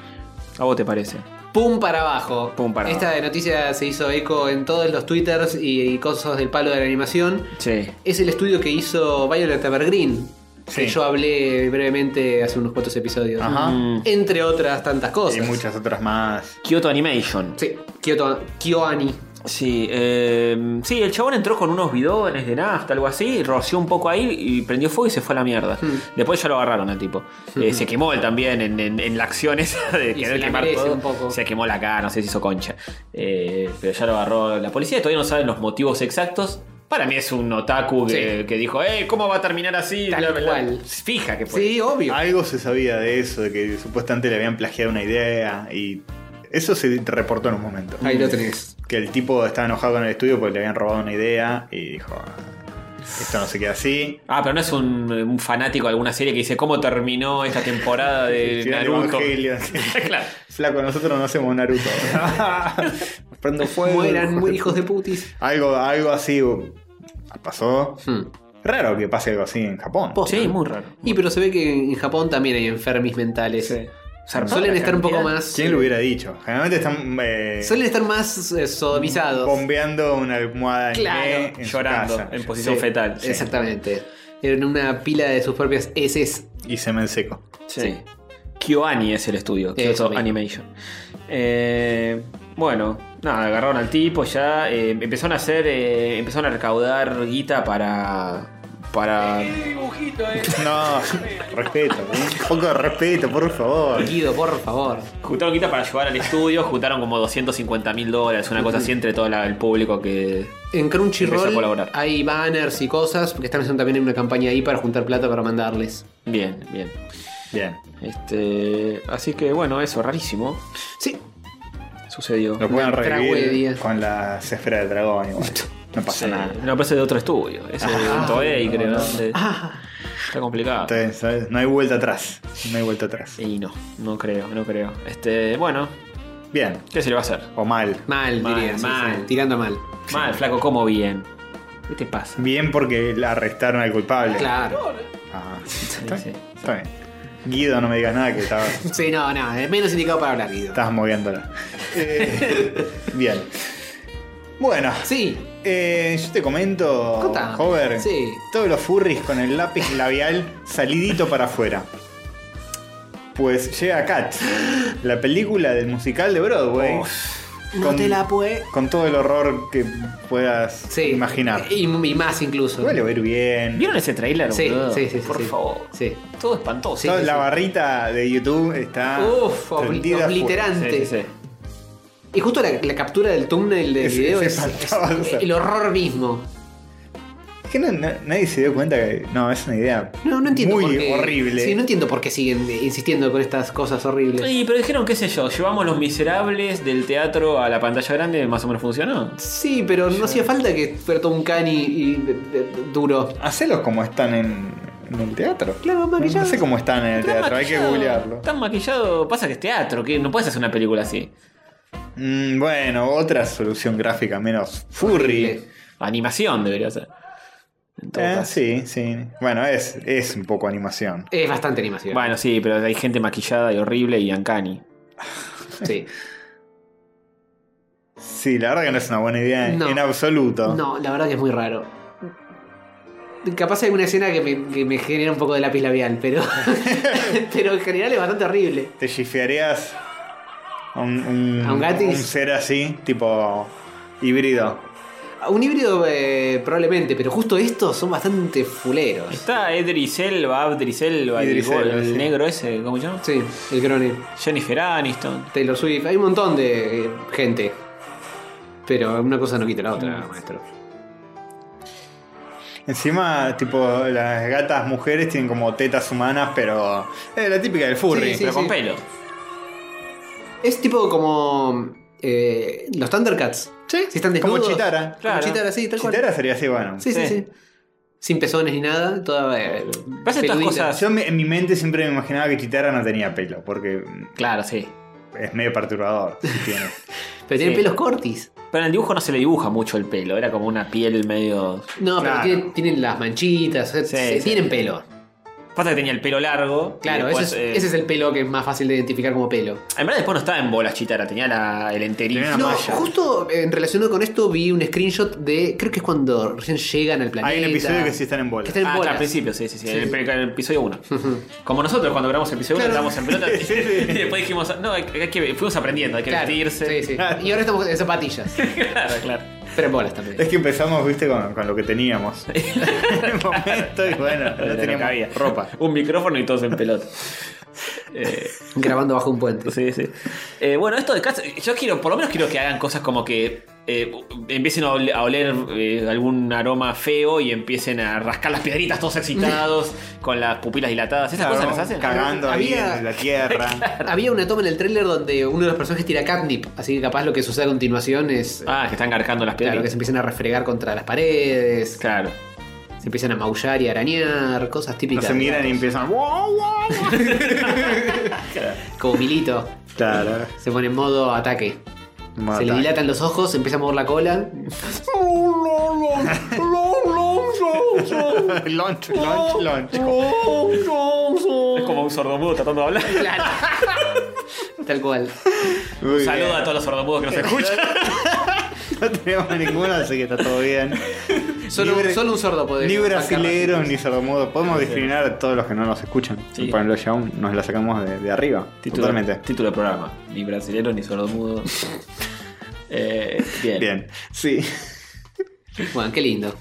S1: ¿A vos te parece?
S3: Pum para abajo.
S1: Pum para
S3: Esta noticia se hizo eco en todos los twitters y, y cosas del palo de la animación.
S1: Sí.
S3: Es el estudio que hizo Violet Evergreen. Que
S2: Sí.
S3: yo hablé brevemente hace unos cuantos episodios.
S2: Ajá.
S3: Entre otras tantas cosas.
S2: Y muchas otras más.
S1: Kyoto Animation.
S3: Sí, Kyoto, KyoAni.
S1: Sí, eh, sí, el chabón entró con unos bidones de nafta, algo así, roció un poco ahí y prendió fuego y se fue a la mierda.
S3: Hmm.
S1: Después ya lo agarraron al tipo. Eh, se quemó él también en, en- en la acción esa de
S3: Y
S1: querer
S3: se la
S1: quemar
S3: merece
S1: todo.
S3: un poco.
S1: Se quemó la cara, no sé si hizo concha. Eh, pero ya lo agarró la policía, todavía no saben los motivos exactos. Para mí es un otaku que, que dijo, eh, ¿cómo va a terminar así?
S3: Tal cual.
S1: Fija que fue.
S3: Sí, obvio.
S2: Algo se sabía de eso, de que supuestamente le habían plagiado una idea y eso se reportó en un momento.
S3: Ahí lo tenés.
S2: Que el tipo estaba enojado con el estudio porque le habían robado una idea y dijo, "Ah, esto no se queda así.
S1: Ah, pero no es un, un fanático de alguna serie que dice, ¿cómo terminó esta temporada de
S2: Tirar
S1: Naruto?
S2: Evangelion.
S1: claro.
S2: Flaco, nosotros no hacemos Naruto. Prendo fuego.
S3: Mueran, muy hijos de putis.
S2: Algo, algo así uh, pasó.
S3: Hmm.
S2: Raro que pase algo así en Japón.
S3: Posta.
S1: Sí, muy raro.
S3: Y pero se ve que en Japón también hay enfermis mentales.
S1: Zarpada
S3: Suelen
S1: la
S3: estar un poco
S1: cantidad.
S3: más.
S2: ¿Quién lo hubiera dicho? Generalmente están eh,
S3: Suelen estar más eh, sodomizados.
S2: bombeando una almohada anime
S3: Claro.
S2: en su
S1: llorando
S2: casa.
S1: en posición
S3: Sí,
S1: fetal.
S3: Exactamente. En una pila de sus propias heces.
S2: y se me enseco.
S1: Sí. Sí. KyoAni es el estudio,
S3: Eso
S1: Kyoto
S3: mismo.
S1: Animation. Eh, bueno, nada, agarraron al tipo ya. eh, empezaron a hacer. eh, empezaron a recaudar guita para. Para.
S2: No, respeto, ¿eh? un poco de respeto, por favor.
S3: Guido, por favor.
S1: Juntaron guita para ayudar al estudio. Juntaron como 250 mil dólares, una cosa así entre todo la- el público que.
S3: En
S1: Empezó a
S3: Crunchyroll
S1: colaborar.
S3: hay banners y cosas porque están haciendo también una campaña ahí para juntar plata para mandarles.
S1: Bien, bien.
S2: Bien.
S1: Este, así que bueno, eso, rarísimo.
S3: Sí,
S1: Sucedió.
S2: Lo pueden
S3: Una tragedia.
S2: revivir con las esferas del dragón igual. No pasa
S1: Sí.
S2: nada.
S1: No, pero ese es de otro estudio. Ese es
S3: Ah.
S1: de Toei, creo. ¿no? De- Está complicado.
S2: Entonces, ¿sabes? no hay vuelta atrás. No hay vuelta atrás.
S1: Y no, no creo, no creo. Este, bueno,
S2: Bien.
S1: ¿qué se le va a hacer?
S2: O mal.
S3: mal,
S1: Mal,
S3: diría. sí,
S1: mal.
S3: sí, tirando mal.
S1: Mal, flaco, como bien. ¿Qué te pasa?
S2: Bien porque la arrestaron al culpable.
S3: Claro.
S2: Ah,
S1: Sí, sí.
S2: está bien. Guido, no me digas nada que estaba-
S3: Sí, no, no. Es menos indicado para hablar, Guido.
S2: estabas moviéndola. Eh, bien. Bueno,
S3: Sí,
S2: eh, yo te comento,
S3: Contame.
S2: Hover,
S3: Sí.
S2: todos los furries con el lápiz labial salidito para afuera. Pues llega Cat, la película del musical de Broadway.
S3: no te la puede.
S2: con todo el horror que puedas
S3: Sí.
S2: imaginar.
S3: Y, y más incluso.
S2: Igual le va a ir bien.
S1: ¿Vieron ese trailer?
S3: Sí, sí, sí, sí,
S1: Por
S3: sí.
S1: favor.
S3: Sí.
S1: Todo espantoso.
S3: Sí.
S2: Toda la barrita de YouTube está
S3: Uf, obli-
S2: Ah, prendida a fuego.
S3: obliterante.
S1: Sí, sí, sí.
S3: Y justo la, la captura del thumbnail del
S2: Es-
S3: video
S2: es
S3: es,
S2: espantoso.
S3: es el horror mismo.
S2: Es que no- na- nadie se dio cuenta que. No, es una idea.
S3: No, no entiendo
S2: Muy
S3: por qué.
S2: horrible.
S3: Sí, no entiendo por qué siguen insistiendo con estas cosas horribles.
S1: Y, pero dijeron, qué sé yo, llevamos los miserables del teatro a la pantalla grande, más o menos funcionó.
S3: Sí, pero no hacía falta que fuera todo un cani y, de- de- duro.
S2: Hacelos como están en, en el teatro.
S3: Claro,
S2: no, no
S3: maquillado.
S2: sé cómo están en el
S1: Está
S2: teatro, hay que
S1: maquillado,
S2: googlearlo.
S1: Tan maquillado, pasa que es teatro, que no puedes hacer una película así.
S2: Mm, bueno, otra solución gráfica menos
S3: Horrible.
S2: furry.
S1: Animación debería ser. En todo
S2: Eh,
S1: caso.
S2: sí, sí. Bueno, es, es un poco animación.
S3: Es bastante animación.
S1: Bueno, sí, pero hay gente maquillada y horrible y ancani.
S3: Sí.
S2: Sí, la verdad que no es una buena idea en-
S3: No.
S2: en absoluto.
S3: No, la verdad que es muy raro. Capaz hay una escena que me, que me genera un poco de lápiz labial, pero. pero en general es bastante horrible.
S2: ¿Te shifearías a un, un,
S3: ¿A un gatis?
S2: un ser así, tipo híbrido?
S3: Un híbrido eh, probablemente, pero justo estos son bastante fuleros.
S1: Está Edris Elba, Idris Elba, el
S2: Idris
S1: go-
S2: Elba,
S1: el
S2: sí.
S1: negro ese, ¿cómo se llama?
S3: Sí, el crone.
S1: Jennifer Aniston.
S3: Taylor Swift, hay un montón de eh, gente. Pero una cosa no quita la otra, maestro.
S2: Encima, tipo, las gatas mujeres tienen como tetas humanas, pero es la típica del furry.
S3: Sí,
S1: pero con
S3: sí.
S1: pelo.
S3: Es tipo como eh, los Thundercats.
S2: Sí,
S3: Si están
S2: como
S3: desnudos.
S2: Chitara.
S1: Claro.
S3: Como Chitara, sí, tal cual.
S2: Chitara sería así, bueno.
S3: Sí, sí,
S1: Sí.
S3: sí. Sin pezones ni nada, toda. eh,
S1: Pasa estas
S3: peludita.
S1: cosas-
S2: Yo me- en mi mente siempre me imaginaba que Chitara no tenía pelo, porque
S1: Claro, sí.
S2: es medio perturbador. si tiene.
S3: Pero tienen
S1: Sí.
S3: pelos cortis.
S1: Pero en el dibujo no se le dibuja mucho el pelo, era como una piel medio.
S3: No,
S2: Claro.
S3: pero tienen, tienen las manchitas, o sea,
S1: Sí,
S3: se-
S1: sí.
S3: tienen pelo.
S1: Pasa que tenía el pelo largo. y
S3: Claro,
S1: después,
S3: ese, es,
S1: eh,
S3: ese es el pelo que es más fácil de identificar como pelo.
S1: En verdad después no estaba en bolas, Chitara, tenía la, el enterizo.
S2: Tenía una
S3: No,
S2: malla.
S3: justo en relacionado con esto vi un screenshot de. Creo que es cuando recién llegan al planeta.
S2: Hay un episodio que sí están en bola.
S3: Que están en
S1: Ah,
S3: bolas.
S1: al principio, sí, sí, sí.
S3: Sí.
S1: El, el- el episodio 1. Como nosotros cuando grabamos el episodio 1
S3: Claro.
S1: estábamos en pelota
S2: Sí, sí.
S1: y después dijimos, no, hay, hay que, fuimos aprendiendo, hay que
S3: Claro,
S1: vestirse.
S3: sí, sí. Y ahora estamos en zapatillas.
S1: claro, claro.
S3: Pero en bolas también.
S2: Es que empezamos, viste, con, con lo que teníamos. en el momento, y bueno, no
S1: Pero
S2: teníamos
S1: cabía.
S2: ropa.
S1: Un micrófono y todos en pelota. Eh,
S3: Grabando bajo un puente.
S1: sí, sí. Eh, bueno, esto de casa, yo quiero, por lo menos quiero que hagan cosas como que eh, empiecen a ole- a oler, eh, algún aroma feo y empiecen a rascar las piedritas todos excitados, con las pupilas dilatadas. ¿Esas
S2: Claro,
S1: cosas las hacen?
S2: Cagando
S3: Había-
S2: ahí en la tierra.
S3: Había una toma en el tráiler donde uno de los personajes tira catnip, así que capaz lo que sucede a continuación es.
S1: Ah, que están garcando las
S3: Claro, que
S1: piedritas.
S3: se empiezan a refregar contra las paredes,
S1: Claro.
S3: se empiezan a maullar y a arañar, cosas
S2: No
S3: típicas.
S2: se miran y empiezan. "Wow, wow, wow".
S3: Como Milito,
S2: Claro.
S3: se pone en modo ataque.
S2: Modo
S3: se le
S2: ataque.
S3: dilatan los ojos, se empieza a mover la cola.
S2: Launch, launch, launch.
S1: Es como un sordomudo tratando de hablar.
S3: Claro. Tal cual.
S2: Muy
S1: Saludo
S2: bien.
S1: a todos los sordomudos que nos escuchan.
S2: No tenemos ninguno, así que está todo bien.
S3: Solo,
S2: Libre-
S3: solo un sordo puede.
S2: Ni
S3: sacar
S2: brasileros
S3: racismo.
S2: ni sordomudos. Podemos discriminar a todos los que no nos escuchan.
S1: Sí.
S2: Y ponerlo ya aún nos la sacamos de, de arriba. Totalmente.
S1: Título del programa. Ni brasilero ni sordomudo. eh, bien.
S2: Bien. Sí.
S3: Bueno, qué lindo.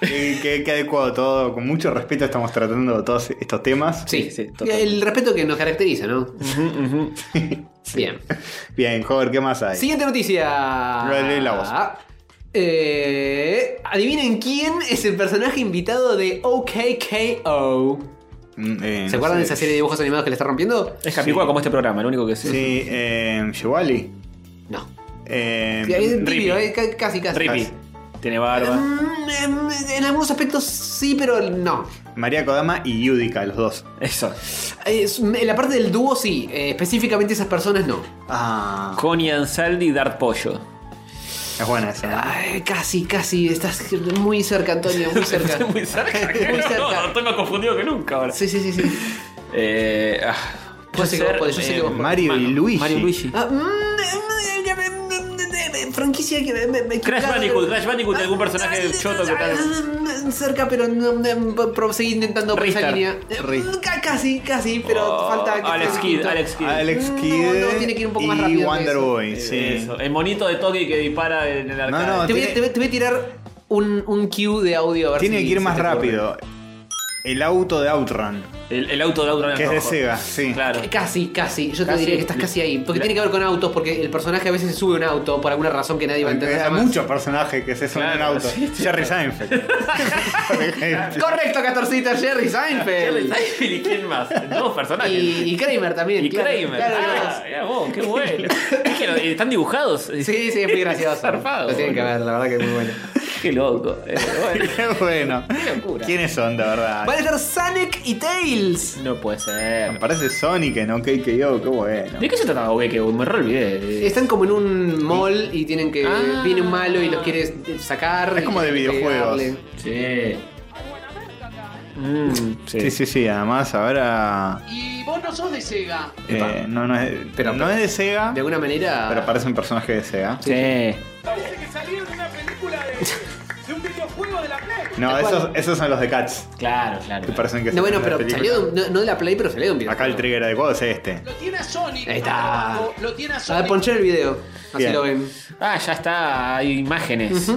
S2: qué, qué- qué adecuado todo. Con mucho respeto estamos tratando todos estos temas.
S3: Sí,
S1: sí, total.
S3: El respeto que nos caracteriza, ¿no?
S1: Ujú, ujú.
S3: Bien.
S2: Bien, Jorge, ¿qué más hay?
S3: Siguiente noticia.
S2: Lo lee la voz.
S3: Eh, Adivinen quién es el personaje invitado de OKKO.
S2: Mm, eh,
S3: ¿Se
S2: no
S3: acuerdan de
S2: sé.
S3: esa serie de dibujos animados que le está rompiendo?
S1: Es Capicúa como este programa, lo único que sé.
S2: Sí, eh, Shewali.
S3: No.
S2: Eh,
S3: Es
S1: Rippy.
S3: tibio, eh, ca- casi, casi.
S1: Rippy.
S3: Casi.
S1: Tiene barba.
S3: Mm, En, en algunos aspectos sí, pero no.
S2: María Kodama y Yudica, los dos.
S1: Eso.
S3: Es- mm, en la parte del dúo sí, eh, específicamente esas personas no.
S2: Ah,
S1: Connie Ansaldi y Dart Pollo.
S2: es buena esa. ¿no?
S3: Ay, casi, casi, estás muy cerca, Antonio, muy cerca.
S1: Estoy muy cerca.
S3: Muy cerca.
S1: No, no, estoy más confundido que nunca ahora.
S3: Sí, sí, sí, sí.
S1: Eh, ah, puede
S3: sé que
S1: ser,
S3: vos podés, yo sé que vos podés.
S2: Eh, Mario y Luigi.
S1: Mario y Luigi.
S3: Ah, mm, franquicia que me, me- me- Ah,
S1: Crash Bandicoot, Crash Bandicoot, algún personaje choto que tal.
S3: mm, cerca pero no, no, pro- seguí intentando por esa
S1: Ristar.
S3: línea Eh,
S2: Rist-
S3: ca- casi casi pero
S1: Oh,
S3: falta que
S1: Alex
S3: te-
S1: Kidd, Alex Kidd.
S2: Alex
S3: No,
S2: Kidd
S3: no, tiene que ir un poco más
S2: y
S3: rápido que
S2: Wonder
S3: eso.
S2: Boy,
S1: Eh,
S2: sí.
S1: eso. El monito de Toki que dispara en el arcade.
S2: no,
S3: te, voy, a- te voy a- te voy a tirar un, un cue de audio a ver
S2: Tiene
S3: si-
S2: que ir
S3: si
S2: más
S3: te ocurre.
S2: rápido. El auto de Outrun,
S1: El, el auto de Outrun
S2: que es de
S1: rojo.
S2: Sega, sí.
S1: Claro.
S3: C- Eh, Casi, casi. Yo te
S1: Casi.
S3: diría que estás casi ahí. Porque
S1: La-
S3: tiene que ver con autos, porque el personaje a veces se sube a un auto por alguna razón que nadie va a entender.
S2: Hay
S3: jamás.
S2: muchos personajes que se suben en
S1: Claro,
S2: auto.
S1: sí, sí.
S2: Jerry Seinfeld. Por ejemplo.
S3: Correcto, Castorcita, Jerry
S1: Jerry
S3: Seinfeld.
S1: Seinfeld Eh, y quién más? Dos personajes.
S3: Y, y Kramer también.
S1: Y
S3: claro,
S1: Kramer.
S3: claro,
S1: ah, mirá vos, qué bueno. Es que lo- eh, están dibujados.
S3: Sí, sí, es muy gracioso.
S1: Zarpado,
S3: Lo tienen que
S1: boludo.
S3: ver, la verdad que es muy bueno.
S1: Qué loco. Eh, bueno.
S2: Qué bueno.
S3: Qué locura.
S2: ¿Quiénes son, de verdad?
S3: Van a estar Sonic y Tails.
S1: No puede ser.
S2: Parece Sonic en OK yo, oh, qué bueno.
S1: ¿De qué se trataba, güey? Que me re olvidé.
S3: Están como en un mall y tienen que.
S1: Ah.
S3: Viene un malo y los quiere sacar.
S2: Es como de
S3: y tienen que
S2: videojuegos.
S3: pegarle.
S1: Sí. Mm, sí.
S2: Sí, sí, sí, además ahora.
S9: Y vos no sos de Sega.
S2: eh, no, no, es,
S3: Pero-
S2: no es de Sega,
S3: De alguna manera.
S2: pero parece un personaje de Sega.
S1: Sí.
S8: Parece que salieron de una película de, de un videojuego de la Play.
S2: No, esos, esos son los de Cats.
S1: Claro, claro.
S2: Que parecen que
S3: No,
S2: son
S3: bueno,
S2: de
S3: pero
S2: película.
S3: salió de un- no, no de la Play, pero salió de un video.
S2: Acá el trigger adecuado es este.
S9: Lo tiene a Sonic.
S3: Ahí está.
S9: Lo- Lo tiene a
S3: A ver,
S9: Sonic.
S3: ponchar el video. Así
S2: Bien.
S3: lo ven.
S1: Ah, ya está. Hay imágenes.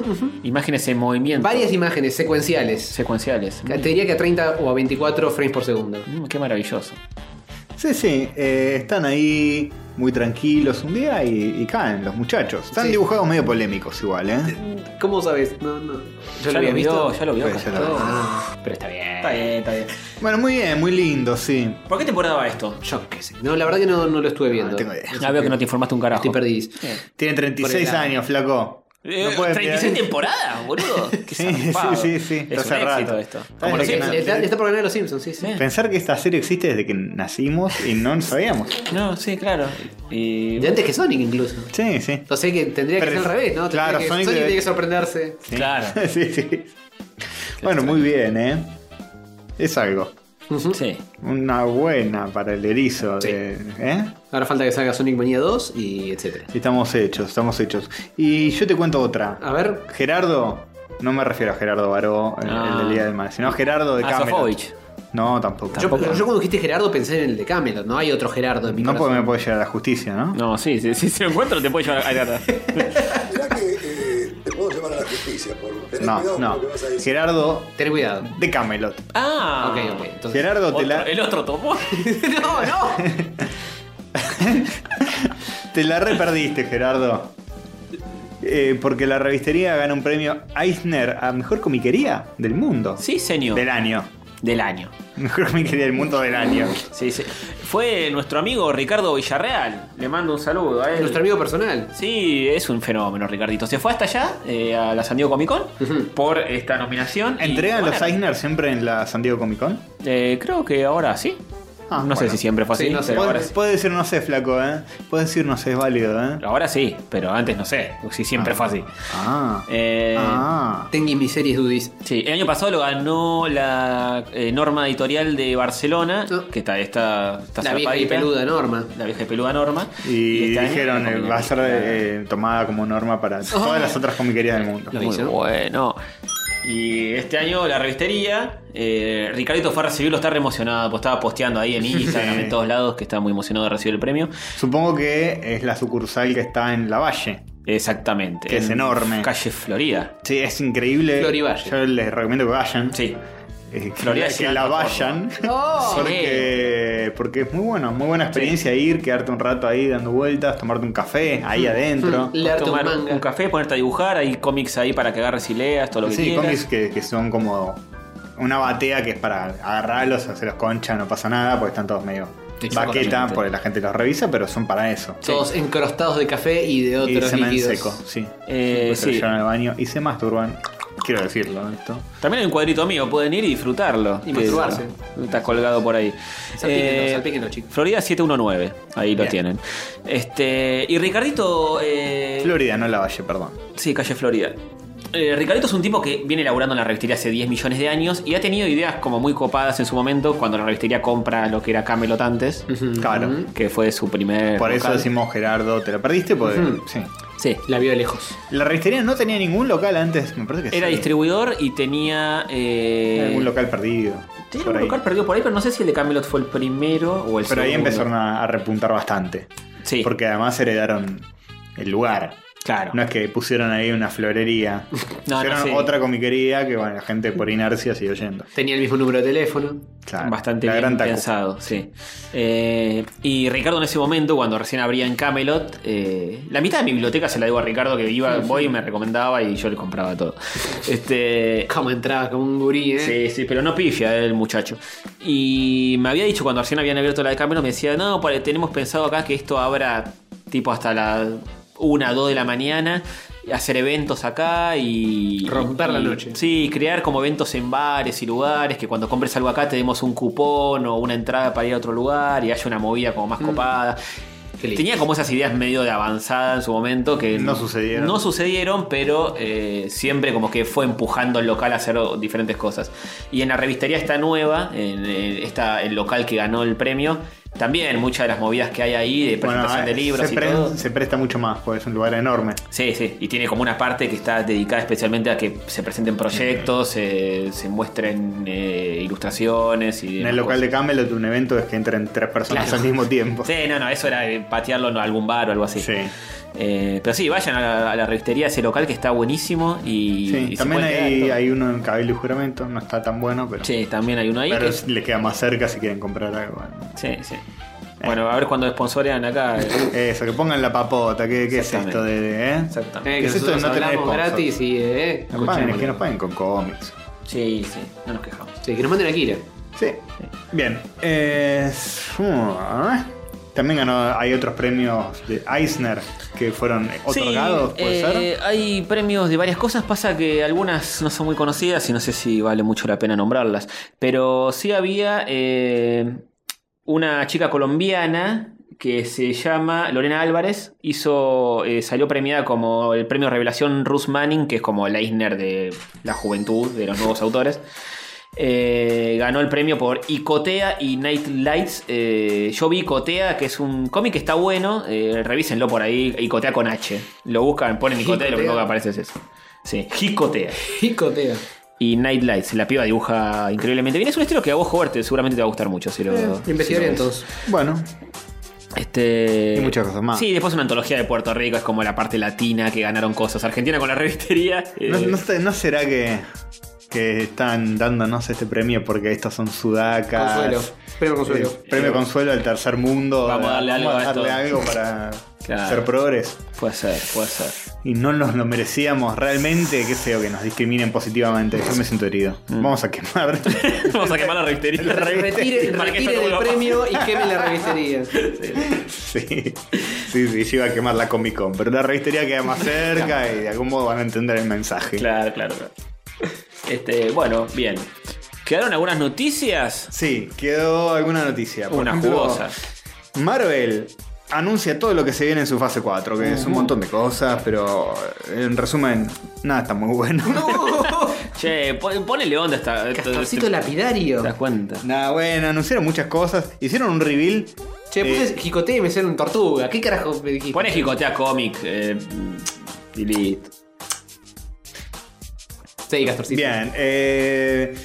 S1: Imágenes en movimiento.
S3: Varias imágenes secuenciales.
S1: secuenciales.
S3: Te diría que a 30 o a 24 frames por segundo.
S1: Mm, qué maravilloso.
S2: Sí, sí, eh, están ahí muy tranquilos un día y, y caen los muchachos. Están
S3: Sí.
S2: dibujados medio polémicos igual, ¿eh?
S3: ¿Cómo sabes? No, no. ¿Yo
S1: ya
S3: lo había visto?
S1: vio, ya lo vio.
S2: Sí, ya lo
S1: Castor.
S2: vi.
S3: Ah,
S1: Pero está bien. Está bien, está bien.
S2: Bueno, muy bien, muy lindo, sí.
S1: ¿Por qué temporada va esto?
S3: yo qué sé. No, la verdad que no, no lo estuve viendo.
S2: No Ah, tengo idea.
S1: Ya Ah, veo que no te informaste un carajo.
S3: Estoy perdido.
S2: Tiene 36
S3: Por edad.
S2: años, flaco.
S1: Eh,
S2: No puede
S1: 36
S2: mirar.
S1: temporadas, boludo. Qué
S2: Sí,
S1: zarpado.
S2: sí, sí, sí.
S1: Es
S2: Está
S1: un
S2: hace
S1: éxito
S2: rato.
S1: esto.
S2: Está
S1: Como los
S2: desde que
S1: Simpsons.
S2: nació.
S3: Está, está por ganar los Simpsons, sí, sí.
S1: Eh.
S2: Pensar que esta serie existe desde que nacimos y no lo sabíamos.
S1: No, sí, claro. Y...
S3: De antes que Sonic incluso.
S2: Sí, sí.
S3: Entonces que tendría que
S2: Pero-
S3: ser al revés, ¿no? Tendría
S2: claro,
S3: que-
S2: Sonic
S3: Sonic,
S2: debe-
S3: tiene que sorprenderse.
S2: Sí.
S1: Claro.
S2: sí, sí. Bueno, muy bien, ¿eh? Es algo.
S1: Sí.
S2: Una buena para el erizo.
S3: Sí.
S2: de- ¿eh?
S3: Ahora falta que salga Sonic Mania 2 y etcétera.
S2: Estamos hechos, estamos hechos. Y yo te cuento otra.
S1: Ah.
S3: A ver,
S2: Gerardo, no me refiero a Gerardo Baró, el,
S1: Ah.
S2: el del Día del Mal, sino a Gerardo de
S1: Ah,
S2: Camelot.
S1: Sofovich.
S2: No, tampoco.
S3: yo, yo cuando dijiste Gerardo pensé en el de Camelot, no hay otro Gerardo en mi
S2: no porque
S3: corazón.
S2: me puede llegar a la justicia, ¿no?
S1: No, sí, sí, sí, si lo encuentro te puedo llevar a Gata.
S4: Mirá que eh, te puedo llevar a la justicia por tener cuidado
S2: No,
S4: con
S2: no.
S4: lo que vas a decir.
S2: Gerardo
S3: Ten cuidado.
S2: de Camelot.
S1: Ah,
S3: Ok, ok. Entonces...
S2: Gerardo te
S1: Otro-
S2: la,
S1: El otro tomó.
S3: no, no.
S2: te la reperdiste, Gerardo. Eh, porque la revistería gana un premio Eisner a mejor comiquería del mundo.
S1: Sí, señor.
S2: Del año.
S1: Del año.
S2: Mejor comiquería del mundo del año.
S1: Sí, sí. Fue nuestro amigo Ricardo Villarreal. Le mando un saludo a él.
S3: Nuestro amigo personal.
S1: Sí, es un fenómeno, Ricardito. Se fue hasta allá, eh, a la San Diego Comic Con, por esta nominación. y,
S2: ¿Entregan los
S1: bueno,
S2: Eisner siempre en la San Diego Comic Con?
S1: eh, creo que ahora sí.
S2: Ah,
S1: no sé
S2: bueno.
S1: si siempre fue así,
S3: Sí, no sé,
S1: pero ahora
S2: Puede,
S1: sí.
S2: puede decir no sé, flaco, ¿eh? Puede decir no sé, es válido, ¿eh?
S1: Ahora sí, pero antes no sé si siempre fue así.
S2: Ah.
S1: Eh,
S2: ah.
S3: Tengi mis series dudis.
S1: Sí, el año pasado lo ganó la eh, norma editorial de Barcelona,
S3: No.
S1: que está esta, esta
S3: La vieja y
S1: zarpadita.
S3: peluda norma.
S1: La vieja y peluda norma.
S2: Y,
S1: este año
S2: dijeron,
S1: la Ah.
S2: eh,
S1: combinaron.
S2: va a ser eh, tomada como norma para todas las otras comiquerías del mundo.
S3: Lo
S1: Muy
S3: hizo.
S1: bueno. Y este año la revistería, eh, Ricardito fue a recibirlo, estaba re emocionado, pues estaba posteando ahí en Instagram,
S2: Sí.
S1: en todos lados, que estaba muy emocionado de recibir el premio.
S2: Supongo que es la sucursal que está en La Valle.
S1: Exactamente.
S2: Que es
S1: en
S2: enorme.
S1: Calle Florida.
S2: Sí, es increíble.
S3: Florivalle.
S2: Yo les recomiendo que vayan.
S1: Sí.
S2: Eh, que,
S1: Florida
S2: la- que
S1: llegando
S2: la
S1: a Córdoba.
S2: vayan.
S3: No.
S2: Porque, porque es muy bueno, muy buena experiencia ir, quedarte un rato ahí dando vueltas, tomarte un café ahí adentro.
S3: Leer tu
S1: Tomar
S3: manga.
S1: un café, ponerte a dibujar, hay cómics ahí para que agarres y leas, todo lo que
S2: Sí,
S1: quieras.
S2: cómics que, que son como una batea que es para agarrarlos, hacerlos concha, no pasa nada, porque están todos medio
S3: Exactamente.
S2: baqueta, porque la gente los revisa, pero son para eso.
S3: Todos encrostados de café y de
S2: Y
S3: otros
S2: semen
S3: líquidos.
S2: seco, sí. pues
S1: Eh,
S2: Siempre se lo
S1: sí.
S2: llevan al baño y se masturban. Quiero decirlo, ¿no? esto.
S1: También hay un cuadrito mío, pueden ir y disfrutarlo.
S3: Y
S1: Que
S3: masturbarse.
S1: Está colgado por ahí. Eh,
S3: Salpíquenlo, salpíquenlo, chicos.
S1: Florida 719, ahí lo
S2: Bien.
S1: tienen. Este, y Ricardito... eh,
S2: Florida, no la valle, perdón.
S1: Sí, calle Florida. Eh, Ricardito es un tipo que viene laburando en la revistería hace 10 millones de años y ha tenido ideas como muy copadas en su momento cuando la revistería compra lo que era Camelot antes,
S2: Claro.
S1: que fue su primer.
S2: Por eso
S1: local.
S2: decimos Gerardo, te la perdiste, porque
S3: Ujú.
S2: sí.
S1: Sí.
S3: La vio de lejos.
S2: La revistería no tenía ningún local antes, me parece que
S1: Era
S2: sí.
S1: distribuidor y tenía. eh,
S2: Tenía algún local perdido.
S1: tenía
S2: por
S1: un
S2: ahí.
S1: local perdido por ahí, pero no sé si el de Camelot fue el primero o el segundo.
S2: Pero ahí empezaron a, a repuntar bastante.
S1: Sí.
S2: Porque además heredaron el lugar.
S1: Claro.
S2: No es que pusieron ahí una florería.
S1: no,
S2: pusieron
S1: sí.
S2: otra comiquería que bueno, la gente por inercia siguió yendo.
S3: Tenía el mismo número de teléfono.
S2: Claro,
S1: Bastante
S2: la
S1: bien
S2: gran Taku.
S1: pensado, sí. Eh, y Ricardo en ese momento, cuando recién abría en Camelot, eh, la mitad de mi biblioteca se la debo a Ricardo que iba, voy y me recomendaba y yo le compraba todo. Este.
S3: Como entraba como un gurí, ¿eh?
S1: Sí, sí, pero no pifia eh, el muchacho. Y me había dicho cuando recién habían abierto la de Camelot, me decía, no, pare, tenemos pensado acá que esto abra tipo hasta las 1, 2 de la mañana, y hacer eventos acá y...
S3: Romper la
S1: y-
S3: noche.
S1: Sí, crear como eventos en bares y lugares, que cuando compres algo acá te demos un cupón o una entrada para ir a otro lugar y haya una movida como más copada.
S3: Mm. Qué lindo.
S1: Tenía como esas ideas medio de avanzada en su momento que
S2: No sucedieron.
S1: Eh, No sucedieron, pero eh, siempre como que fue empujando al local a hacer o- diferentes cosas. Y en la revistería esta nueva, en, en esta, el local que ganó el premio, también muchas de las movidas que hay ahí de
S2: Bueno, eh,
S1: presentación de libros
S2: se,
S1: y
S2: pre-
S1: todo.
S2: se presta mucho más, porque es un lugar enorme.
S1: Sí, sí, y tiene como una parte que está dedicada especialmente a que se presenten proyectos, eh, se muestren eh, ilustraciones y
S2: En
S1: demás
S2: el local
S1: cosas.
S2: de Camelot un evento es que entren tres personas
S1: Claro.
S2: al mismo tiempo.
S1: Sí, no, no, eso era eh, patearlo a algún bar o algo así.
S2: Sí.
S1: Eh, pero sí, vayan a la, a la revistería, ese local que está buenísimo y,
S2: Sí,
S1: y se
S2: También
S1: pueden quedar y
S2: hay,
S1: todo.
S2: hay uno en Cabello y Juramento, no está tan bueno, pero,
S1: Sí, también hay uno ahí.
S2: pero
S1: que-
S2: es- le queda más cerca si quieren comprar algo. ¿no?
S1: Sí, sí. Bueno, a ver cuando sponsorean acá. eh,
S2: Eso, que pongan la papota, ¿qué, qué es
S1: Exactamente.
S2: esto de.? eh?
S1: Exactamente.
S3: Eh,
S2: ¿Qué
S3: que
S2: es esto de
S3: nosotros
S2: no tener
S3: hablamos
S2: sponsor?
S3: gratis y eh,
S2: Nos paguen, es
S3: escuchemos.
S2: que nos paguen con cómics.
S1: Sí, sí, no nos quejamos.
S3: Sí, que nos manden a Kira.
S2: Sí. Bien. Eh, uh, también ganó, hay otros premios de Eisner que fueron otorgados, puede
S1: eh,
S2: ser.
S1: Hay premios de varias cosas, pasa que algunas no son muy conocidas y no sé si vale mucho la pena nombrarlas. Pero sí había eh, una chica colombiana que se llama Lorena Álvarez, hizo, eh, salió premiada como el premio Revelación Ruth Manning, que es como el Eisner de la juventud, de los nuevos autores. Eh, ganó el premio por Icotea y Night Lights. Eh, yo vi Icotea, que es un cómic que está bueno. Eh, revísenlo por ahí. Icotea con H. Lo buscan, ponen Icotea y lo primero que aparece es eso. Sí, Jicotea.
S3: Jicotea.
S1: Y Night Lights. La piba dibuja increíblemente bien. Es un estilo que a vos, Howard, te- seguramente te va a gustar mucho. Si lo, si
S3: Investigaré
S1: lo ves.
S3: entonces.
S2: Bueno,
S1: Este...
S2: Y muchas cosas más.
S1: Sí, después una antología de Puerto Rico. Es como la parte latina que ganaron cosas. Argentina con la revistería. eh,
S2: no, no sé- ¿no será que, que están dándonos este premio porque estas son sudacas?
S3: Consuelo. Premio
S2: Eh,
S3: Consuelo.
S2: premio Consuelo al tercer mundo.
S1: Vamos a darle
S2: Vamos
S1: algo a
S2: darle
S1: esto.
S2: algo para
S1: Claro.
S2: ser progres.
S1: Puede ser, puede ser.
S2: Y no nos lo merecíamos realmente. Qué feo que nos discriminen positivamente. Yo me siento herido.
S1: Mm.
S2: Vamos a quemar.
S1: Vamos a quemar la revistería.
S2: La revistería.
S3: Retire,
S1: Para que
S3: retire
S1: esto no
S3: el
S1: vuelva a
S3: premio y queme la revistería.
S2: sí. sí, sí, yo iba a quemar la Comic Con. Pero la revistería queda más cerca y de algún modo van a entender el mensaje.
S1: Claro, claro, claro. Este, bueno, bien. ¿Quedaron algunas noticias?
S2: Sí, quedó alguna noticia. Por
S1: Una
S2: ejemplo,
S1: jugosa.
S2: Marvel anuncia todo lo que se viene en su fase 4, que es un montón de cosas, pero eh, en resumen, nada está muy bueno.
S1: Che, pon- ponele onda esta. esta-
S3: Castorcito
S1: esta-
S3: lapidario.
S1: ¿Te das cuenta?
S2: Nada bueno, anunciaron muchas cosas, hicieron un reveal.
S3: Che, puse
S2: Eh,
S3: jicotea y me hicieron tortuga. ¿Qué carajo me dijiste?
S1: Pone jicotea cómic. eh, y listo.
S3: Sí, Castorcito.
S2: bien, eh,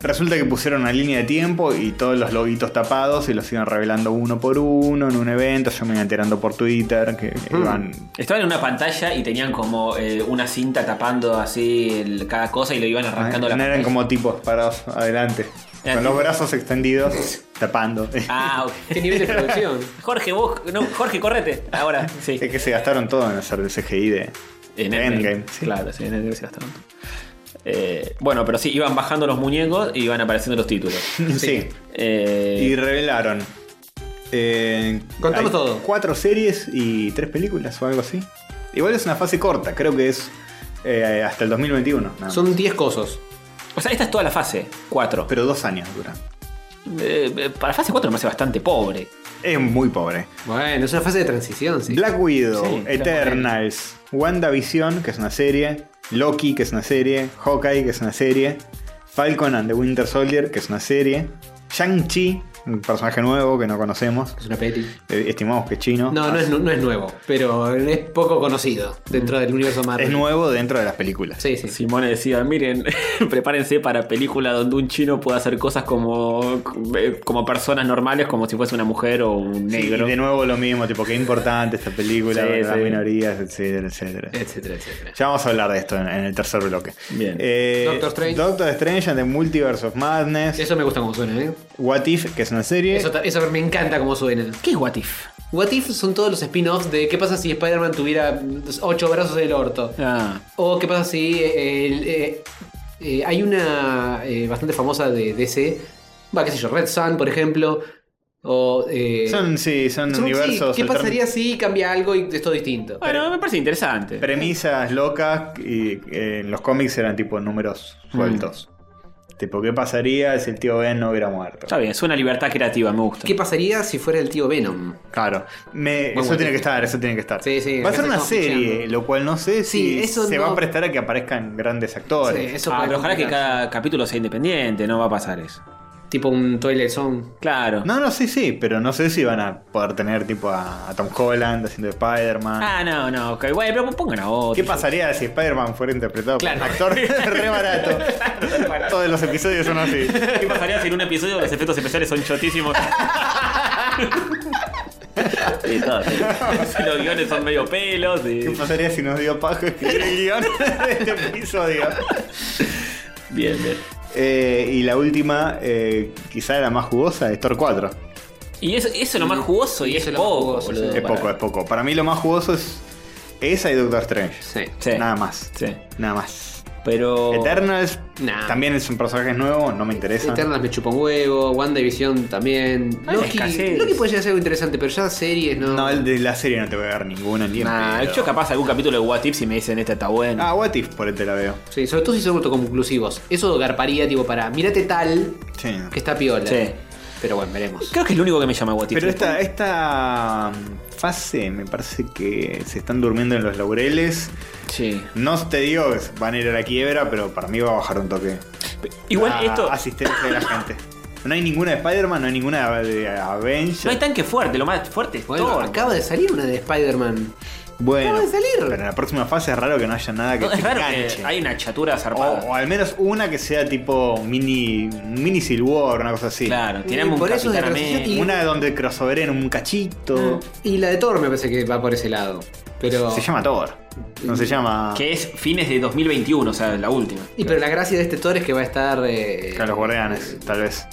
S2: resulta que pusieron una línea de tiempo y todos los loguitos tapados y los iban revelando uno por uno en un evento. Yo me iba enterando por Twitter que
S1: Hmm.
S2: iban
S1: Estaban en una pantalla y tenían como eh, una cinta tapando así el- cada cosa y lo iban arrancando
S2: Ah,
S1: la
S2: no eran
S1: pantalla.
S2: como tipos parados adelante.
S1: Era
S2: con los
S1: tipo-
S2: brazos extendidos, tapando.
S1: Ah, ok.
S3: ¿Qué Este nivel de producción?
S1: Jorge, vos. No, Jorge, correte. Ahora, sí.
S2: Es que se gastaron todo en hacer el CGI de
S1: En
S2: de
S1: Endgame.
S2: sí.
S1: Claro, sí, en Endgame se gastaron. Eh, bueno, pero sí, iban bajando los muñecos y iban apareciendo los títulos.
S2: Sí.
S1: Eh,
S2: Y revelaron. eh,
S3: Contalo
S2: hay
S3: todo.
S2: Cuatro series y tres películas o algo así. Igual es una fase corta, creo que es eh, hasta el 2021. nada más.
S3: Son 10 cosos.
S1: o sea, esta es toda la fase 4.
S2: Pero dos años dura.
S1: para fase 4 me hace bastante pobre.
S2: Es muy pobre.
S3: Bueno, es una fase de transición, sí.
S2: Black Widow,
S1: Sí, está
S2: Eternals, WandaVision, que es una serie, Loki, que es una serie, Hawkeye, que es una serie, Falcon and the Winter Soldier, que es una serie, Shang-Chi, un personaje nuevo que no conocemos,
S3: Es una peli.
S2: eh, estimamos que es chino.
S3: No, no es, nu- no es nuevo, pero es poco conocido dentro del universo Marvel.
S2: Es nuevo dentro de las películas.
S3: Sí, sí.
S1: Simone decía, miren, prepárense para película donde un chino pueda hacer cosas como, eh, como personas normales, como si fuese una mujer o un
S2: Sí,
S1: negro.
S2: y de nuevo lo mismo, tipo, qué importante esta película,
S1: Sí,
S2: para las
S1: sí. Eh.
S2: minorías, etcétera, etcétera.
S3: Etcétera, etcétera.
S2: Ya vamos a hablar de esto en, en el tercer bloque.
S1: Bien.
S2: Eh,
S3: Doctor Strange.
S2: Doctor Strange and the Multiverse of Madness.
S3: Eso me gusta como suena, ¿eh?
S2: What If, que es una serie.
S3: Eso, ta- eso me encanta como suena.
S1: ¿Qué es What If?
S3: What If son todos los spin-offs de qué pasa si Spider-Man tuviera ocho brazos del orto.
S1: Ah,
S3: O qué pasa si eh, el, eh, eh, hay una eh, bastante famosa de DC, va, qué sé yo, Red Sun, por ejemplo. O, eh,
S2: Son, sí, son,
S3: son- sí,
S2: universos.
S3: ¿Qué
S2: altern-
S3: pasaría si cambia algo y es todo distinto?
S1: bueno, me parece interesante.
S2: Premisas locas y eh, en los cómics eran tipo números
S1: Mm.
S2: sueltos. Tipo, ¿qué pasaría si el tío Ben no hubiera muerto?
S1: Está bien, es una libertad creativa, me gusta.
S3: ¿Qué pasaría si fuera el tío Venom?
S2: Claro. Me- eso
S3: Muy bueno.
S2: tiene que estar, eso tiene que estar.
S3: Sí, sí,
S2: va a ser
S3: eso
S2: una
S3: estamos
S2: serie,
S3: ficheando.
S2: lo cual no sé si
S3: Sí, eso
S2: se va
S3: no-
S2: a prestar a que aparezcan grandes
S3: Sí,
S2: actores.
S3: eso
S1: Ah,
S3: puede
S1: pero ojalá que
S3: complicar.
S1: cada capítulo sea independiente, no va a pasar eso.
S3: Tipo un Twilight Zone.
S1: Claro.
S2: No, no, sí, sí, pero no sé si van a poder tener tipo a, a Tom Holland haciendo de Spider-Man.
S1: Ah, no, no, ok, bueno, pero pues pongan a otro.
S2: ¿Qué pasaría si Spider-Man fuera interpretado por un actor re barato? Todos los episodios son así.
S1: ¿Qué pasaría si en un episodio los efectos especiales son chotísimos? Sí, todo, sí. Si los guiones son medio pelos. y-
S2: ¿Qué pasaría si nos dio paja escribir el guión de este episodio?
S1: Bien, bien.
S2: Eh, y la última, eh, quizá la más jugosa, es Thor 4.
S1: Y eso, eso es lo más jugoso y
S3: Eso
S1: es
S3: es lo más
S1: poco.
S3: jugoso,
S1: boludo,
S2: es
S1: para-
S2: poco, es poco. Para mí lo más jugoso es esa y Doctor Strange.
S3: Sí.
S1: Sí,
S2: Nada más.
S1: sí. Oh.
S2: Nada más.
S1: Pero.
S2: Eternals
S3: Nah.
S2: también es un personaje nuevo, no me interesa.
S3: Eternas me chupa un huevo, WandaVision también.
S1: Hay una
S3: Loki,
S1: escasez.
S3: Loki puede llegar a ser algo interesante, pero ya series no.
S2: No, el de la serie no te voy a ver ninguna ni en
S1: Nah,
S2: pedo.
S1: yo capaz algún capítulo de What If si me dicen esta está buena.
S2: Ah, What If, por ahí te la veo.
S3: Sí, sobre todo si son autoconclusivos. Eso garparía, tipo, para mirate tal
S2: Sí.
S3: que está piola.
S1: Sí.
S3: Pero bueno, veremos.
S1: Creo que es lo único que me llama What If.
S2: Pero eh. esta, esta mm, fase me parece que se están durmiendo en los laureles.
S1: Sí.
S2: No te digo que van a ir a la quiebra, pero para mí va a bajar un toque.
S1: Igual
S2: la
S1: esto.
S2: asistencia de la gente. No hay ninguna de Spider-Man, no hay ninguna de Avengers.
S1: No hay tanque fuerte, lo más fuerte es
S3: Bueno,
S1: Thor.
S3: acaba de salir una de Spider-Man.
S2: bueno,
S3: acaba de salir.
S2: pero en la próxima fase es raro que no haya nada que
S1: No, es
S2: te
S1: raro
S2: enganche.
S1: que hay una chatura
S2: o,
S1: zarpada.
S2: o al menos una que sea tipo mini mini Civil War, una cosa así.
S1: Claro,
S3: Y
S1: tenemos un
S3: por eso es
S1: Capitán
S3: de
S1: América.
S3: transición
S2: Una donde crossoveren un cachito.
S3: Y la de Thor me parece que va por ese lado.
S1: Mm.
S3: Pero.
S2: Ah. Se llama Thor. No se llama.
S1: Que es fines de 2021, o sea, la última.
S3: Y pero la gracia de este Thor es que va a estar. eh,
S2: Que a los guardianes, tal vez.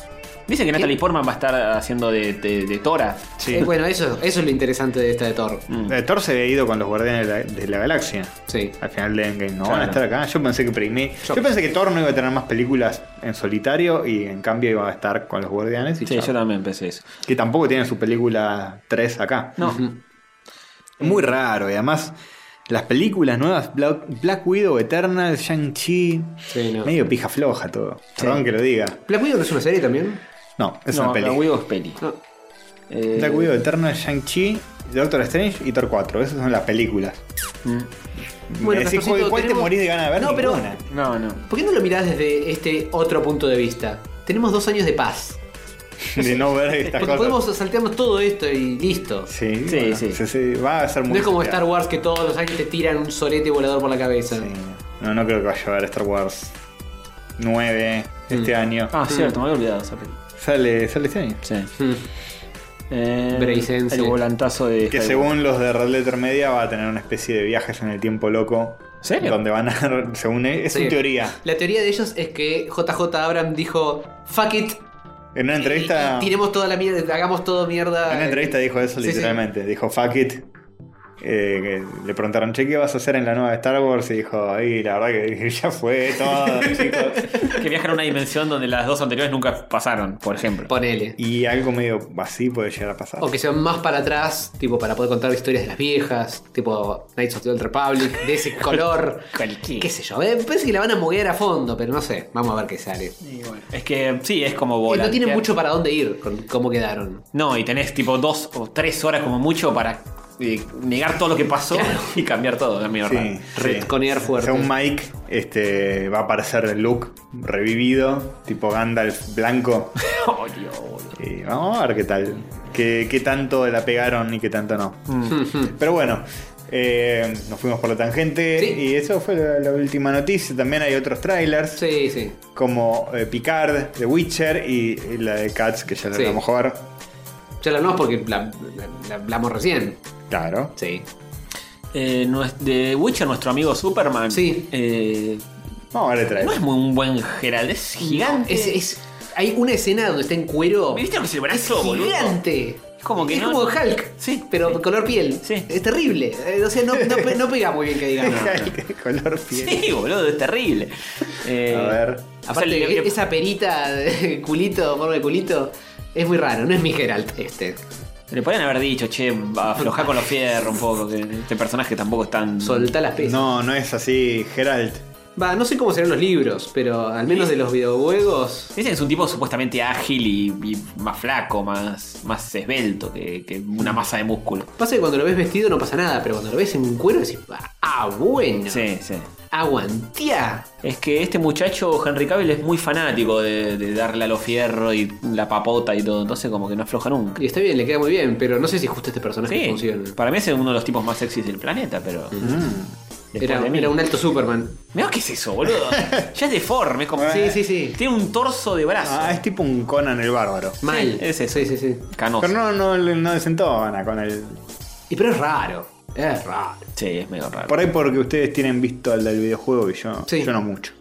S1: Dicen que Natalie Portman va a estar haciendo de, de- de Tora.
S2: Sí.
S3: eh, bueno, eso, eso es lo interesante de esta de Thor.
S1: Mm.
S2: Eh, Thor se había ido con los guardianes de la, de la galaxia.
S3: Sí.
S2: Al final de Endgame. No van
S1: Claro.
S2: a estar acá. Yo pensé que primé. Yo,
S3: Yo-
S2: pensé que Thor no iba a tener más películas en solitario y en cambio iba a estar con los guardianes. y
S1: Sí,
S2: chao.
S1: yo también pensé eso.
S2: Que tampoco tienen su película 3 acá.
S1: No.
S2: Muy raro. Y además, las películas nuevas, Black, Black Widow, Eternal, Shang-Chi.
S3: Sí, no.
S2: Medio pija floja todo. Perdón que lo diga.
S3: Black Widow no es una serie también.
S2: No, es
S1: no,
S2: una
S1: La
S2: película.
S1: Widow es peli.
S3: No.
S1: Eh,
S2: Black Widow, Eternal, Shang-Chi, Doctor Strange y Thor 4. Esas son las películas.
S1: Mm.
S3: Bueno,
S2: Me decís, ¿cuál,
S3: Castorcito,
S2: cuál te
S3: tenemos-
S2: morís de ganas de ver?
S3: No, pero-
S2: Ninguna.
S1: No, no.
S3: ¿Por qué no lo mirás desde este otro punto de vista? Tenemos dos años de paz.
S2: De no ver estas
S3: Porque
S2: cosas.
S3: podemos saltearnos todo esto y listo.
S2: Sí,
S1: Sí,
S2: bueno,
S1: sí.
S2: se- se- Va a ser muy.
S3: No es como Star eh.
S2: especial.
S3: Wars que todos los años te tiran un solete volador por la cabeza.
S2: Sí. No, no creo que vaya a ver Star Wars 9 este año.
S1: Ah, cierto, me había olvidado esa peli.
S2: Sale, sale este año.
S1: Sí.
S3: Mm.
S1: Eh,
S3: Breisense.
S1: el volantazo de.
S2: Que
S1: Skywalker.
S2: según los de Red Letter Media va a tener una especie de viajes en el tiempo loco.
S1: ¿En serio?
S2: Donde van a. Según es
S3: Sí.
S2: su teoría.
S3: La teoría de ellos es que JJ Abrams dijo, fuck it,
S2: En una entrevista.
S3: y- y tiremos toda la mierda, hagamos todo mierda. eh,
S2: En una entrevista dijo eso
S3: Sí, sí.
S2: literalmente. Dijo, fuck it. Eh, que le preguntaron, che, ¿qué vas a hacer en la nueva Star Wars? Y dijo, ay, la verdad que ya fue todo, chicos.
S1: Que viajan a una dimensión donde las dos anteriores nunca pasaron, por ejemplo.
S3: Ponele.
S2: Y algo medio así puede llegar a pasar.
S3: O que sean más para atrás, tipo para poder contar historias de las viejas, tipo Knights of the Old Republic, de ese color.
S1: Cualquiera.
S3: Qué sé yo, eh, parece que la van a moguear a fondo, pero no sé, vamos a ver qué sale.
S1: Es que sí, es como
S3: Eh,
S1: bola.
S3: no tienen mucho para dónde ir con cómo quedaron.
S1: No, y tenés tipo dos o tres horas como mucho para eh, negar todo lo que pasó y cambiar todo. Es medio raro.
S2: Sí, sí.
S3: Retconear fuerte.
S2: Según Mike, este, va a aparecer Luke revivido, tipo Gandalf blanco.
S1: Oh, Dios, boludo.
S2: Y vamos a ver qué tal. Qué, qué tanto la pegaron y qué tanto no. Pero bueno, eh, nos fuimos por la tangente.
S3: Sí.
S2: Y eso fue la, la última noticia. También hay otros trailers.
S3: Sí, sí.
S2: como eh, Picard, The Witcher y, y la de Cats, que ya la
S3: Sí.
S2: vamos a jugar.
S3: Ya la hablamos porque la, la- la hablamos recién.
S2: Claro.
S3: Sí.
S1: Eh, nues- de Witcher, nuestro amigo Superman.
S3: Sí.
S1: eh,
S2: Vamos a ver el
S1: no es
S2: trailer.
S1: muy un buen Geralt, es gigante.
S3: Es, es- hay una escena donde está en cuero.
S1: ¿Viste lo que es el
S3: Es
S1: brazo, boludo?
S3: gigante.
S1: Es como que
S3: es
S1: no-
S3: como Hulk,
S1: Sí.
S3: pero color piel.
S1: Sí.
S3: Es terrible. Eh, O sea, no, no pe- no pega muy bien que digamos.
S2: Qué color piel.
S1: Sí, boludo, es terrible. Eh,
S2: A ver.
S1: o sea,
S3: Aparte,
S1: le- le-
S3: esa perita, de culito, forma de culito, es muy raro. No es mi Geralt este.
S1: Le podrían haber dicho, che, aflojá con los fierros un poco, que este personaje tampoco es tan.
S3: Solta las pesas.
S2: No, no es así, Geralt.
S3: Va, no sé cómo serán los libros, pero al menos de los videojuegos.
S1: Dicen que es un tipo supuestamente ágil y, y más flaco, más, más esbelto que, que una masa de músculo.
S3: Pasa que cuando lo ves vestido no pasa nada, pero cuando lo ves en cuero decís, ah, bueno,
S1: Sí, sí.
S3: aguantía.
S1: Es que este muchacho, Henry Cavill, es muy fanático de, de darle a los fierros y la papota y todo. Entonces, como que no afloja nunca.
S3: Y está bien, le queda muy bien, pero no sé si justo este personaje
S1: Sí,
S3: funciona.
S1: para mí es uno de los tipos más sexys del planeta, pero. Mm. Después
S3: Era,
S1: de mí.
S3: era un alto Superman.
S1: Mirá qué es eso, boludo. ya es deforme, es como.
S3: Sí, sí, sí.
S1: Tiene un torso de brazo.
S2: Ah, es tipo un Conan el bárbaro.
S3: Mal.
S1: es eso.
S3: Sí, sí, sí.
S1: Canoso.
S2: Pero no, no, no desentona con el.
S3: Y pero es raro. Es raro.
S1: Sí, es medio raro.
S2: Por ahí porque ustedes tienen visto el del videojuego y yo,
S3: Sí.
S2: yo no mucho.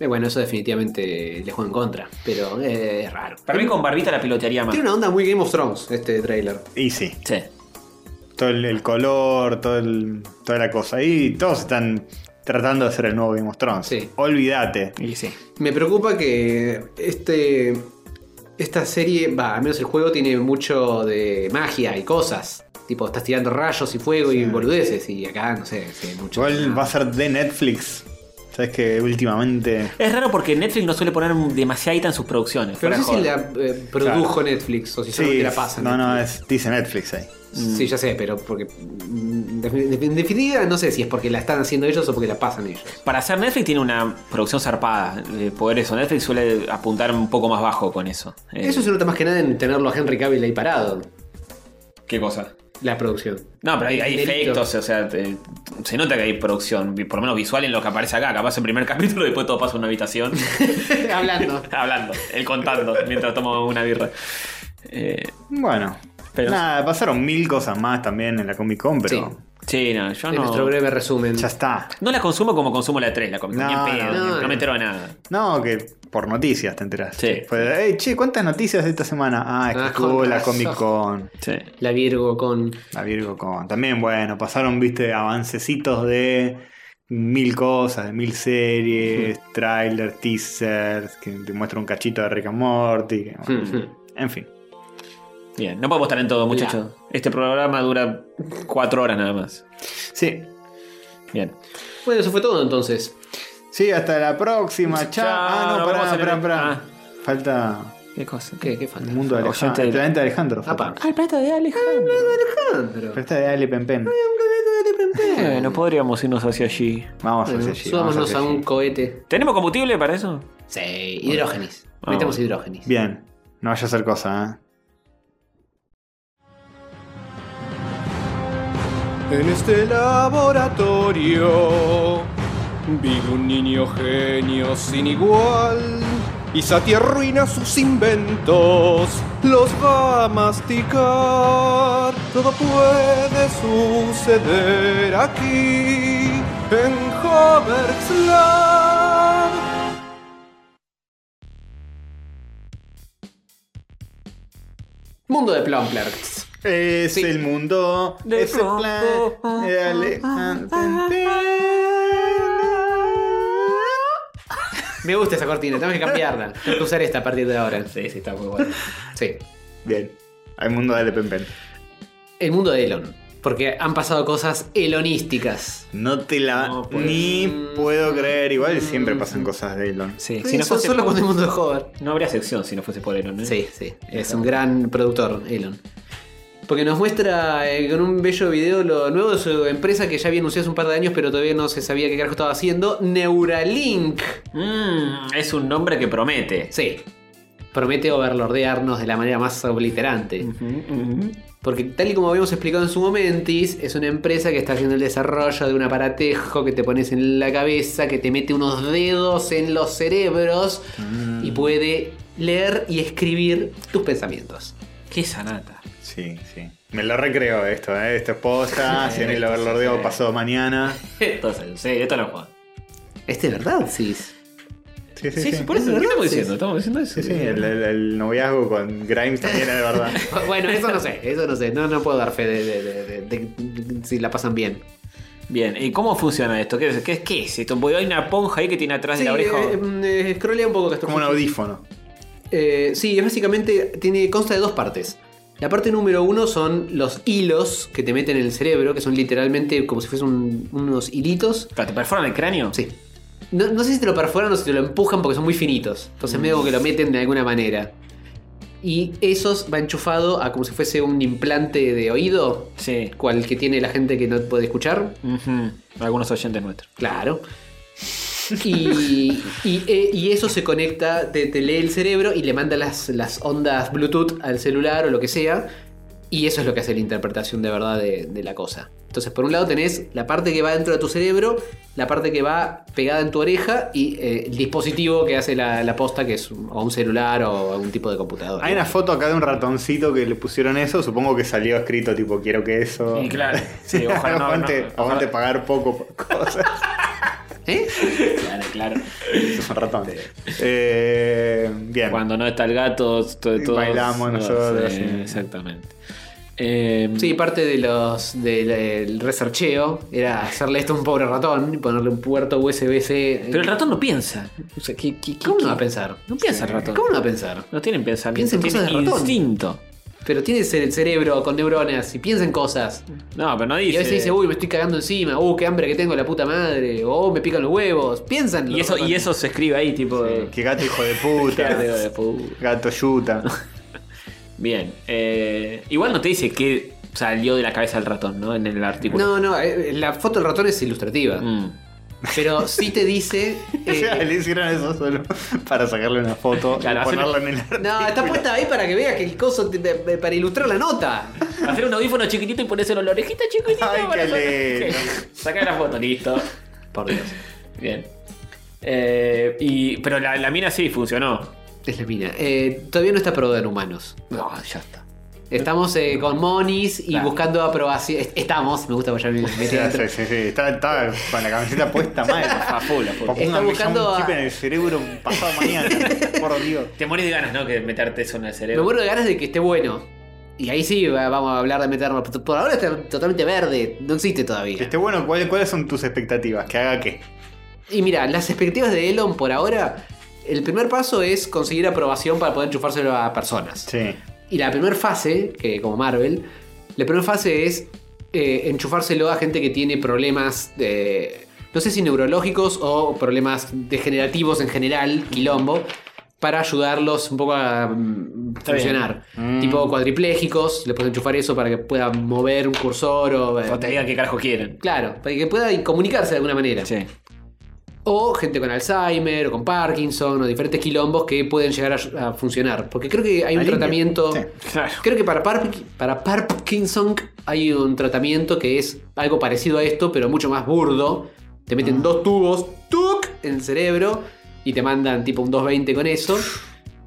S3: Eh, bueno, eso definitivamente le juego en contra, pero eh, es raro.
S1: Para mí con barbita la pilotearía más.
S3: Tiene una onda muy Game of Thrones este trailer.
S2: Y sí.
S1: Sí.
S2: Todo el, el color, todo el, toda la cosa. Y todos están tratando de hacer el nuevo Game of Thrones.
S3: Sí.
S2: Olvídate.
S1: Y sí.
S3: Me preocupa que este esta serie, va, al menos el juego tiene mucho de magia y cosas. Tipo, estás tirando rayos y fuego y boludeces y acá, no sé, sí, mucho.
S2: Igual va a ser de Netflix. Sabes que últimamente.
S1: Es raro porque Netflix no suele poner demasiadita en sus producciones. fuera
S3: Pero no sé si
S1: de joda.
S3: la eh, produjo Netflix o si solamente la pasan.
S2: No, no, es, dice Netflix ahí.
S3: Sí, ya sé, pero porque. mm, defi- En definitiva, no sé si es porque la están haciendo ellos o porque la pasan ellos.
S1: Para hacer Netflix tiene una producción zarpada de poder eso. Netflix suele apuntar un poco más bajo con eso. Eh,
S3: Eso se nota más que nada en tenerlo a Henry Cavill ahí parado,
S1: ¿Qué cosa?
S3: la producción.
S1: No, pero hay, hay
S3: Dinerito.
S1: efectos, o sea, te- se nota que hay producción, vi- por lo menos visual en lo que aparece acá. Capaz el primer capítulo y después todo pasa en una habitación
S3: Hablando.
S1: hablando, él contando mientras toma una birra. Eh,
S2: Bueno.
S1: Pero-
S2: Nada, pasaron mil cosas más también en la Comic Con, pero
S1: sí,
S3: Sí.
S1: no, yo
S3: en nuestro
S1: no.
S3: breve resumen.
S2: ya está.
S1: No la consumo como consumo la 3, la Comic Con,
S2: No,
S1: ni en pedo,
S3: no,
S1: ni-
S3: no.
S1: no me entero de nada.
S2: No, que por noticias te enterás.
S1: Sí.
S2: Fue, "Ey, che, ¿cuántas noticias de esta semana? Ah, es que
S3: Ah,
S2: estuvo
S3: con
S2: la
S3: razón.
S2: Comic Con,
S1: Sí.
S3: La Virgo con.
S2: la Virgo Con. También, bueno, pasaron, viste, avancecitos de mil cosas, de mil series, trailer, teasers, que te muestra un cachito de Rick and Morty. que, bueno, En fin.
S1: Bien, no podemos estar en todo, muchachos. Este programa dura 4 horas nada más.
S2: Sí.
S1: Bien.
S3: Bueno, eso fue todo entonces.
S2: Sí, hasta la próxima. Chao.
S1: Chao,
S2: Ah, no,
S1: nos
S2: pará,
S1: vemos en
S2: pará,
S1: el-
S2: pará.
S1: Ah.
S2: Falta
S1: ¿Qué cosa?
S3: ¿Qué, qué falta?
S2: el mundo de Alejandro.
S1: Oyente del-
S2: El planeta de Alejandro. falta.
S3: Apa.
S1: Ah, el planeta de Alejandro.
S3: Alejandro.
S2: Pero esta de Ale Pen Pen.
S1: Bueno, podríamos irnos hacia allí.
S2: Vamos a
S3: Bueno,
S2: hacer allí, vamos
S3: subámonos
S2: hacia
S3: a un
S2: allí.
S3: cohete.
S1: ¿Tenemos combustible para eso?
S3: Sí, hidrógenis.
S1: Ah,
S3: Metemos
S1: bueno.
S3: hidrógenis.
S2: Bien. No vaya a hacer cosa, ¿eh?
S10: En este laboratorio vive un niño genio sin igual. Y Sati arruina sus inventos, los va a masticar. Todo puede suceder aquí, en Hogwarts Lab.
S3: Mundo de Plumplers.
S2: Es
S3: Sí.
S2: el mundo.
S1: De
S2: es el plan de Alejandro Pen Pen.
S3: Me gusta esa cortina, tenemos que cambiarla. Tengo que usar esta a partir de ahora.
S1: Sí, sí, está muy bueno.
S3: Sí.
S2: Bien. Al mundo de Ale Pen Pen.
S3: El mundo de Elon. Porque han pasado cosas elonísticas.
S2: No te la.
S1: No, pues.
S2: Ni puedo creer. Igual siempre pasan cosas de Elon.
S1: Sí,
S3: Si no
S1: fuese
S3: solo
S1: por-
S3: con el mundo de Hover.
S1: No habría sección si no fuese por Elon, ¿eh?
S3: Sí, sí. Es un gran productor, Elon. Porque nos muestra eh, con un bello video lo nuevo de su empresa que ya había anunciado hace un par de años, pero todavía no se sabía qué carajo estaba haciendo. Neuralink.
S1: Mm, es un nombre que promete.
S3: Sí. Promete overlordearnos de la manera más obliterante. Porque tal y como habíamos explicado en su momentis, es una empresa que está haciendo el desarrollo de un aparatejo que te pones en la cabeza, que te mete unos dedos en los cerebros y puede leer y escribir tus pensamientos.
S1: Qué sanata.
S2: Sí, sí. Me lo recreo esto, ¿eh? Esta esposa. si en el overlordeo pasó mañana.
S1: Esto es en serio, esto lo juego.
S3: ¿Es de verdad, Sis?
S2: Sí, sí,
S1: Sí,
S2: sí.
S1: sí, por eso, ¿qué estamos diciendo? Estamos diciendo eso.
S2: Sí, sí, el, el- el noviazgo con Grimes también era de verdad.
S3: Bueno, eso no sé, eso no sé. No, no puedo dar fe de, de- de- de- de- de- si la pasan bien.
S1: Bien, ¿y cómo funciona esto? ¿Qué es, qué, es- qué es esto? Porque hay una ponja ahí que tiene atrás
S3: Sí,
S1: de la oreja.
S3: eh, eh, scrollea un poco, Castor.
S2: Como un audífono.
S3: Eh, sí, es básicamente tiene, consta de dos partes. La parte número uno son los hilos que te meten en el cerebro, que son literalmente como si fuesen un- unos hilitos.
S1: Claro, ¿Te perforan el cráneo?
S3: Sí. No, no sé si te lo perforan o si te lo empujan porque son muy finitos. Entonces medio como que lo meten de alguna manera. Y esos va enchufado a como si fuese un implante de oído,
S1: Sí.
S3: cual que tiene la gente que no puede escuchar.
S1: Ujú. Algunos oyentes nuestros.
S3: Claro. Y, y- e- y eso se conecta, te, te lee el cerebro y le manda las, las ondas Bluetooth al celular o lo que sea. Y eso es lo que hace la interpretación de verdad de, de la cosa. Entonces, por un lado tenés la parte que va dentro de tu cerebro, la parte que va pegada en tu oreja y eh, el dispositivo que hace la, la posta, que es un- o un celular o algún tipo de computadora.
S2: Hay una foto acá de un ratoncito que le pusieron eso, supongo que salió escrito tipo quiero que eso.
S1: Y claro, sí, ojalá no,
S2: aguante,
S1: no,
S2: aguante
S1: ojalá-
S2: pagar poco por cosas.
S3: ¿Eh?
S1: Claro, claro.
S2: es un ratón. Eh, bien.
S1: Cuando no está el gato, to-
S2: Y
S1: todos-
S2: bailamos nosotros,
S1: Sí,
S2: sí.
S1: Exactamente. Eh,
S3: Sí, parte de los del researcheo era hacerle esto a un pobre ratón y ponerle un puerto USB-C.
S1: Pero el ratón no piensa. O sea, ¿qué- qué- qué-
S3: ¿Cómo no va a
S1: qué?
S3: pensar?
S1: No piensa el ratón.
S3: ¿Cómo no va a pensar?
S1: No tienen
S3: Piensa
S1: pensamiento,
S3: en
S1: tienen
S3: cosas de ratón.
S1: instinto.
S3: Pero tiene cere- el cerebro con neuronas y piensa en cosas.
S1: No, pero no dice.
S3: Y a veces dice, uy, me estoy cagando encima, uh, qué hambre que tengo la puta madre, oh, me pican los huevos. Piensan
S1: Y eso, y eso se escribe ahí, tipo. de-
S2: Que gato hijo de puta.
S1: Dedo eh, de pu-
S2: gato yuta.
S1: Bien. eh, igual no te dice qué salió de la cabeza del ratón, ¿no? En el artículo.
S3: No, no, eh, la foto del ratón es ilustrativa.
S1: Mm.
S3: Pero sí te dice.
S2: O sea,
S3: eh,
S2: le hicieron eso solo para sacarle una foto
S1: Claro,
S2: y
S1: hacer-
S2: ponerla en el arte.
S3: no, está puesta ahí para que veas que el coso. te- te- te- para ilustrar la nota.
S1: Hacer un audífono chiquitito y ponérselo en la orejita chiquitita.
S2: Ay,
S1: para-
S2: qué lindo.
S1: Sí. Sacá la foto, listo. Por Dios. Bien. Eh, y, pero la, la mina sí funcionó.
S3: Es la mina. Eh, todavía no está aprobada en humanos.
S1: No, ya está.
S3: Estamos eh, con monis y
S1: Claro.
S3: buscando aprobación. Est- Estamos, me gusta apoyar
S2: Sí, sí, sí, sí. Está, está con la camiseta puesta mal.
S1: A full, a full.
S2: Póngame
S3: Está
S2: ya
S3: buscando
S2: un chip
S3: a-
S2: en el cerebro pasado mañana. Por Dios.
S1: Te morís de ganas, ¿no? Que meterte eso en el
S3: Me
S1: cerebro.
S3: muero de ganas de que esté bueno. Y ahí sí va- vamos a hablar de meternos. Por ahora está totalmente verde, no existe todavía.
S2: Que esté Este, bueno, ¿cuál- ¿cuáles son tus expectativas? ¿Que haga qué?
S3: Y mira, las expectativas de Elon por ahora, el primer paso es conseguir aprobación para poder enchufárselo a personas.
S2: Sí.
S3: Y la primera fase, que como Marvel, la primera fase es eh, enchufárselo a gente que tiene problemas, eh, no sé si neurológicos o problemas degenerativos en general, quilombo, para ayudarlos un poco a mm, funcionar. Tipo cuadriplégicos, le puedes enchufar eso para que puedan mover un cursor o... eh,
S1: O te digan qué carajo quieren.
S3: Claro, para que pueda comunicarse de alguna manera.
S1: Sí.
S3: O gente con Alzheimer, o con Parkinson, o diferentes quilombos que pueden llegar a, a funcionar. Porque creo que hay un
S2: Alivio.
S3: tratamiento.
S2: Sí,
S1: claro.
S3: Creo que para, Parp- para Parkinson hay un tratamiento que es algo parecido a esto, pero mucho más burdo. Te meten dos tubos, ¡tuc! en el cerebro y te mandan tipo un 220 con eso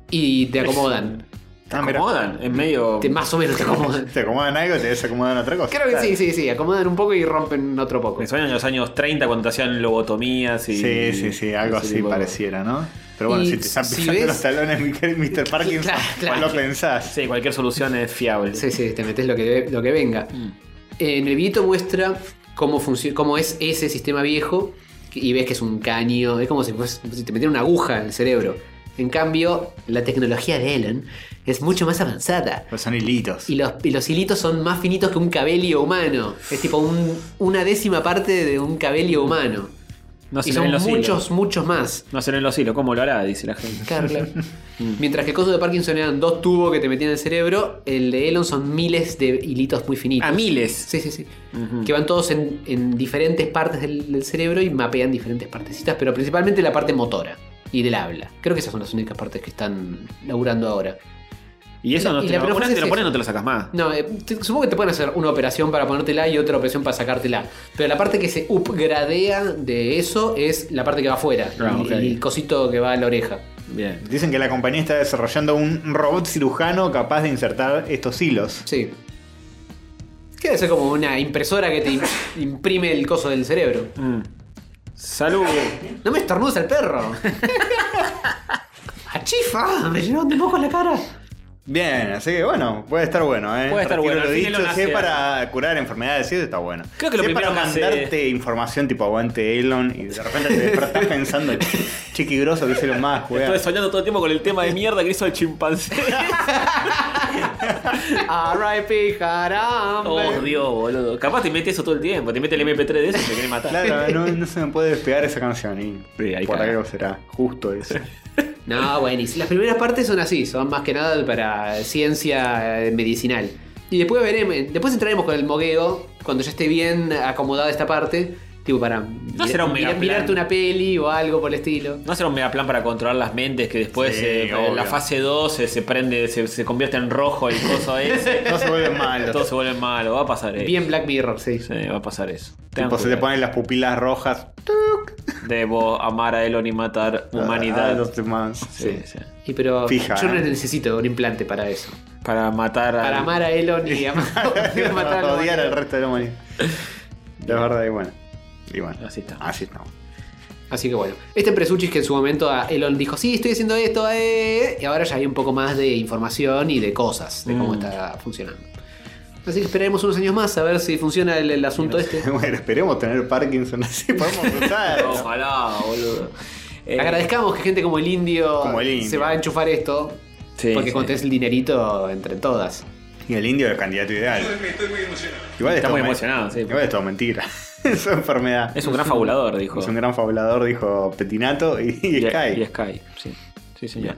S3: y te acomodan.
S1: Te
S2: Ah, mira.
S1: acomodan en medio.
S3: Te- más o menos te acomodan.
S2: Te acomodan algo, te desacomodan otra cosa.
S3: Creo que sí, sí, sí. Acomodan un poco y rompen otro poco.
S1: Me suenan los años 30 cuando te hacían lobotomías y.
S2: Sí, sí, sí, algo
S1: ese
S2: así
S1: tipo de-
S2: pareciera, ¿no? Pero bueno,
S3: Y
S2: si te están
S3: si
S2: pisando
S3: ves-
S2: los talones, Mr. Parkinson,
S3: Claro, claro.
S2: ¿cuál lo pensás?
S1: Sí, cualquier solución es fiable.
S3: Sí, sí, te metes lo que, lo que venga.
S1: Mm.
S3: En el videito muestra cómo, funcio- cómo es ese sistema viejo que- y ves que es un caño, es como si, fues- si te metieran una aguja en el cerebro. En cambio, la tecnología de Elon es mucho más avanzada.
S2: Pues son hilitos.
S3: Y los, y los hilitos son más finitos que un cabello humano. Es tipo un- una décima parte de un cabello humano.
S1: No
S3: y
S1: se le
S3: son
S1: ven los
S3: muchos,
S1: hilos.
S3: muchos más.
S1: No se ven los hilos, ¿cómo lo hará? Dice la gente.
S3: Claro, claro.
S1: Mm.
S3: Mientras que el coso de Parkinson eran dos tubos que te metían en el cerebro, el de Elon son miles de hilitos muy finitos.
S1: A miles.
S3: Sí, sí, sí. Que van todos en, en diferentes partes del, del cerebro y mapean diferentes partecitas, pero principalmente la parte motora y del habla. Creo que esas son las únicas partes que están laburando ahora.
S1: Y eso
S3: Y la-
S1: no
S3: y
S1: te
S3: la
S1: lo, una
S3: profunda
S1: vez te lo
S3: es
S1: pones,
S3: esa.
S1: no te lo sacas más.
S3: No, eh, te- supongo que te pueden hacer una operación para ponértela y otra operación para sacártela. Pero la parte que se upgradea de eso es la parte que va afuera,
S1: Ah,
S3: el-
S1: ok.
S3: el, cosito que va a la oreja.
S1: Bien.
S2: Dicen que la compañía está desarrollando un robot cirujano capaz de insertar estos hilos.
S3: Sí. Que debe ser como una impresora que te im- imprime el coso del cerebro.
S1: Mm. Salud.
S3: No me estornudes al perro. ¡Achifa! Me llenó de mocos la cara.
S2: Bien, así que bueno, puede estar bueno, ¿eh?
S1: Puede estar
S2: Retiro
S1: bueno,
S2: Lo
S1: al fin
S2: dicho,
S1: Elon
S2: si es
S1: hace-
S2: para curar enfermedades, sí, está bueno.
S1: Creo que lo
S2: Si es
S1: primero
S2: para
S1: que hace-
S2: mandarte información tipo aguante Elon y de repente te despertás pensando, chiqui grosso que hicieron más, weá.
S1: Estuve soñando todo el tiempo con el tema de mierda que hizo el chimpancé.
S3: R.I.P. Harambe.
S1: oh, Dios, boludo. Capaz te mete eso todo el tiempo. Te mete el MP3 de eso y te quiere matar.
S2: Claro, no, no se me puede despegar esa canción y
S1: Sí, ahí
S2: por
S1: caga.
S2: algo será justo eso.
S3: No, buenísimo. Las primeras partes son así, son más que nada para ciencia eh, medicinal. Y después veremos, después entraremos con el mogueo, cuando ya esté bien acomodada esta parte, tipo para mira-
S1: será un
S3: mira-
S1: megaplan.
S3: mirarte una peli o algo por el estilo.
S1: ¿No será un megaplan para controlar las mentes que después
S2: Sí,
S1: eh,
S2: obvio.
S1: la fase 2 se, se prende, se, se convierte en rojo el coso ese?
S2: No se vuelve malo.
S1: Todo se vuelve malo, va a pasar eso.
S3: Bien Black Mirror, sí.
S1: Sí, va a pasar eso. Tengan
S2: Tipo, se te
S1: cuidado.
S2: ponen las pupilas rojas.
S1: Debo amar a Elon y matar
S2: Ah,
S1: humanidad.
S2: los demás.
S1: sí,
S2: Sí.
S1: sí.
S3: Y pero
S2: Fija,
S3: yo no
S2: ¿eh?
S3: necesito un implante para eso.
S1: Para matar a.
S3: Para amar a Elon y amar, y matar a la
S2: odiar
S3: humanidad.
S2: al resto de la humanidad. La verdad, y bueno. Y bueno.
S1: Así está.
S2: Así estamos.
S3: Así que bueno, este presuchis que en su momento a Elon dijo, sí, estoy haciendo esto, eh", y ahora ya hay un poco más de información y de cosas, de cómo
S1: Mm.
S3: está funcionando. Así que esperaremos unos años más a ver si funciona el, el asunto este.
S2: Bueno, esperemos tener Parkinson así, podemos usar.
S1: Ojalá, boludo. Eh,
S3: Agradezcamos que gente como el indio,
S2: Como el indio.
S3: se va a enchufar esto,
S1: Sí,
S3: porque
S1: sí.
S3: cuando tenés el dinerito entre todas.
S2: Y el indio es el candidato ideal.
S8: Estoy muy emocionado.
S2: Igual es
S1: Está
S2: todo
S1: muy
S2: men-
S1: emocionado, sí.
S2: Igual es todo mentira. es una enfermedad.
S1: Es un gran fabulador, dijo.
S2: Es un gran fabulador, dijo Petinato y, y Sky.
S1: Y Sky, sí. Sí, señor.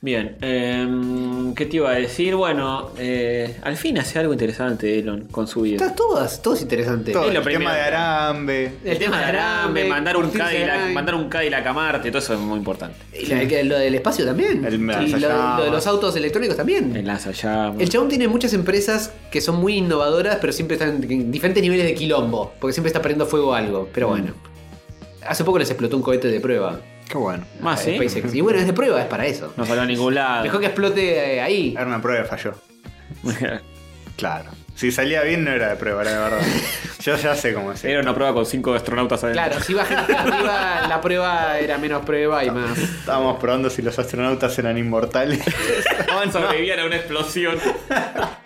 S1: Bien, em, ¿qué te iba a decir? Bueno, eh, al fin hace algo interesante Elon con su vida.
S3: Está todas, todo es interesante.
S1: Todo.
S2: Todo,
S1: lo
S2: el
S1: primero.
S2: tema de Arambe.
S3: El tema de Arambe,
S1: mandar un
S3: curtirse de
S1: Cadillac,
S3: Arambe.
S1: mandar un Cadillac a Marte, todo eso es muy importante.
S3: Y la- que- lo del espacio también.
S2: El-
S3: y lo,
S2: las llamas.
S3: lo de los autos electrónicos también.
S1: El allá.
S3: El chabón tiene muchas empresas que son muy innovadoras, pero siempre están en diferentes niveles de quilombo, porque siempre está prendiendo fuego algo.
S1: Mm.
S3: Pero bueno. Hace poco les explotó un cohete de prueba.
S2: Qué bueno.
S1: Más,
S3: a
S1: Ah, ¿sí?
S3: SpaceX. Y bueno, es de prueba, es para eso.
S1: No salió a ningún lado.
S3: Mejor que explote eh, ahí.
S2: Era una prueba y falló. Claro. Si salía bien no era de prueba, era de verdad. Yo ya sé cómo es.
S1: Era una prueba con cinco astronautas adentro.
S3: Claro, si iba gente arriba, la prueba era menos prueba y más.
S2: Estábamos probando si los astronautas eran inmortales.
S1: Sobrevivían a una explosión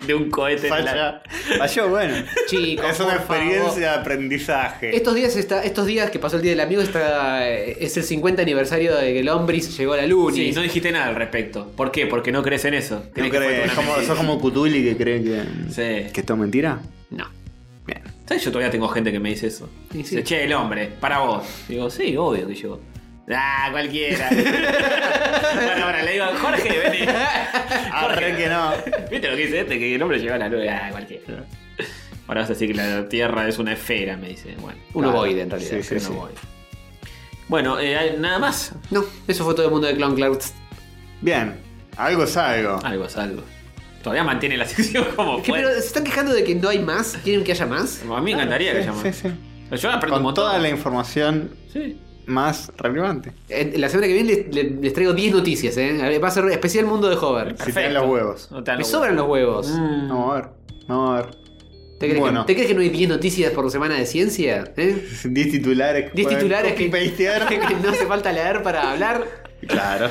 S1: de un cohete. en la-
S2: Falla. Falló, bueno.
S3: Chicos,
S2: Es una
S3: por favor.
S2: experiencia de aprendizaje.
S3: Estos días, está, estos días que pasó el Día del Amigo está, eh, es el 50 aniversario de que el Lombris llegó a la luna.
S1: Sí, no dijiste nada al respecto. ¿Por qué? Porque no crees en eso.
S2: No
S1: Crees que fue
S2: crees,
S1: una
S2: como-
S1: mentira.
S2: sos como Cutuli que cree que,
S1: Sí.
S2: que esto es mentira.
S1: No.
S2: Bien.
S1: ¿Sabes? Yo todavía tengo gente que me dice eso.
S3: Sí, sí.
S1: Dice, che, el hombre, para vos. Digo, sí, obvio que yo. Ah, cualquiera. bueno, ahora le digo, Jorge, vení.
S2: Arre Ah, que no.
S1: ¿Viste lo que dice este? Que el hombre llegó a la luz. Ah, cualquiera. Ahora vas a decir que la Tierra es una esfera, me dice. Bueno,
S3: Un
S1: nada.
S3: ovoide, en realidad.
S1: Sí, sí,
S2: Sí,
S1: un
S2: sí.
S1: ovoide. Bueno, eh, nada más.
S3: No, eso fue todo el mundo de Clown Clouds.
S2: Bien. Algo es algo.
S1: Algo es algo. Todavía mantiene la sección como
S3: ¿Qué,
S1: puede.
S3: pero se están quejando de que no hay más, quieren que haya más.
S1: A mí me encantaría que
S2: Sí,
S1: llamen.
S2: sí, sí.
S1: Yo aprendo un
S2: Con
S1: montón.
S2: toda la información
S1: Sí.
S2: más relevante.
S3: Eh, La semana que viene les, les- les traigo 10 noticias, ¿eh? A ver, Va a ser especial mundo de Hover.
S2: Si tienen los huevos.
S1: No te dan
S3: Me
S1: los
S3: sobran los huevos.
S1: Mm.
S2: Vamos a ver. Vamos a ver.
S3: ¿Te crees,
S2: Bueno.
S3: que, te crees que no hay 10 noticias por semana de ciencia? ¿Eh?
S2: 10 titulares.
S3: 10
S2: pueden
S3: titulares que,
S2: copy-pastear.
S3: que no hace falta leer para hablar.
S2: Claro.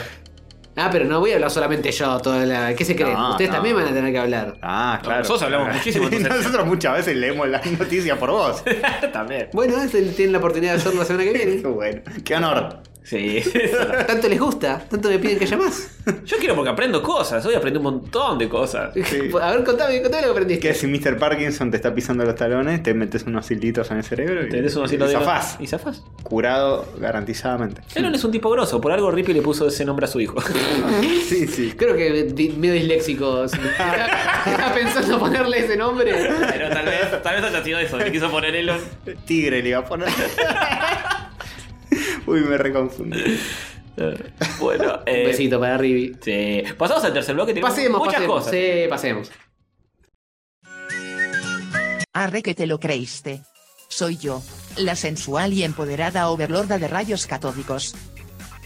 S3: Ah, pero no voy a hablar solamente yo. Toda la... ¿Qué se creen?
S2: No,
S3: Ustedes
S2: no.
S3: también van a tener que hablar.
S2: Ah, claro.
S1: Nosotros hablamos muchísimo, entonces.
S2: Nosotros muchas veces leemos las noticias por vos.
S1: También.
S3: Bueno, es el- tienen la oportunidad de hacerlo la semana que
S2: Qué
S3: viene.
S2: bueno. Qué honor.
S1: Sí.
S3: Tanto les gusta, tanto me piden que haya más.
S1: Yo quiero porque aprendo cosas. Hoy aprendí un montón de cosas.
S2: Sí.
S3: A ver, contame, contame lo que aprendiste.
S2: Que si Mr. Parkinson te está pisando los talones, te metes unos hilitos en el cerebro y,
S1: Tenés unos
S2: y
S1: hilos de-
S2: zafás.
S1: ¿Y zafás?
S2: Curado garantizadamente.
S1: Elon es un tipo grosso. Por algo Rippy le puso ese nombre a su hijo.
S2: Sí, sí.
S3: Creo que di- medio disléxico. Estaba pensando ponerle ese nombre.
S1: Pero tal vez, tal vez haya sido eso. Le quiso poner Elon.
S2: Tigre le iba a poner. Uy, me reconfundí.
S1: Eh, Bueno. eh,
S3: Un besito para Ribi.
S1: Sí. Pasamos al tercer bloque. Tenemos
S3: Pasemos,
S1: muchas
S3: pasemos.
S1: cosas.
S3: Sí, pasemos.
S11: Arre que te lo creíste. Soy yo, la sensual y empoderada overlorda de rayos catódicos.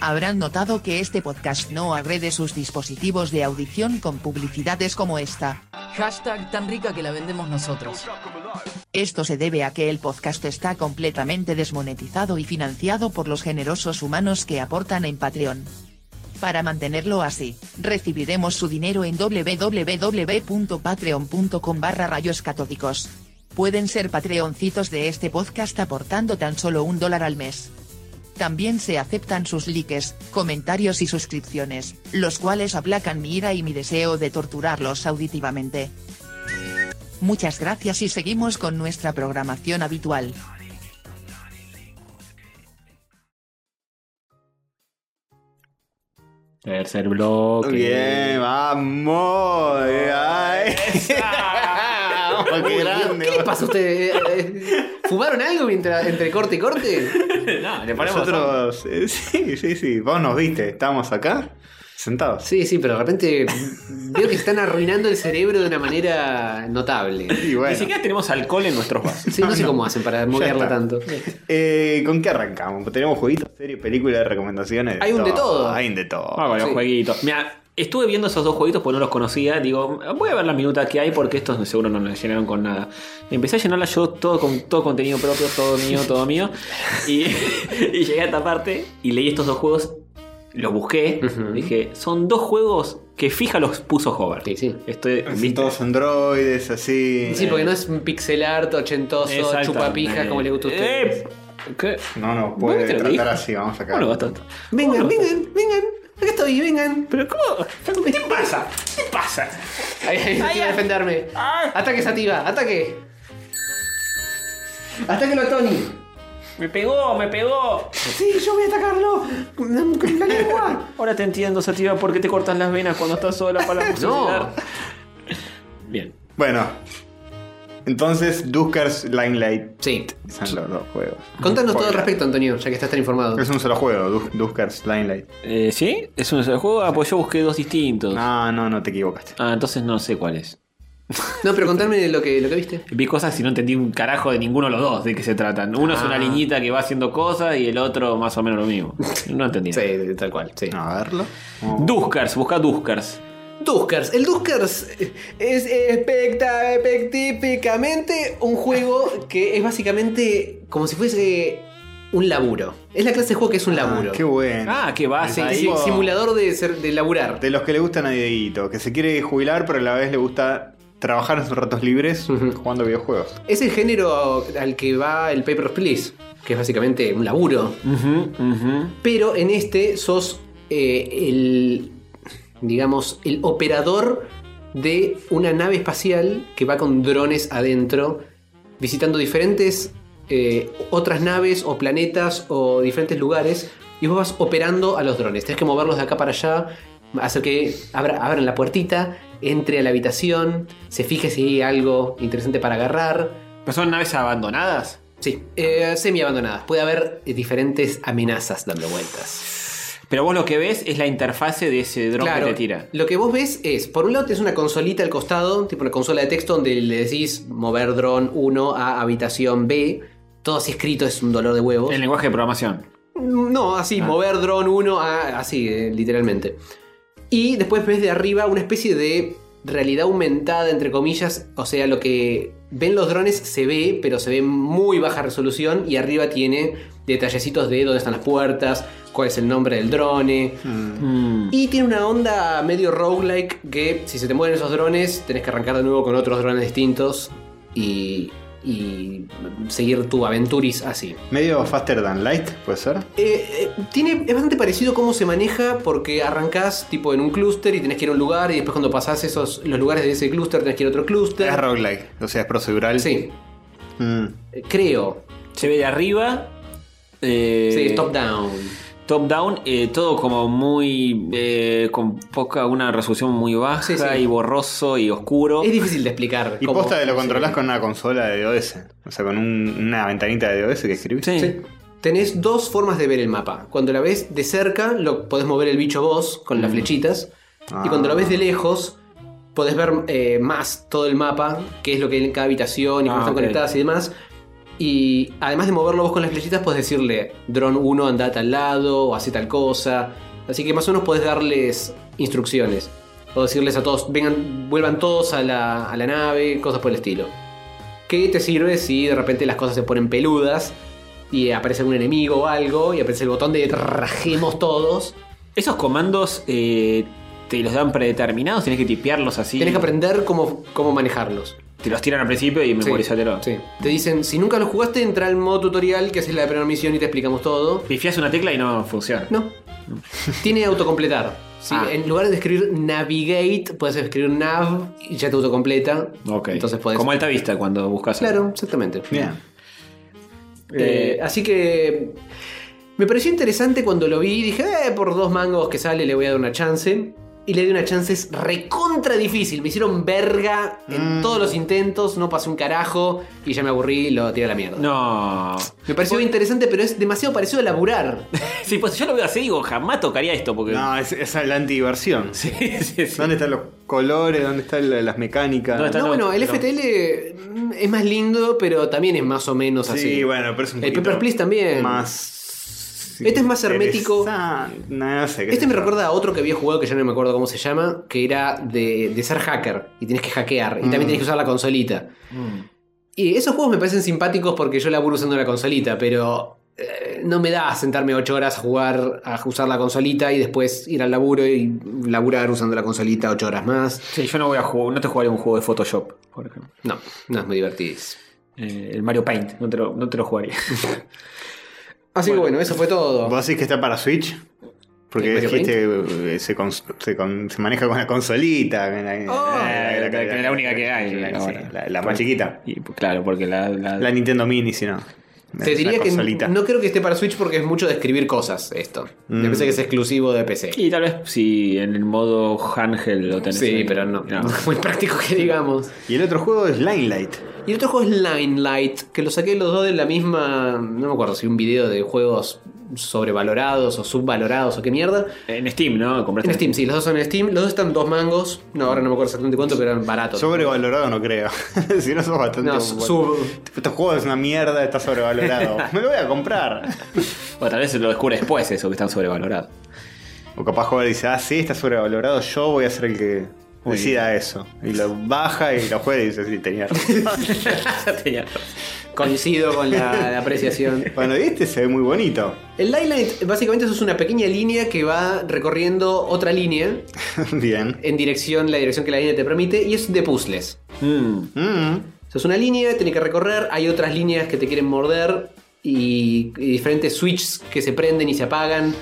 S11: Habrán notado que este podcast no agrede sus dispositivos de audición con publicidades como esta.
S12: Hashtag tan rica que la vendemos nosotros.
S11: Esto se debe a que el podcast está completamente desmonetizado y financiado por los generosos humanos que aportan en Patreon. Para mantenerlo así, recibiremos su dinero en www.patreon.com barra rayos catódicos. Pueden ser patreoncitos de este podcast aportando tan solo un dólar al mes. También se aceptan sus likes, comentarios y suscripciones, los cuales aplacan mi ira y mi deseo de torturarlos auditivamente. Muchas gracias y seguimos con nuestra programación habitual.
S1: Tercer bloque.
S2: Bien, vamos. Ay.
S1: Ah,
S2: Vamos, qué grande.
S3: ¿Qué les pasa a ustedes? Eh, eh, ¿Fumaron algo mientras, entre corte y corte?
S1: no, le ponemos.
S2: Nosotros, eh, sí, sí, sí. Vos nos viste, estábamos acá, sentados.
S3: Sí, sí, pero de repente veo que están arruinando el cerebro de una manera notable.
S2: Y bueno,
S1: Ni siquiera tenemos alcohol en nuestros vasos.
S3: Sí, no, sé cómo hacen para moverla
S2: está.
S3: tanto.
S2: eh, ¿con qué arrancamos? Tenemos jueguitos, series, películas, recomendaciones.
S3: Hay un de todo.
S2: Hay un de todo.
S1: Ah, bueno,
S3: Sí.
S1: jueguitos. Mira, estuve viendo esos dos jueguitos porque no los conocía. Digo, voy a ver las minutas que hay porque estos seguro no nos llenaron con nada. Empecé a llenarla yo todo con todo contenido propio, todo mío, todo mío. Y, y llegué a esta parte y leí estos dos juegos. Los busqué.
S3: Ujú.
S1: Dije, son dos juegos que fija los puso Hover.
S3: Sí, sí.
S1: Estoy
S2: Son
S1: ¿viste?
S2: todos androides, así.
S3: Sí, porque no es un pixel art ochentoso,
S1: Exactamente.
S3: chupapijas como le gusta a ustedes.
S1: Eh, ¿Qué?
S2: No nos
S1: ¿Vos
S2: puede
S1: viste lo que
S2: tratar
S1: dijo?
S2: así, vamos acá.
S1: Bueno, bastante.
S3: Vengan, vengan, vengan. Acá estoy, vengan.
S1: Pero ¿cómo? ¿Qué te pasa? ¿Qué te pasa?
S3: Ahí, ahí, Ah. no quiero defenderme. Ataque Sativa, ataque. Atáquelo a Tony.
S1: Me pegó, me pegó.
S3: Sí, yo voy a atacarlo con con la lengua.
S1: Ahora te entiendo, Sativa, por qué te cortas las venas cuando estás sola para la
S2: No.
S1: Bien.
S2: Bueno. Entonces, Duskars Limelight.
S3: Sí.
S2: Son los dos juegos.
S3: Contanos todo al
S2: Spoiler.
S3: respecto, Antonio, ya que estás tan informado.
S2: Es un solo juego, Dus- Duskars Limelight.
S1: Eh, ¿Sí? ¿Es un solo juego? Ah, pues yo busqué dos distintos.
S2: Ah, no, no te equivocaste.
S1: Ah, entonces no sé cuál es.
S3: No, pero contame lo que, lo que viste.
S1: Vi cosas y no entendí un carajo de ninguno de los dos de qué se tratan. Uno es
S3: Ah.
S1: una niñita que va haciendo cosas y el otro más o menos lo mismo. No entendí. sí,
S3: tal cual, sí.
S2: A verlo. Oh.
S1: Duskars, busca Duskars.
S3: Duskers. El Duskers es especta- espectíficamente un juego que es básicamente como si fuese un laburo. Es la clase de juego que es un laburo.
S2: Qué bueno.
S1: Ah, que va a ser
S3: Sí, simulador de, ser, de laburar.
S2: De los que le gustan a Dieguito, que se quiere jubilar, pero a la vez le gusta trabajar en sus ratos libres jugando videojuegos.
S3: Es el género al que va el Papers, Please, que es básicamente un laburo. Pero en este sos eh, el, digamos, el operador de una nave espacial que va con drones adentro, visitando diferentes eh, otras naves o planetas o diferentes lugares. Y vos vas operando a los drones. Tenés que moverlos de acá para allá, hacer que abra- abran la puertita, entre a la habitación, se fije si hay algo interesante para agarrar.
S1: ¿Pero son naves abandonadas?
S3: Sí, eh, semi-abandonadas. Puede haber eh, diferentes amenazas dando vueltas.
S1: Pero vos lo que ves es la interfase de ese dron
S3: Claro,
S1: que te tira.
S3: Lo que vos ves es, por un lado tenés una consolita al costado, tipo una consola de texto donde le decís mover dron 1 a habitación B. Todo así escrito es un dolor de huevos.
S1: El lenguaje de programación.
S3: No, así, mover dron 1 a- así, eh, literalmente. Y después ves de arriba una especie de realidad aumentada, entre comillas. O sea, lo que ven los drones se ve, pero se ve muy baja resolución. Y arriba tiene detallecitos de dónde están las puertas, cuál es el nombre del drone. Y tiene una onda medio roguelike que si se te mueren esos drones, tenés que arrancar de nuevo con otros drones distintos. Y, y seguir tu aventuris así.
S2: Medio Faster Than Light, puede ser.
S3: Eh, eh, tiene, es bastante parecido cómo se maneja porque arrancás tipo en un clúster y tenés que ir a un lugar y después cuando pasás esos, los lugares de ese clúster tenés que ir a otro clúster.
S2: Es roguelike, o sea, es procedural.
S3: Sí.
S2: Mm.
S3: Eh, Creo.
S1: Se ve de arriba. eh,
S3: Sí, top down.
S1: Top down, eh, todo como muy. eh, con poca. una resolución muy baja
S3: Sí, sí.
S1: y borroso y oscuro.
S3: Es difícil de explicar.
S2: oh. Y
S3: cómo-
S2: posta de lo
S3: sí.
S2: controlás con una consola de DOS. O sea, con un- una ventanita de DOS que escribís.
S1: Sí.
S3: Sí. Tenés dos formas de ver el mapa. Cuando la ves de cerca, lo podés mover el bicho vos con
S2: Mm.
S3: las flechitas. Y cuando lo ves
S1: Ah.
S3: de lejos, podés ver eh, más todo el mapa, qué es lo que hay en cada habitación y cómo
S1: Ah,
S3: están
S1: ok.
S3: conectadas y demás. Y además de moverlo vos con las flechitas, podés decirle, dron 1 anda a tal lado o hace tal cosa. Así que más o menos podés darles instrucciones. O decirles a todos, vengan, vuelvan todos a la, a la nave, cosas por el estilo. ¿Qué te sirve si de repente las cosas se ponen peludas y aparece algún enemigo o algo y aparece el botón de rajemos todos?
S1: Esos comandos eh, te los dan predeterminados, tienes que tipearlos así.
S3: Tienes que aprender cómo, cómo manejarlos.
S1: Te los tiran al principio y memorizatelo.
S3: Sí. Te dicen, si nunca lo jugaste, entra al modo tutorial que haces la primera misión y te explicamos todo.
S1: Pifias una tecla y no funciona.
S3: No. Tiene autocompletar. Sí,
S1: Ah.
S3: En lugar de escribir navigate, puedes escribir nav y ya te autocompleta.
S1: Ok.
S3: Entonces podés-
S1: Como alta vista cuando buscas.
S3: Claro, exactamente.
S2: Bien.
S3: Eh, así que me pareció interesante cuando lo vi. Dije, "Eh, por dos mangos que sale le voy a dar una chance. Y le di una chance es recontra difícil. Me hicieron verga en
S1: Mm.
S3: todos los intentos. No pasé un carajo y ya me aburrí y lo tiré a la mierda.
S1: No.
S3: Me pareció interesante, pero es demasiado parecido a laburar.
S1: Sí, pues yo lo veo así, digo, jamás tocaría esto porque.
S2: No, es, es la antidiversión. ¿Dónde están los colores? ¿Dónde están la- las mecánicas?
S1: ¿Dónde
S3: No, bueno, el FTL mm, es más lindo, pero también es más o menos
S2: Sí,
S3: así.
S2: bueno, pero es un
S3: El
S2: poquito
S3: Paper Please también.
S2: Más.
S3: Este es más hermético.
S2: interesante. No, no sé. qué
S3: Este
S2: sé
S3: me
S2: yo.
S3: recuerda a otro que había jugado que ya no me acuerdo cómo se llama, que era de, de ser hacker y tienes que hackear y también
S2: Mm.
S3: tienes que usar la consolita. Y esos juegos me parecen simpáticos porque yo laburo usando la consolita, pero eh, no me da sentarme ocho horas a jugar, a usar la consolita y después ir al laburo y laburar usando la consolita ocho horas más.
S1: Sí, yo no voy a jugar, no te jugaría un juego de Photoshop, por ejemplo.
S3: No, no es muy divertido.
S1: Eh, el Mario Paint, no te lo, no te lo jugaría.
S3: Así que bueno, eso fue todo.
S2: ¿Vos decís que está para Switch? Porque
S3: ¿El Mario
S2: dijiste eh, se, cons- se con- se maneja con la consolita. con la-
S1: Eh, la, la única que hay.
S2: sí,
S1: ahora.
S2: la- la más chiquita.
S1: Y, pues, claro, porque la, la-
S2: La Nintendo Mini, si no.
S3: Te
S2: Es
S3: diría
S2: una
S3: que
S2: consolita.
S3: no creo que esté para Switch porque es mucho de escribir cosas esto. Me
S1: Mm.
S3: parece que es exclusivo de PC.
S1: Y tal vez si en el modo Hangel lo tenés.
S3: Sí,
S1: en-
S3: pero no. Muy práctico que digamos.
S2: Y el otro juego es Limelight.
S3: Y el otro juego es Line Light, que lo saqué los dos de la misma. No me acuerdo si un video de juegos sobrevalorados o subvalorados o qué mierda.
S1: En Steam, ¿no? Compraste
S3: En Steam, sí, los dos son en Steam. Los dos están dos mangos. No, ahora no me acuerdo exactamente cuánto, pero eran baratos.
S2: Sobrevalorado no creo. si no sos bastante.
S3: No,
S2: bueno.
S3: sub-
S2: Este juego es una mierda, está sobrevalorado. Me lo voy a comprar.
S1: O tal vez lo descubre después eso que están sobrevalorados.
S2: O capaz jugar dice, ah, sí, está sobrevalorado, yo voy a ser el que decida eso. Y lo baja y lo juega y dice, sí, tenía razón.
S1: Tenía
S3: Coincido con la, la apreciación.
S2: bueno, y este se ve muy bonito.
S3: El Line Light, básicamente, eso es una pequeña línea que va recorriendo otra línea
S2: Bien.
S3: en dirección, la dirección que la línea te permite, y es de puzzles.
S1: Mm.
S2: Mm,
S3: O sea, es una línea, tiene que recorrer, hay otras líneas que te quieren morder y, y diferentes switches que se prenden y se apagan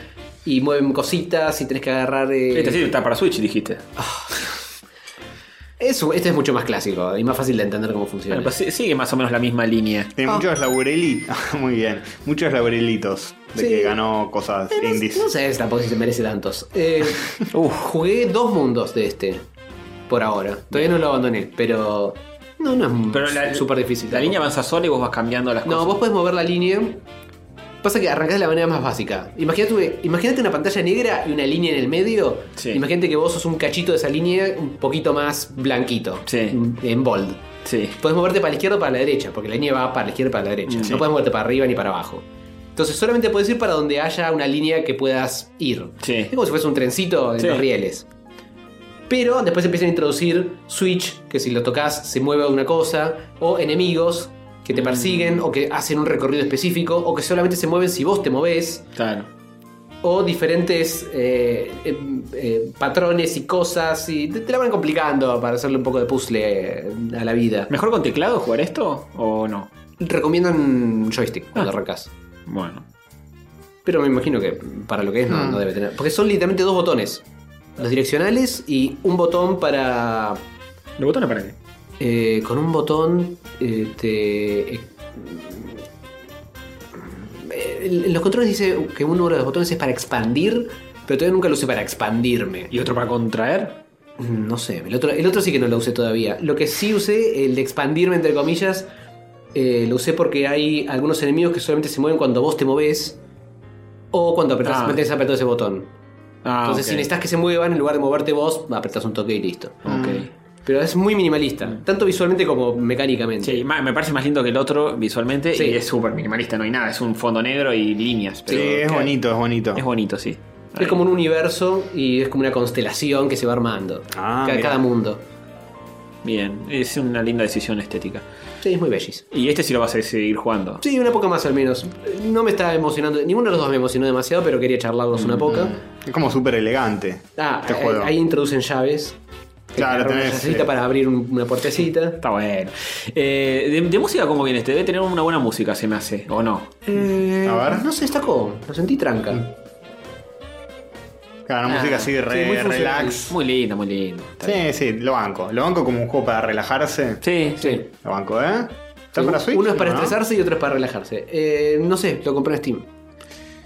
S3: y mueven cositas y tenés que agarrar... eh,
S1: Este sí está para Switch, dijiste.
S3: Ah, Es- este es mucho más clásico y más fácil de entender cómo funciona.
S1: Bueno, pues sí- sigue más o menos la misma línea.
S3: Oh.
S2: Tiene eh, muchos laurelitos. muy bien. Muchos laurelitos de
S3: Sí.
S2: que ganó cosas indies.
S3: No sé tampoco si se merece tantos. Eh, uf, jugué dos mundos de este por ahora. Todavía no lo abandoné, pero... No, no es
S1: Pero la-
S3: súper difícil.
S1: La línea avanza sola y vos vas cambiando las
S3: No,
S1: cosas.
S3: vos podés mover la línea. Pasa que arrancás de la manera más básica. Imagínate, imagínate una pantalla negra y una línea en el medio.
S1: Sí.
S3: Imagínate que vos sos un cachito de esa línea un poquito más blanquito.
S1: Sí.
S3: En bold.
S1: Sí.
S3: Podés moverte para la izquierda o para la derecha, porque la línea va para la izquierda o para la derecha.
S1: Sí.
S3: No podés moverte para arriba ni para abajo. Entonces solamente podés ir para donde haya una línea que puedas ir.
S1: Sí.
S3: Es como si fuese un trencito en
S1: Sí.
S3: los rieles. Pero después empiezan a introducir Switch, que si lo tocas se mueve una cosa, o enemigos que
S1: Mm.
S3: te persiguen, o que hacen un recorrido específico, o que solamente se mueven si vos te movés,
S1: Claro.
S3: o diferentes eh, eh, eh, patrones y cosas, y te, te la van complicando para hacerle un poco de puzzle eh, a la vida.
S1: ¿Mejor con teclado jugar esto o no?
S3: Recomiendan joystick
S1: Ah.
S3: cuando arrancas.
S1: Bueno.
S3: Pero me imagino que para lo que es no,
S1: Mm.
S3: no debe tener. Porque son literalmente dos botones. Los direccionales y un botón para.
S1: ¿Los botones para qué?
S3: Eh, con un botón eh, te. eh, en los controles dice que un número de los botones es para expandir, pero todavía nunca lo usé para expandirme.
S1: ¿Y otro para contraer?
S3: No sé, el otro, el otro sí que no lo usé todavía. Lo que sí usé, el de expandirme entre comillas, eh, lo usé porque hay algunos enemigos que solamente se mueven cuando vos te moves o cuando apretás,
S1: Ah.
S3: metés apretado ese botón.
S1: Ah,
S3: Entonces,
S1: ok.
S3: si necesitas que se muevan, en lugar de moverte vos, apretás un toque y listo. Mm.
S1: Ok. Mm.
S3: Pero es muy minimalista, tanto visualmente como mecánicamente.
S1: Sí, ma- me parece más lindo que el otro visualmente
S3: Eh, Sí.
S1: y es súper minimalista, no hay nada, es un fondo negro y líneas.
S2: Sí,
S1: Pero
S2: es
S1: que-
S2: bonito, es bonito.
S1: Es bonito, sí.
S3: Es como un universo y es como una constelación que se va armando.
S2: Ah,
S3: cada,
S2: mirá.
S3: cada mundo.
S1: Bien, es una linda decisión estética.
S3: Sí, es muy bellis.
S1: Y este sí lo vas a seguir jugando.
S3: Sí, una poca más al menos. No me está emocionando. Ninguno de los dos me emocionó demasiado, pero quería charlarlos una poca.
S2: Es como súper elegante.
S3: Ah,
S2: Mm. Este
S3: eh,
S2: juego.
S3: ahí introducen llaves.
S2: Claro,
S3: Agarrar una
S2: tenés,
S3: llavecita
S2: eh,
S3: para abrir un- una puertecita.
S1: Está bueno. Eh, de, de música cómo viene este? Debe tener una buena música, se me hace, ¿o no?
S3: Eh,
S2: A ver. Mm.
S3: No se destacó. Lo sentí tranca.
S2: Claro, una
S3: Ah,
S2: música así re-
S3: sí, muy funcional.
S2: relax.
S1: Muy lindo, muy lindo. Está bien.
S2: Sí, sí, lo banco. Lo banco como un juego para relajarse.
S1: Sí, sí.
S3: Sí.
S2: Lo banco, ¿eh? ¿Está
S3: Sí,
S2: para
S3: un-
S2: Switch?
S3: Uno es para
S2: ¿No?
S3: estresarse y otro es para relajarse. Eh, no sé, lo compré en Steam.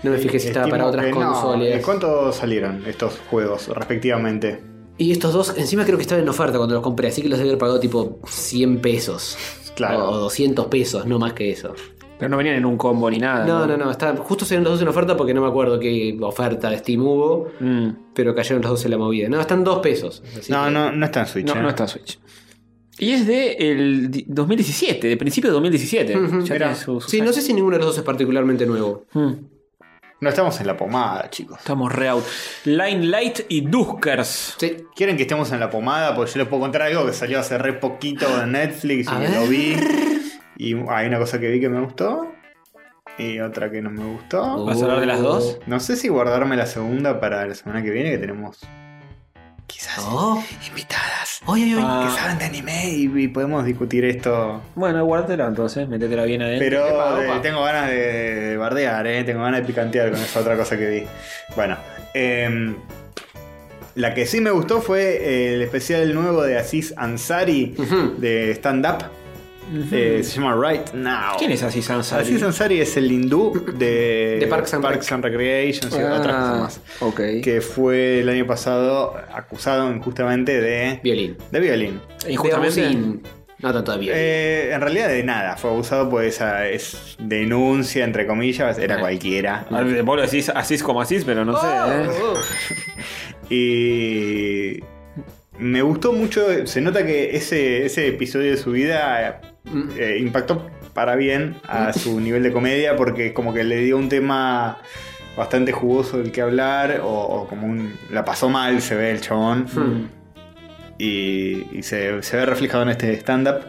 S3: No me fijé si estaba
S2: Eh, Estimo
S3: para otras
S2: que no.
S3: consolas.
S2: ¿Y cuánto salieron estos juegos respectivamente?
S3: Y estos dos, encima creo que estaban en oferta cuando los compré, así que los debe haber pagado tipo 100 pesos.
S2: Claro.
S3: O 200 pesos, no más que eso.
S1: Pero no venían en un combo ni nada.
S3: No, no, no, está, justo salieron los dos en oferta porque no me acuerdo qué oferta de Steam hubo,
S1: Mm.
S3: pero cayeron los dos en la movida. No, están dos pesos. así
S2: no,
S3: que-
S2: no, no está en Switch.
S1: No,
S2: ¿eh?
S1: no está en Switch. Y es de el di- 2017, de principio de 2017.
S3: Ujú.
S1: Ya
S2: Mirá.
S1: tiene su- su-
S3: Sí, no sé si ninguno de los dos es particularmente nuevo.
S1: Mm.
S2: No estamos en la pomada, chicos.
S1: Estamos re out. Line Light y Duskers.
S3: Sí,
S2: ¿Quieren que estemos en la pomada? Porque yo les puedo contar algo que salió hace re poquito en Netflix
S3: A
S2: y
S3: ver.
S2: lo vi. Y hay una cosa que vi que me gustó. Y otra que no me gustó.
S3: Uh.
S1: ¿Vas a hablar de las dos?
S2: No sé si guardarme la segunda para la semana que viene que tenemos. Quizás
S3: Oh,
S2: invitadas
S3: hoy, hoy, hoy.
S1: Ah.
S2: que saben de anime y, y podemos discutir esto.
S1: Bueno, guárdatela entonces, métetela bien adentro.
S2: Pero
S1: Epa,
S2: eh,
S1: opa.
S2: tengo ganas de, de bardear, eh, tengo ganas de picantear con esa otra cosa que vi. Bueno, em, la que sí eh, me gustó fue el especial nuevo de Aziz Ansari
S3: Ujú.
S2: de stand-up. Eh, se llama Right Now.
S1: ¿Quién es Aziz Ansari?
S2: Aziz Ansari es el hindú de,
S1: De Parks and
S2: Recreations y
S1: Ah,
S2: otras cosas más. Que fue el año pasado acusado injustamente de.
S3: Violín.
S2: De violín.
S3: Injustamente. De abusín. No tanto de violín.
S2: Eh, en realidad de nada. Fue abusado por esa es denuncia, entre comillas. Era cualquiera.
S1: Ah, Vos lo decís así como así, pero no sé. ¿eh?
S3: Oh.
S2: Y me gustó mucho, se nota que ese, ese episodio de su vida
S3: Mm.
S2: eh, impactó para bien a su nivel de comedia porque como que le dio un tema bastante jugoso del que hablar o, o como un, la pasó mal, se ve el chabón.
S3: Hmm.
S2: Y, y se, se ve reflejado en este stand-up.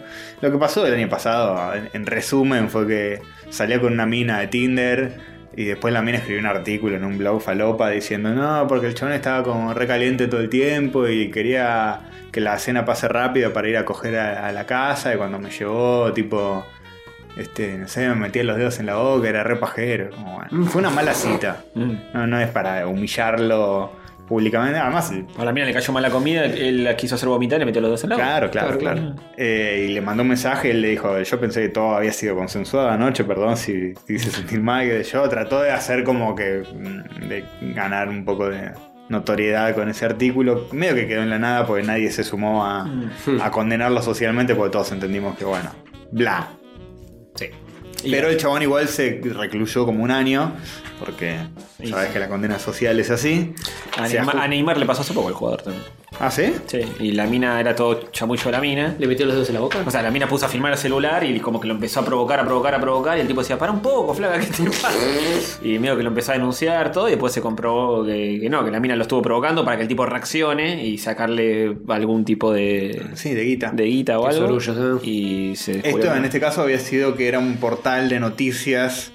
S2: Lo que pasó el año pasado, en, en resumen, fue que salió con una mina de Tinder y después la mina escribió un artículo en un blog falopa diciendo no, porque el chabón estaba como recaliente todo el tiempo y quería que la cena pase rápido para ir a coger a, a la casa y cuando me llevó, tipo, este, no sé, me metía los dedos en la boca, era re pajero. Como, bueno, Fue una mala cita.
S1: Mm.
S2: No, no es para humillarlo públicamente. Además,
S1: A la mina le cayó mal la comida, él la quiso hacer vomitar y le metió los dos en la boca.
S2: Claro, claro, claro. Eh, y le mandó un mensaje, él le dijo, yo pensé que todo había sido consensuado anoche, perdón si te hice sentir mal, que yo trató de hacer como que mm, de ganar un poco de notoriedad con ese artículo, medio que quedó en la nada porque nadie se sumó a,
S1: Mm.
S2: a condenarlo socialmente porque todos entendimos que bueno, bla.
S1: Sí.
S2: Pero el chabón igual se recluyó como un año, porque sabes que la condena social es así.
S1: A,
S2: Se
S1: Neymar,
S2: aju-
S1: a Neymar le pasó hace poco el jugador también.
S2: ¿Ah, sí?
S1: Sí, y la mina era todo chamullo de la mina.
S3: ¿Le metió los dedos en la boca?
S1: O sea, la mina puso a filmar el celular y como que lo empezó a provocar, a provocar, a provocar. Y el tipo decía, para un poco, flaca, ¿qué te pasa? Y medio que lo empezó a denunciar todo. Y después se comprobó que, que no, que la mina lo estuvo provocando para que el tipo reaccione y sacarle algún tipo de.
S2: Sí, de guita.
S1: De guita o
S2: De
S1: algo.
S3: sorullos,
S1: Y se descubrió
S2: Esto
S1: que-
S2: en este caso había sido que era un portal de noticias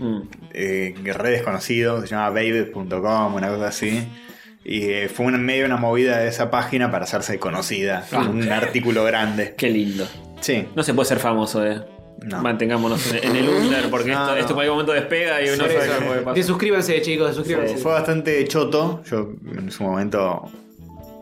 S1: Mm,
S2: eh, re desconocido, se llamaba baby.com, una cosa así. Y eh, fue una, medio una movida de esa página para hacerse conocida.
S1: Ah.
S2: Un artículo grande.
S1: Qué lindo.
S2: Sí.
S1: No se puede ser famoso, eh. Mantengámonos en, en el under porque
S2: No,
S1: esto,
S2: no.
S1: esto en cualquier momento despega y uno
S2: Sí,
S1: sabe
S2: sí.
S1: qué puede pasar.
S3: Desuscríbanse, chicos,
S2: Fue,
S3: desuscríbanse.
S2: fue bastante choto. Yo en su momento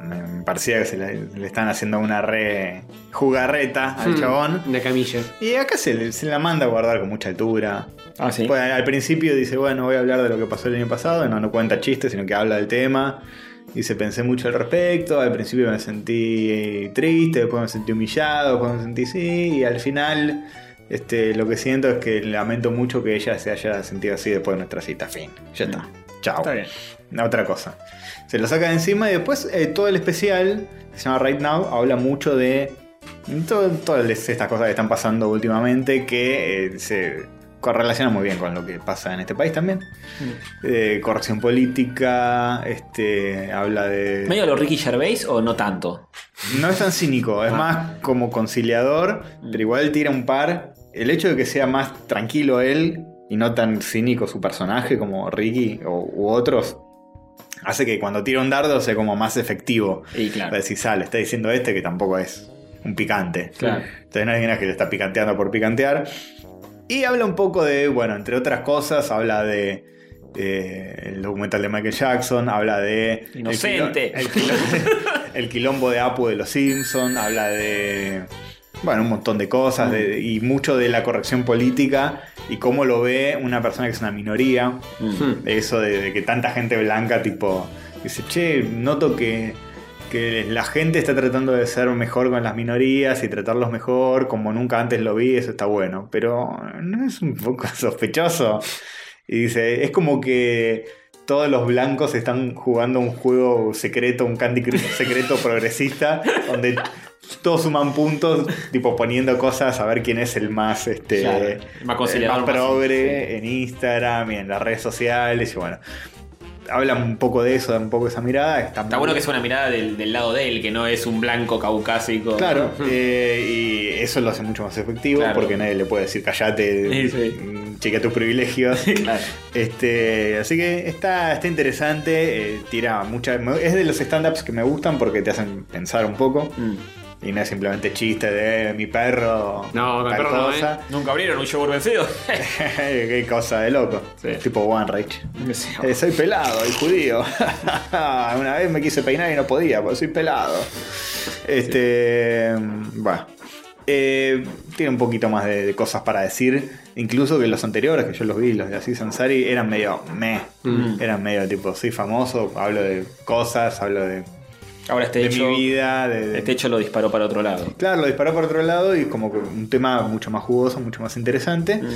S2: me, me parecía que se le, le estaban haciendo una re jugarreta al
S3: Hmm.
S2: chabón.
S3: De camilla.
S2: Y acá se, le- se la manda a guardar con mucha altura.
S1: Ah, sí.
S2: Bueno, Pues, al principio dice, bueno, voy a hablar de lo que pasó el año pasado. No, no cuenta chistes, sino que habla del tema. Dice, pensé mucho al respecto. Al principio me sentí eh, triste, después me sentí humillado, después me sentí sí. Y al final, este, lo que siento es que lamento mucho que ella se haya sentido así después de nuestra cita. Fin. Ya está. Chao.
S1: Mm. Está bien.
S2: Otra cosa. Se lo saca de encima y después eh, todo el especial, que se llama Right Now, habla mucho de mm, todo- todas estas cosas que están pasando últimamente que eh, se correlacionan muy bien con lo que pasa en este país también. Eh, corrección política, este habla de...
S1: ¿Medio lo Ricky Gervais o no tanto?
S2: No es tan cínico, es más como conciliador, pero igual tira un par. El hecho de que sea más tranquilo él y no tan cínico su personaje como Ricky o, u otros, hace que cuando tira un dardo sea como más efectivo.
S1: Y claro.
S2: Para decir, sale, está diciendo este que tampoco es un picante.
S1: Claro.
S2: Entonces no hay nada que le está picanteando por picantear. Y habla un poco de, bueno, entre otras cosas, habla de... eh, el documental de Michael Jackson habla de el
S1: Inocente.
S2: quilom- el quilom- el quilombo de Apu de los Simpson habla de bueno un montón de cosas de- y mucho de la corrección política y cómo lo ve una persona que es una minoría
S1: Mm.
S3: Hmm.
S2: de eso de, de que tanta gente blanca tipo dice che noto que que la gente está tratando de ser mejor con las minorías y tratarlos mejor como nunca antes lo vi eso está bueno pero no es un poco sospechoso y dice es como que todos los blancos están jugando un juego secreto, un Candy Crush secreto progresista, donde todos suman puntos, tipo poniendo cosas a ver quién es el más este
S1: Claro, el más conciliador,
S2: el Eh, más
S1: más-
S2: progre en Instagram y en las redes sociales y bueno. Hablan un poco de eso, dan un poco esa mirada. Está,
S1: Está bueno que sea una mirada del, del lado de él, que no es un blanco caucásico.
S2: Claro, eh, y eso lo hace mucho más efectivo
S1: Claro.
S2: porque nadie le puede decir callate,
S1: Sí, sí.
S2: mm, chequea tus privilegios. Este, así que está, está interesante, eh, tira mucha, me- es de los stand-ups que me gustan porque te hacen pensar un poco. Y no es simplemente chiste de "Eh, mi perro.
S1: Mm. No, eh".
S2: tal cosa.
S1: Nunca abrieron un yogur vencido.
S2: Qué cosa de loco. Tipo One Rage. Eh, soy pelado y judío. Una vez me quise peinar y no podía, porque soy pelado. Este. Bueno. eh, tiene un poquito más de, de cosas para decir. Incluso que los anteriores, que yo los vi, los de Así Sansari, eran medio meh.
S1: Mm.
S2: Eran medio tipo, soy famoso, hablo de cosas, hablo de.
S1: Ahora este
S2: de
S1: hecho-
S2: mi vida. De, de-
S1: Este hecho lo disparó para otro lado.
S2: Claro, lo disparó por otro lado y como que un tema mucho más jugoso, mucho más interesante.
S1: Mm.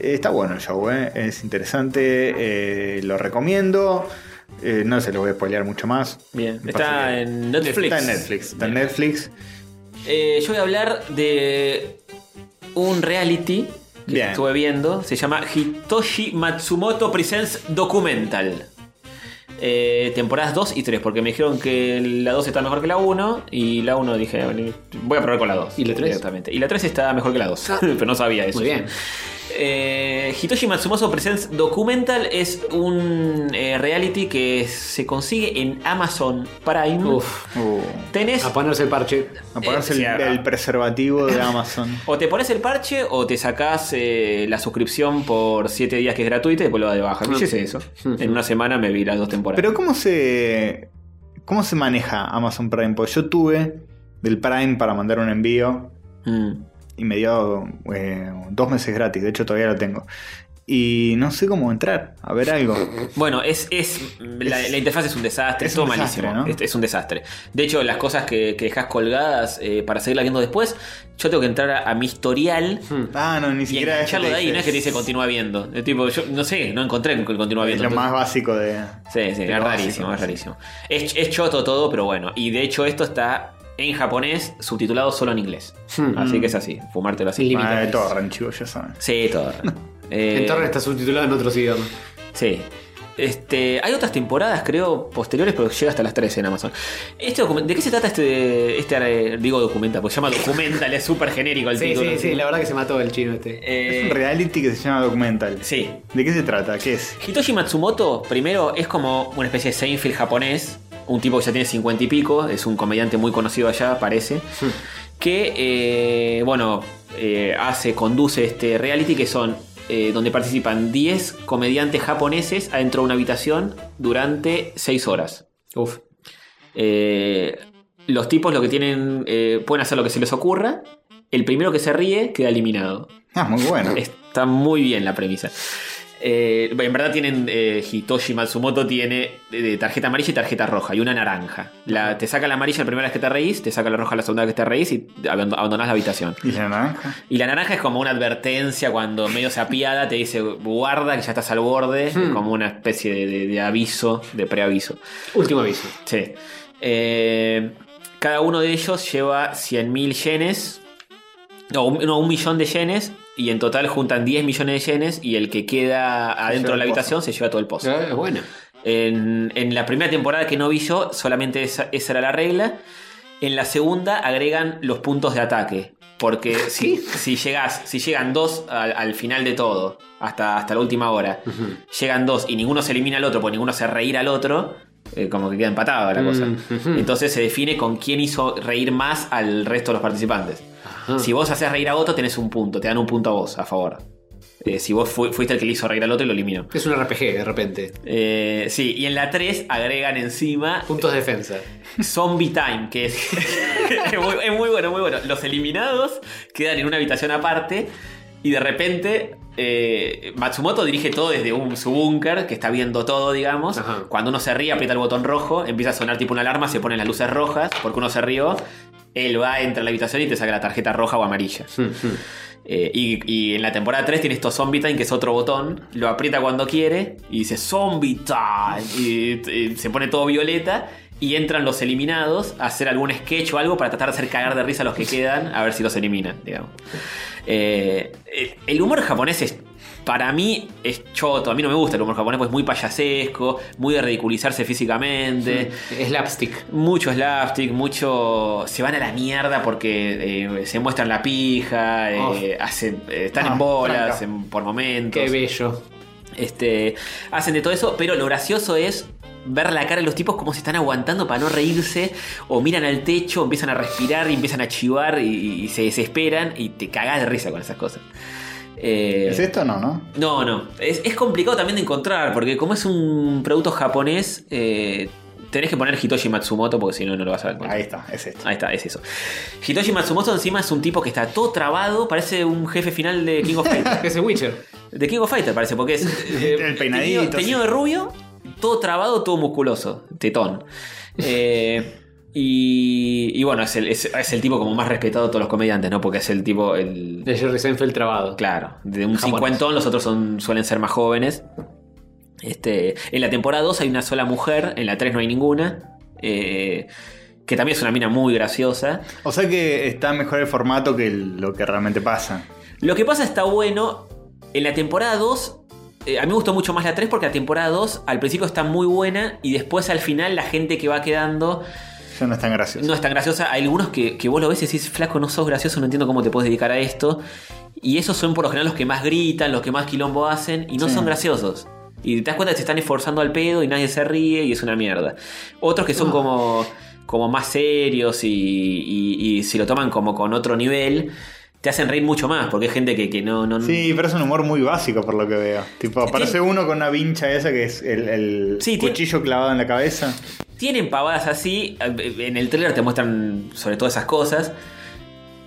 S2: Eh, está bueno el show, ¿eh? es interesante, eh, lo recomiendo. Eh, no se lo voy a spoilear mucho más.
S1: Bien.
S2: Me parece
S1: Está
S2: que-
S1: en Netflix.
S2: Está en Netflix. Está en Netflix.
S1: Eh, yo voy a hablar de un reality que
S2: Bien.
S1: estuve viendo. Se llama Hitoshi Matsumoto Presents Documental. Eh, temporadas 2 y 3, porque me dijeron que la 2 está mejor que la 1 y la 1 dije, "Bueno, voy a probar con la 2.
S3: ¿Y la tres? Ah.
S1: Directamente. Y la 3 está mejor que la 2, pero no sabía eso.
S3: Muy bien.
S1: Eh, Hitoshi Matsumoto Presents Documental es un eh, reality que se consigue en Amazon Prime.
S3: Uf.
S2: Uh,
S1: Tenés
S3: A ponerse el parche.
S2: a ponerse
S1: Eh,
S2: el-
S1: sí,
S2: el,
S1: a-
S2: preservativo de Amazon.
S1: O te pones el parche o te sacás eh, la suscripción por 7 días que es gratuita y después lo das de baja. Yo
S3: Ah.
S1: hice eso. En una semana me vi las dos temporadas.
S2: Mm. Pero ¿cómo se, ¿cómo se maneja Amazon Prime? Porque yo tuve del Prime para mandar un envío
S1: Mm.
S2: y me dio eh, dos meses gratis, de hecho todavía lo tengo. Y no sé cómo entrar, a ver algo.
S1: Bueno, es, es, la,
S2: Es-
S1: la interfaz es un desastre,
S2: es
S1: es todo
S2: un desastre,
S1: malísimo.
S2: ¿no?
S1: Es, es un desastre. De hecho, las cosas que, que dejas colgadas eh, para seguirla viendo después, yo tengo que entrar a, a mi historial
S3: Hmm.
S2: Ah, no, ni
S1: y
S2: siquiera eso
S1: engancharlo
S2: te
S1: de ahí.
S2: dice.
S1: No es que te dice continúa viendo. Es tipo, yo no sé, no encontré el continúa
S2: Es
S1: viendo.
S2: lo
S1: Entonces-
S2: más básico de...
S1: Sí, sí,
S2: Pero
S1: es
S2: básico,
S1: rarísimo, es
S2: sí.
S1: rarísimo. Es, es choto todo, pero bueno. Y de hecho esto está en japonés, subtitulado solo en inglés.
S3: Hmm.
S1: Así que es así, fumártelo así.
S3: Límite.
S2: Ah, de todo, ranchivo, ya saben.
S1: Sí, todo. Eh,
S3: En torre está subtitulado en otros idiomas.
S1: Sí. Este, hay otras temporadas, creo, posteriores, pero llega hasta las 13 en Amazon. Este document- ¿De qué se trata este, este eh, digo documenta? Porque se llama documental, es súper genérico el
S3: Sí,
S1: título.
S3: sí, sí, la verdad que se mató el chino este.
S1: Eh,
S2: Es un reality que se llama documental.
S1: sí.
S2: ¿De qué se trata? ¿Qué es?
S1: Hitoshi Matsumoto, primero, es como una especie de Seinfeld japonés. Un tipo que ya tiene cincuenta y pico, es un comediante muy conocido allá, parece. que, eh, bueno, eh, hace, conduce este reality que son. eh, donde participan 10 comediantes japoneses adentro de una habitación durante 6 horas.
S3: Uf.
S1: Eh, los tipos lo que tienen. eh, pueden hacer lo que se les ocurra. El primero que se ríe queda eliminado.
S2: Ah, muy bueno.
S1: Está muy bien la premisa. Eh, en verdad tienen eh, Hitoshi Matsumoto tiene eh, tarjeta amarilla y tarjeta roja y una naranja. La, te saca la amarilla la primera vez que te reís, te saca la roja la segunda vez que te reís y aband- abandonás la habitación.
S2: ¿Y la naranja?
S1: Y la naranja es como una advertencia cuando medio se apiada, te dice guarda que ya estás al borde,
S3: Hmm.
S1: como una especie de, de- de aviso, de preaviso.
S3: Último aviso.
S1: Sí. Eh, cada uno de ellos lleva 100.000 yenes. No un, no, un millón de yenes. Y en total juntan 10 millones de yenes. Y el que queda adentro
S2: lleva
S1: de
S2: el
S1: la habitación se lleva todo el pozo.
S3: Es bueno.
S1: En, en la primera temporada que no vi yo, solamente esa, esa era la regla. En la segunda agregan los puntos de ataque. Porque si, si llegas, si llegan dos al, al final de todo, hasta, hasta la última hora, llegan dos y ninguno se elimina al otro, porque ninguno se reír al otro, eh, como que queda empatado la cosa.
S3: Mm, ujú.
S1: Entonces se define con quién hizo reír más al resto de los participantes.
S3: Ajá.
S1: Si vos haces reír a otro, tenés un punto, te dan un punto a vos a favor. Eh, si vos fu- fuiste el que le hizo reír al otro, lo eliminó.
S3: Es un RPG de repente.
S1: Eh, sí, y en la 3 agregan encima
S3: Puntos de defensa.
S1: Zombie Time, que es, es, muy, es muy bueno, muy bueno. Los eliminados quedan en una habitación aparte y de repente eh, Matsumoto dirige todo desde un, su búnker, que está viendo todo, digamos.
S3: Ajá.
S1: Cuando uno se ríe, aprieta el botón rojo, empieza a sonar tipo una alarma, se ponen las luces rojas, porque uno se rió, él va, entra a la habitación y te saca la tarjeta roja o amarilla.
S3: Hmm,
S1: Eh, y, y en la temporada 3 tiene esto Zombie Time, que es otro botón. Lo aprieta cuando quiere y dice Zombie Time. Y, y se pone todo violeta. Y entran los eliminados a hacer algún sketch o algo para tratar de hacer cagar de risa a los que quedan, a ver si los eliminan, digamos. Eh, el- el humor japonés es. Para mí es choto, a mí no me gusta el humor japonés, pues es muy payasesco, muy de ridiculizarse físicamente.
S3: Eh, Slapstick.
S1: Mucho slapstick, mucho. Se van a la mierda porque eh, se muestran la pija, eh, hacen, eh, están
S2: Ah,
S1: en bolas
S2: tranca.
S1: en- por momentos.
S3: Qué bello.
S1: este, hacen de todo eso, pero lo gracioso es ver la cara de los tipos como se están aguantando para no reírse, o miran al techo, empiezan a respirar y empiezan a chivar y, y se desesperan y te cagás de risa con esas cosas. Eh,
S2: ¿Es esto o no, no?
S1: no, no. Es, es complicado también de encontrar, porque como es un producto japonés, eh, tenés que poner Hitoshi Matsumoto porque si no, no lo vas a encontrar. Ahí
S2: está, es
S1: Ahí está, es eso. Hitoshi Matsumoto encima es un tipo que está todo trabado, parece un jefe final de King of Fighters.
S3: Ese Witcher.
S1: De King of Fighters parece, porque es. eh,
S2: El peinadito,
S1: teñido-
S2: sí.
S1: Teñido de rubio, todo trabado, todo musculoso, tetón. Eh, Y, y bueno, es el, es, es el tipo como más respetado de todos los comediantes, ¿no? Porque es el tipo. El,
S3: de Jerry Seinfeld trabado.
S1: Claro, de un
S3: Japonés.
S1: cincuentón, los otros son, suelen ser más jóvenes. Este, en la temporada 2 hay una sola mujer, en la 3 no hay ninguna. eh, que también es una mina muy graciosa.
S2: O sea que está mejor el formato que el- lo que realmente pasa.
S1: Lo que pasa está bueno. En la temporada 2, eh, a mí me gustó mucho más la 3 porque la temporada 2 al principio está muy buena y después al final la gente que va quedando
S2: Ya no es tan gracioso.
S1: no es tan graciosa. Hay algunos que, que vos lo ves y decís, flaco, no sos gracioso, no entiendo cómo te puedes dedicar a esto. Y esos son por lo general los que más gritan, los que más quilombo hacen y no
S2: Sí.
S1: son graciosos. Y te das cuenta que se están esforzando al pedo y nadie se ríe y es una mierda. Otros que son como, como más serios y, y- y se lo toman como con otro nivel, te hacen reír mucho más porque hay gente que, que no, no...
S2: Sí, pero es un humor muy básico por lo que veo. Tipo, aparece uno con una vincha esa que es el, el cuchillo clavado en la cabeza.
S1: Tienen pavadas así. eh, En el trailer te muestran sobre todo esas cosas.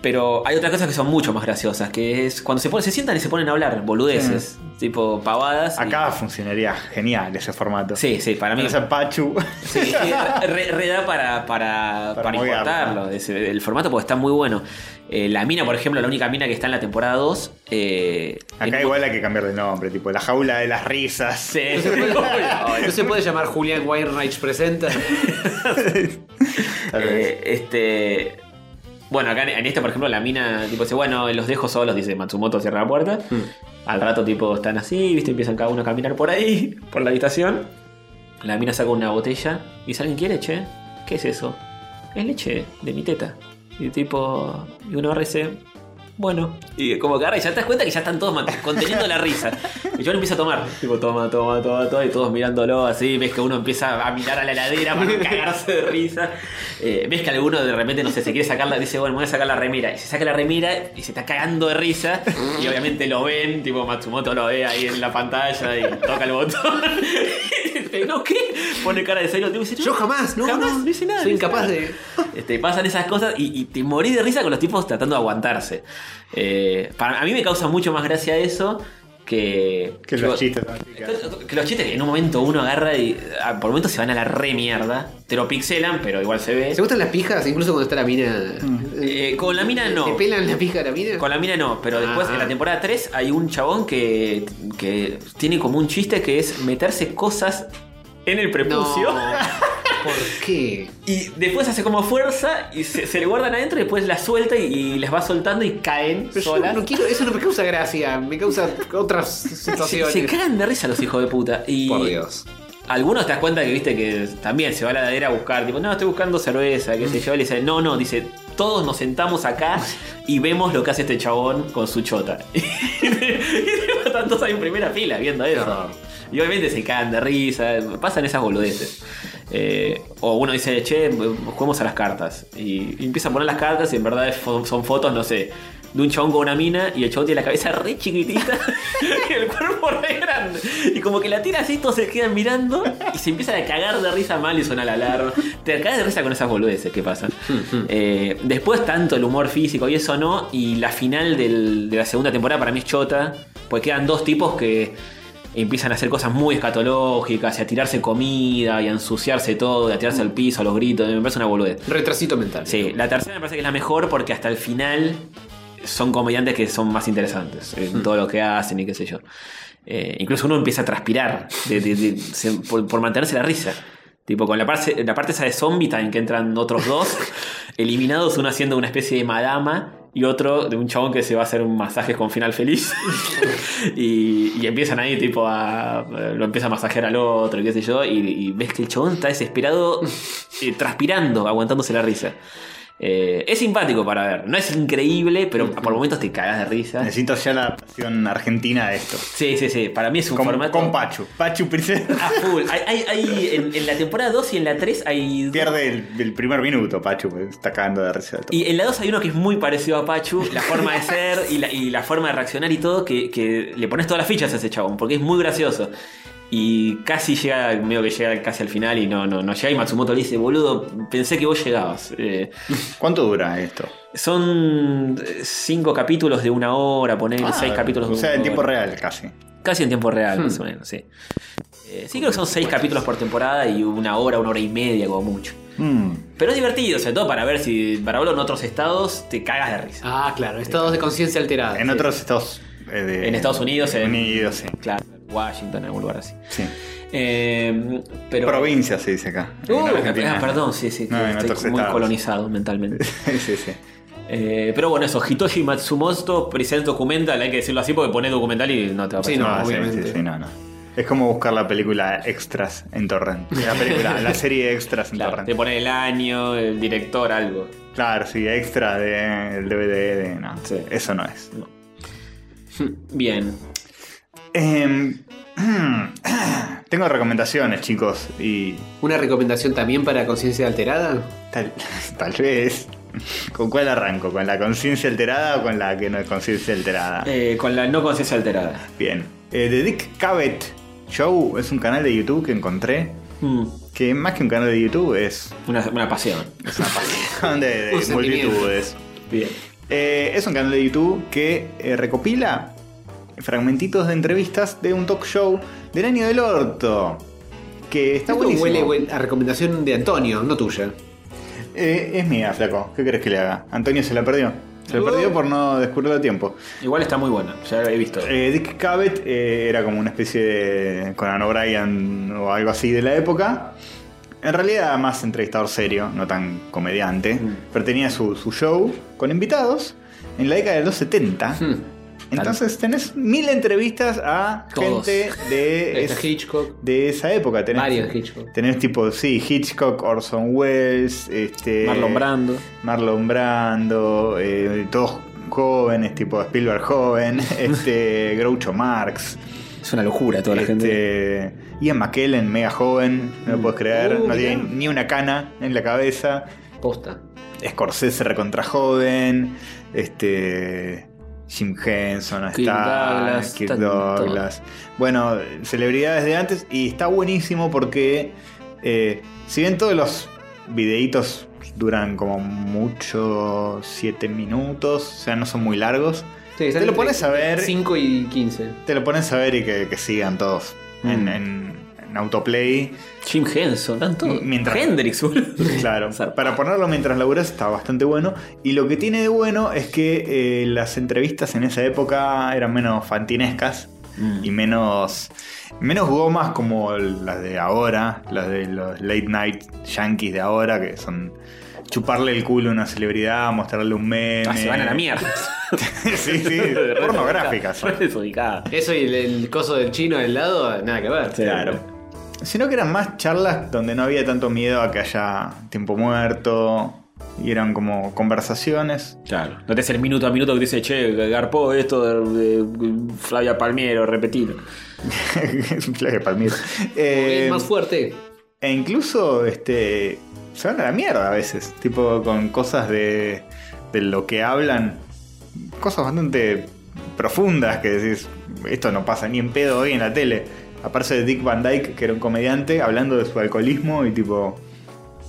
S1: Pero hay otras cosas que son mucho más graciosas. Que es cuando se, ponen, se sientan y se ponen a hablar, boludeces. Tipo pavadas.
S2: Acá funcionaría genial ese formato.
S1: Sí, sí, para mí.
S2: Esa Pachu.
S1: Sí, re- re, re da para, para, para
S2: moguear.
S1: importarlo. es- el formato porque está muy bueno. Eh, la mina, por ejemplo, la única mina que está en la temporada 2. eh,
S2: Acá igual hay que cambiar de nombre, tipo la jaula de las risas.
S1: Sí.
S3: No se puede, no se puede llamar Julián Weinreich presenta.
S1: Eh, este. Bueno, acá en, en esta, por ejemplo, la mina tipo dice, bueno, los dejo solos, dice Matsumoto, cierra la puerta. Al rato, tipo, están así, viste, empiezan cada uno a caminar por ahí, por la habitación. La mina saca una botella y dice, ¿alguien quiere, che? ¿Qué es eso? Es leche de mi teta. Y tipo, y uno dice, bueno. Y como que agarra y ya te das cuenta que ya están todos man- conteniendo la risa. Y yo lo empiezo a tomar. Tipo, toma, toma, toma, toma. Y todos mirándolo así. Ves que uno empieza a mirar a la heladera para cagarse de risa. Eh, ves que alguno de repente, no sé, se quiere sacar la. Dice, bueno, me voy a sacar la remera. Y se saca la remera y se está cagando de risa. Y obviamente lo ven. Tipo, Matsumoto lo ve ahí en la pantalla y toca el botón. Dice, ¿No qué? Pone cara de serio. el tipo dice,
S3: Yo jamás, no,
S1: jamás,
S3: no,
S1: no hice nada.
S3: soy
S1: no hice
S3: incapaz
S1: nada".
S3: de-
S1: Este, pasan esas cosas y, y te morís de risa con los tipos tratando de aguantarse. Eh, para, a mí me causa mucho más gracia eso que.
S2: Que
S1: tipo,
S2: los chistes. ¿no?
S1: que los chistes que en un momento uno agarra y ah, por momentos se van a la re mierda. Te lo pixelan, pero igual se ve.
S3: ¿Se gustan las pijas? Incluso cuando está la mina.
S1: Eh, con la mina
S3: ¿Te
S1: no.
S3: pelan la pija de la mina?
S1: Con la mina no, pero después
S3: Ah.
S1: en la temporada 3 hay un chabón que, que tiene como un chiste que es meterse cosas en el prepucio.
S3: ¿Por qué?
S1: Y después hace como fuerza y se, se le guardan adentro y después la suelta y, y las va soltando y caen
S3: Pero yo
S1: solas.
S3: no quiero, eso no me causa gracia, me causa otras
S1: se,
S3: situaciones.
S1: se cagan de risa los hijos de puta. Y
S3: Por Dios.
S1: Algunos te das cuenta que viste que también se va a la heladera a buscar, tipo, no, estoy buscando cerveza, qué sé yo. Y le dice, no, no, dice, todos nos sentamos acá y vemos lo que hace este chabón con su chota. y están todos ahí en primera fila viendo eso. Y obviamente se cagan de risa, pasan esas boludeces. Eh, o uno dice, che, juguemos a las cartas. Y, y empieza a poner las cartas y en verdad es- son fotos, no sé, de un chabón con una mina y el chabón tiene la cabeza re chiquitita y el cuerpo re grande. Y como que la tira así, todos se quedan mirando y se empiezan a cagar de risa mal y suena la alarma. Te cagas de risa con esas boludeces que pasan. Eh, después tanto el humor físico y eso no. Y la final del- de la segunda temporada para mí es chota. Porque quedan dos tipos que empiezan a hacer cosas muy escatológicas y a tirarse comida y a ensuciarse todo, y a tirarse al piso, a los gritos. Me parece una boludez.
S3: Retrasito mental.
S1: Sí, la tercera me parece que es la mejor porque hasta el final son comediantes que son más interesantes en todo lo que hacen y qué sé yo. Eh, incluso uno empieza a transpirar de- de- de- se- por, por mantenerse la risa. Tipo, con la parte, la parte esa de zombie time que entran otros dos, eliminados, uno haciendo una especie de madama y otro de un chabón que se va a hacer un masaje con final feliz. y, y empiezan ahí, tipo, a, eh, lo empieza a masajear al otro, y qué sé yo, y, y ves que el chabón está desesperado, eh, transpirando, aguantándose la risa. Eh, es simpático para ver, no es increíble, pero por momentos te cagas de risa.
S2: Necesito ya la adaptación argentina de esto.
S1: Sí, sí, sí, para mí es un
S2: Con,
S1: formato.
S2: con Pachu. Pachu Princesa.
S1: A full. Hay, hay- hay- en, en la temporada 2 y en la 3 hay.
S2: Pierde el, el primer minuto, Pachu. porque Está cagando de risa. de todo.
S1: Y en la 2 hay uno que es muy parecido a Pachu, la forma de ser y la, y la forma de reaccionar y todo, que, que le pones todas las fichas a ese chabón, porque es muy gracioso. Y casi llega, medio que llega casi al final y no, no, no llega. Y Matsumoto le dice, boludo, pensé que vos llegabas. Eh,
S2: ¿Cuánto dura esto?
S1: Son eh, cinco capítulos de una hora, poner
S2: Ah,
S1: seis capítulos de
S2: O sea,
S1: una
S2: en tiempo
S1: hora.
S2: real casi.
S1: Casi en tiempo real, más o menos, sí. Eh, sí, creo que son seis capítulos por temporada y una hora, una hora y media como mucho. Pero es divertido, sobre todo para ver si para verlo en otros estados te cagas de risa.
S3: Ah, claro, estados de conciencia alterada.
S1: Sí.
S2: En otros estados. eh, de-
S1: En Estados Unidos, en
S2: Unidos, sí.
S1: Claro, Washington, en algún lugar así.
S2: Sí.
S1: Eh, pero,
S2: Provincia se dice acá.
S1: Uh,
S2: En Argentina.
S1: ah, perdón, sí, sí,
S2: No, en
S1: estoy
S2: otros
S1: muy
S2: estados.
S1: colonizado mentalmente.
S2: sí, sí.
S1: Eh, pero bueno, eso, Hitoshi Matsumoto presenta documental, hay que decirlo así porque pone documental y no te va a
S2: Sí,
S1: aparecer
S2: no,
S1: nada.
S2: Ah, sí, sí, sí, no, no. Es como buscar la película Extras en Torrent. La película, la serie Extras en Torrent.
S1: Te pone el año, el director, algo.
S2: Claro, sí, extra de- del DVD de. No, eso no es.
S1: Bien.
S2: Em, tengo recomendaciones, chicos. Y.
S3: ¿Una recomendación también para conciencia alterada?
S2: Tal, tal vez. ¿Con cuál arranco? ¿Con la conciencia alterada o con la que no es conciencia alterada?
S1: Eh, con la no conciencia alterada.
S2: Bien. Eh, The Dick Cavett Show es un canal de YouTube que encontré.
S1: Mm.
S2: Que más que un canal de YouTube es.
S1: Una, una pasión.
S2: Es una pasión de, de
S1: Un sentimiento.
S2: multitudes.
S1: Bien.
S2: Eh, es un canal de YouTube que eh, recopila fragmentitos de entrevistas de un talk show del año del orto. Que está
S3: Esto
S2: buenísimo.
S3: huele buen- a recomendación de Antonio, no tuya.
S2: Eh, es mía, flaco. ¿Qué crees que le haga? Antonio se la perdió. Se
S3: Oh.
S2: la perdió por no descubrirlo a tiempo.
S1: Igual está muy buena, ya he visto.
S2: Eh, Dick Cavett eh, era como una especie de Conan O'Brien o algo así de la época. En realidad más entrevistador serio, no tan comediante.
S3: Mm.
S2: Pero tenía su, su show con invitados en la década de los 70.
S3: Hmm.
S2: Entonces tenés mil entrevistas a
S3: Todos.
S2: gente de,
S3: Está Hitchcock.
S2: de esa época. Tenés,
S3: Varios Hitchcock.
S2: Tenés tipo, sí, Hitchcock, Orson Welles, este,
S1: Marlon Brando.
S2: Marlon Brando, eh, todos jóvenes, tipo Spielberg joven, este, Groucho Marx.
S1: Es una locura toda la
S2: gente. Ian McKellen, mega joven, no lo puedes creer,
S3: Uh,
S2: no
S3: mirá.
S2: tiene ni una cana en la cabeza.
S3: Posta.
S2: Scorsese recontra joven, este Jim Henson
S1: Kirk
S2: está,
S1: Douglas,
S2: Kirk
S1: tanto.
S2: Douglas. Bueno, celebridades de antes y está buenísimo porque eh, si bien todos los videitos duran como mucho 7 minutos, o sea, no son muy largos, te lo pones a ver
S3: 5 y 15.
S2: te lo pones a ver y que, que sigan todos en, en- en autoplay.
S1: Jim Henson, tanto.
S2: Mientras,
S1: Hendrix, boludo.
S2: Claro, para ponerlo mientras laburas está bastante bueno. Y lo que tiene de bueno es que eh, las entrevistas en esa época eran menos fantinescas
S1: Mm.
S2: y menos, menos gomas como las de ahora, las de los late night yankees de ahora, que son chuparle el culo a una celebridad, mostrarle un meme.
S1: Ah, se van a la mierda.
S2: sí, sí, pornográficas.
S1: Re desubicada.
S3: Eso y el, el coso del chino del lado, nada que ver.
S2: Claro. Sino que eran más charlas donde no había tanto miedo a que haya tiempo muerto. Y eran como conversaciones.
S1: Claro. No te es el minuto a minuto que te dice, che, garpó esto de, de Flavia Palmiero, repetido.
S2: es un flash de Palmiro. Eh,
S3: más fuerte.
S2: E incluso este, se van a la mierda a veces. Tipo con cosas de, de lo que hablan. Cosas bastante profundas que decís, esto no pasa ni en pedo hoy en la tele. Aparece Dick Van Dyke, que era un comediante, hablando de su alcoholismo y tipo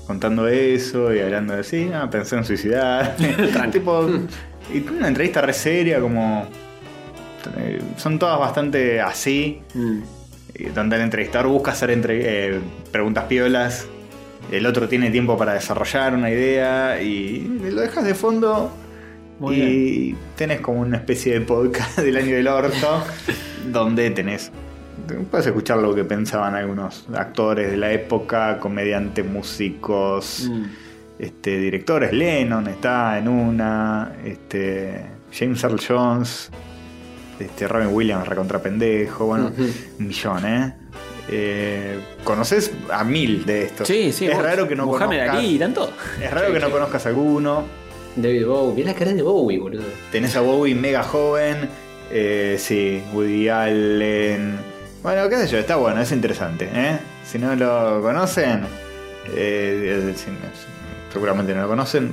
S2: contando eso y hablando de sí, ah, pensé en suicidar. tipo, y una entrevista re seria, como. eh, Son todas bastante así. eh, Donde el entrevistador busca hacer entre- eh, preguntas piolas. El otro tiene tiempo para desarrollar una idea y lo dejas de fondo.
S1: Muy
S2: y tenés como una especie de podcast del año del orto. donde tenés. Puedes escuchar lo que pensaban algunos actores de la época, comediantes,
S1: Mm.
S2: músicos este, directores. Lennon está en una. Este, James Earl Jones. Este, Robin Williams, recontra pendejo. Bueno, un millón, ¿eh? Eh, conoces a mil de estos.
S1: Sí, sí.
S2: Es
S1: vos,
S2: raro que no
S1: Mohamed
S2: conozcas.
S1: Ali, tanto.
S2: Es raro que no conozcas alguno.
S3: David Bowie. Mirá la cara de Bowie, boludo.
S2: Tenés a Bowie mega joven. eh, sí, Woody Allen. Bueno, qué sé yo, está bueno, es interesante. ¿eh? Si no lo conocen, Eh, es- es- seguramente no lo conocen.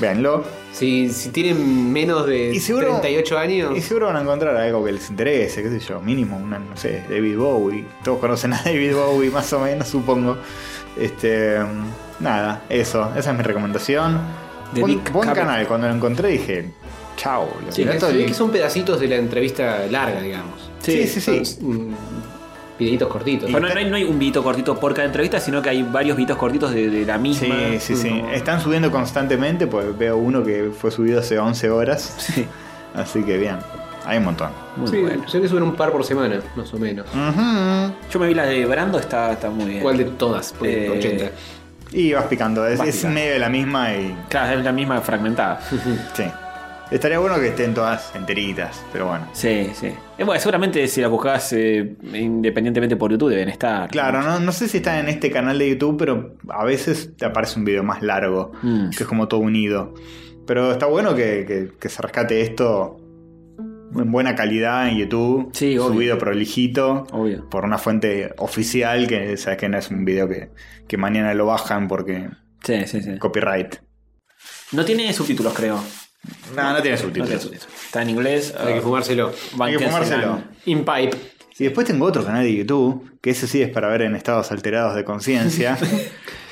S2: Véanlo.
S3: Si, si tienen menos de 38 años.
S2: Y seguro van a encontrar algo que les interese, qué sé yo, mínimo, una, no sé, David Bowie. Todos conocen a David Bowie, más o menos, supongo. Este. Nada, eso, esa es mi recomendación.
S3: The
S2: Buen,
S3: Big
S2: buen
S3: Carpet.
S2: canal, cuando lo encontré dije, chao. lo
S3: Sí, que
S2: pirato
S3: se ve
S2: del-
S3: que son pedacitos de la entrevista larga, digamos.
S2: Sí, sí, sí.
S3: Son, mm, videitos cortitos.
S1: Pero no, no hay, no hay un videito cortito por cada entrevista, sino que hay varios videitos cortitos de, de la misma.
S2: Sí, sí, sí. Están subiendo constantemente, pues veo uno que fue subido hace 11 horas. Así que bien, hay un montón.
S3: sí, Sé que suben un par por semana, más o menos.
S1: Yo me vi la de Brando, está, está muy bien.
S3: ¿Cuál de todas? Porque
S1: Eh,
S3: 80.
S2: Y vas picando, es,
S1: Vas
S2: es
S1: picando.
S2: medio de la misma y.
S1: Claro, es la misma fragmentada.
S2: sí. Estaría bueno que estén todas enteritas, pero bueno.
S1: Sí, sí. Eh, bueno, seguramente si las buscas eh, independientemente por YouTube deben estar.
S2: Claro, no, no sé si están en este canal de YouTube, pero a veces te aparece un video más largo,
S1: Mm.
S2: que es como todo unido. Pero está bueno que, que- que se rescate esto en buena calidad en YouTube, subido prolijito, por una fuente oficial, que sabes que no es un video que, que mañana lo bajan porque
S1: Sí, sí, sí.
S2: copyright.
S1: No tiene subtítulos, creo.
S2: No, no tiene
S1: No tiene
S2: subtítulos.
S1: subtítulos. Está en inglés. ah,
S3: Hay que fumárselo.
S2: Hay que fumárselo.
S3: In pipe.
S2: Y después tengo otro canal de YouTube, que ese sí es para ver en estados alterados de conciencia.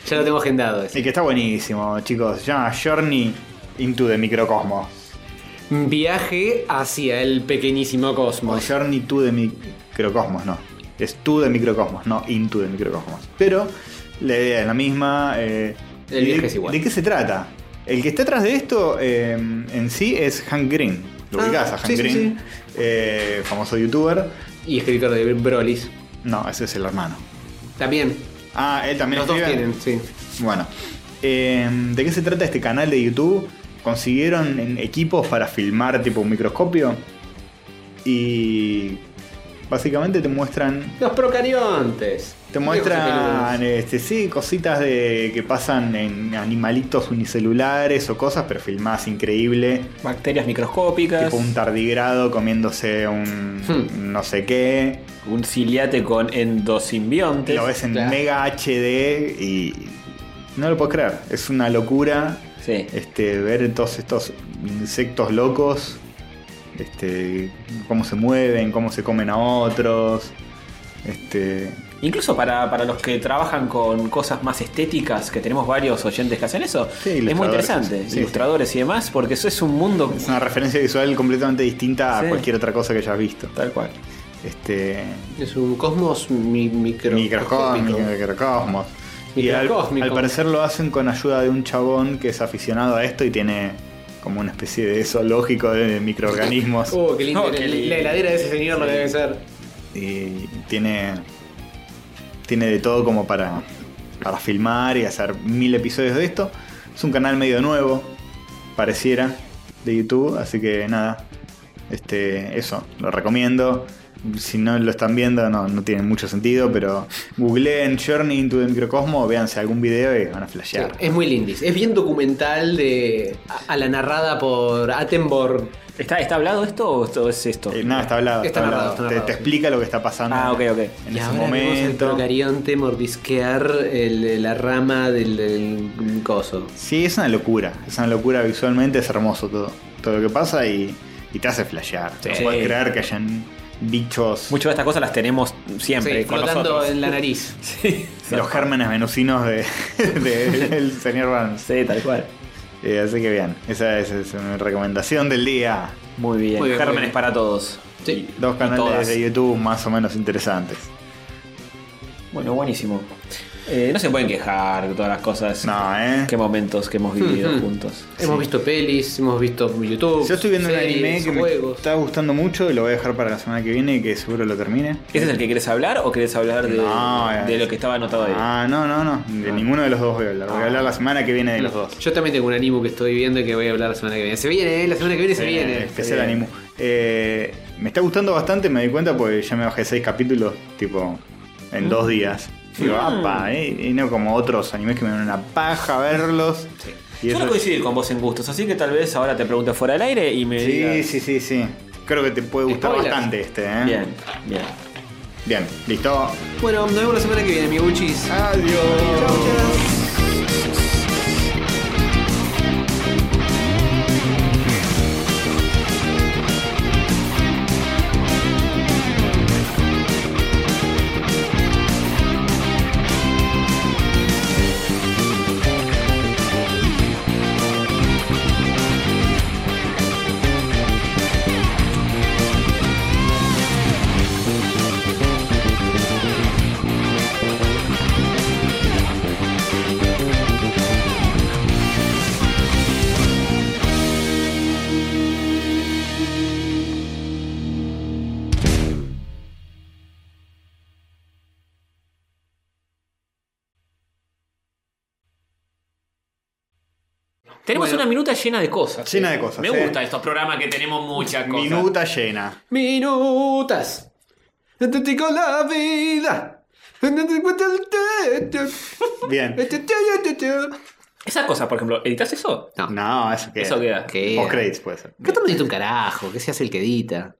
S3: ya lo tengo agendado.
S2: Y que está buenísimo, chicos. Se llama Journey into the Microcosmos.
S3: Viaje hacia el pequeñísimo
S2: O
S3: cosmos.
S2: Journey to the Microcosmos, no. Es to the Microcosmos, no into the Microcosmos. Pero la idea es la misma. eh,
S3: El
S2: ¿y
S3: viaje
S2: de,
S3: es igual.
S2: ¿De qué se trata? El que está atrás de esto eh, en sí es Hank Green. Lo
S3: Ah,
S2: ubicás a Hank
S3: sí, sí,
S2: Green, eh, famoso youtuber.
S3: Y escritor de Brolis.
S2: No, ese es el hermano.
S3: También.
S2: Ah, él también
S3: Los dos
S2: escribe.
S3: tienen, sí.
S2: Bueno, eh, ¿de qué se trata este canal de YouTube? Consiguieron en- equipos para filmar tipo un microscopio y básicamente te muestran
S3: Los procariontes.
S2: te
S3: Viejos y
S2: muestran
S3: peludos.
S2: este, sí, cositas de que pasan en animalitos unicelulares o cosas, pero filmadas increíble.
S1: Bacterias microscópicas.
S2: Tipo un tardigrado comiéndose un no sé qué.
S1: Un ciliate con endosimbiontes.
S2: Lo ves en
S1: Claro.
S2: mega HD y no lo puedes creer. Es una locura
S1: Sí.
S2: este, ver todos estos insectos locos, este, cómo se mueven, cómo se comen a otros. Este,
S1: Incluso para, para los que trabajan con cosas más estéticas, que tenemos varios oyentes que hacen eso, es muy
S2: ilustradores.
S1: interesante.
S2: Sí, sí.
S1: ilustradores y demás, porque eso es un mundo.
S2: Es una referencia visual completamente distinta
S1: Sí.
S2: a cualquier otra cosa que hayas visto.
S1: Tal cual.
S2: Este,
S3: Es un cosmos mi- micro-
S2: microcosmos, microcosmos. Y al,
S3: Microcósmico.
S2: al parecer lo hacen con ayuda de un chabón que es aficionado a esto y tiene como una especie de zoológico de microorganismos.
S3: Oh, qué lindo.
S2: No,
S3: la,
S2: qué lindo.
S3: la heladera de ese señor lo
S2: Sí.
S3: debe ser.
S2: y tiene tiene de todo como para para filmar y hacer mil episodios de esto es un canal medio nuevo pareciera de YouTube así que nada este eso lo recomiendo si no lo están viendo no, no tiene mucho sentido pero googleen Journey into the Microcosmo véanse algún video y van a flashear
S3: Es muy lindis. Es bien documental de a, a la narrada por Attenborough.
S1: ¿Está, ¿Está hablado esto o esto es esto?
S2: Eh, nada está hablado, está
S3: Está
S2: hablado.
S3: narrado, está
S2: Te-
S3: narrado,
S2: te,
S3: sí.
S2: explica lo que está pasando
S1: Ah, ok, ok.
S2: en
S3: y
S2: ese
S3: ahora vemos al
S2: momento
S3: procarionte mordisquear el- la rama del, del coso.
S2: Sí, es una locura. Es una locura visualmente, es hermoso todo. Todo lo que pasa y, y te hace flashear. No
S1: Sí.
S2: puedes creer que hayan bichos.
S1: Muchas de estas cosas las tenemos siempre
S3: Sí,
S1: con
S3: flotando
S1: nosotros.
S3: en la nariz.
S1: Sí,
S2: Los gérmenes venusinos de, de- del señor Barnes.
S1: Sí, tal cual.
S2: así que bien, esa es, es mi recomendación del día.
S1: Muy bien,
S2: Muy bien,
S1: gérmenes
S2: muy bien.
S1: para todos.
S2: Dos
S1: todas.
S2: canales de YouTube más o menos interesantes.
S1: Bueno, buenísimo. Eh, no se pueden quejar de todas las cosas.
S2: No, ¿eh?
S1: Qué momentos que hemos vivido
S3: Ujú.
S1: juntos.
S3: Hemos visto pelis, hemos visto YouTube.
S2: Yo estoy viendo
S3: series,
S2: un anime que me
S3: juegos.
S2: está gustando mucho y lo voy a dejar para la semana que viene que seguro lo termine.
S1: ¿Ese es el que quieres hablar o quieres hablar de,
S2: No, eh,
S1: de lo que estaba anotado ahí?
S2: Ah, no, no, no. De ninguno de los dos voy a hablar. Voy a hablar la semana que viene de los dos.
S3: Yo también tengo un animo que estoy viendo y que voy a hablar la semana que viene. Se viene, ¿eh? la semana que viene se
S2: Eh,
S3: viene.
S2: Especial
S3: Se viene.
S2: Animu. Eh, me está gustando bastante, me di cuenta porque ya me bajé seis capítulos, tipo, en dos días. Digo,
S1: Ah.
S2: apa, eh, y no como otros animes que me dan una paja verlos. Y
S1: Yo
S2: eso-
S1: no coincidir con vos en gustos, así que tal vez ahora te pregunte fuera del aire y me
S2: Sí,
S1: digas.
S2: sí, sí, sí. Creo que te puede gustar
S3: Spoilers.
S2: bastante este, eh.
S1: Bien, bien.
S2: Bien, listo.
S3: Bueno, nos vemos la semana que viene, mi Guchis.
S2: Adiós.
S3: Chau, chau.
S1: Tenemos
S3: Bueno.
S1: una minuta llena de cosas. eh.
S2: Llena de cosas,
S1: Me
S2: sí.
S1: gustan estos programas que tenemos muchas cosas.
S2: Minuta llena.
S3: Minutas. Detente con la vida.
S2: Bien.
S3: Este
S1: Esas cosas, por ejemplo, ¿editas eso?
S3: No.
S2: No, eso queda.
S1: Eso queda.
S3: ¿Qué?
S2: Post credits puede ser.
S3: ¿Qué te medita un carajo? ¿Qué se hace el que edita?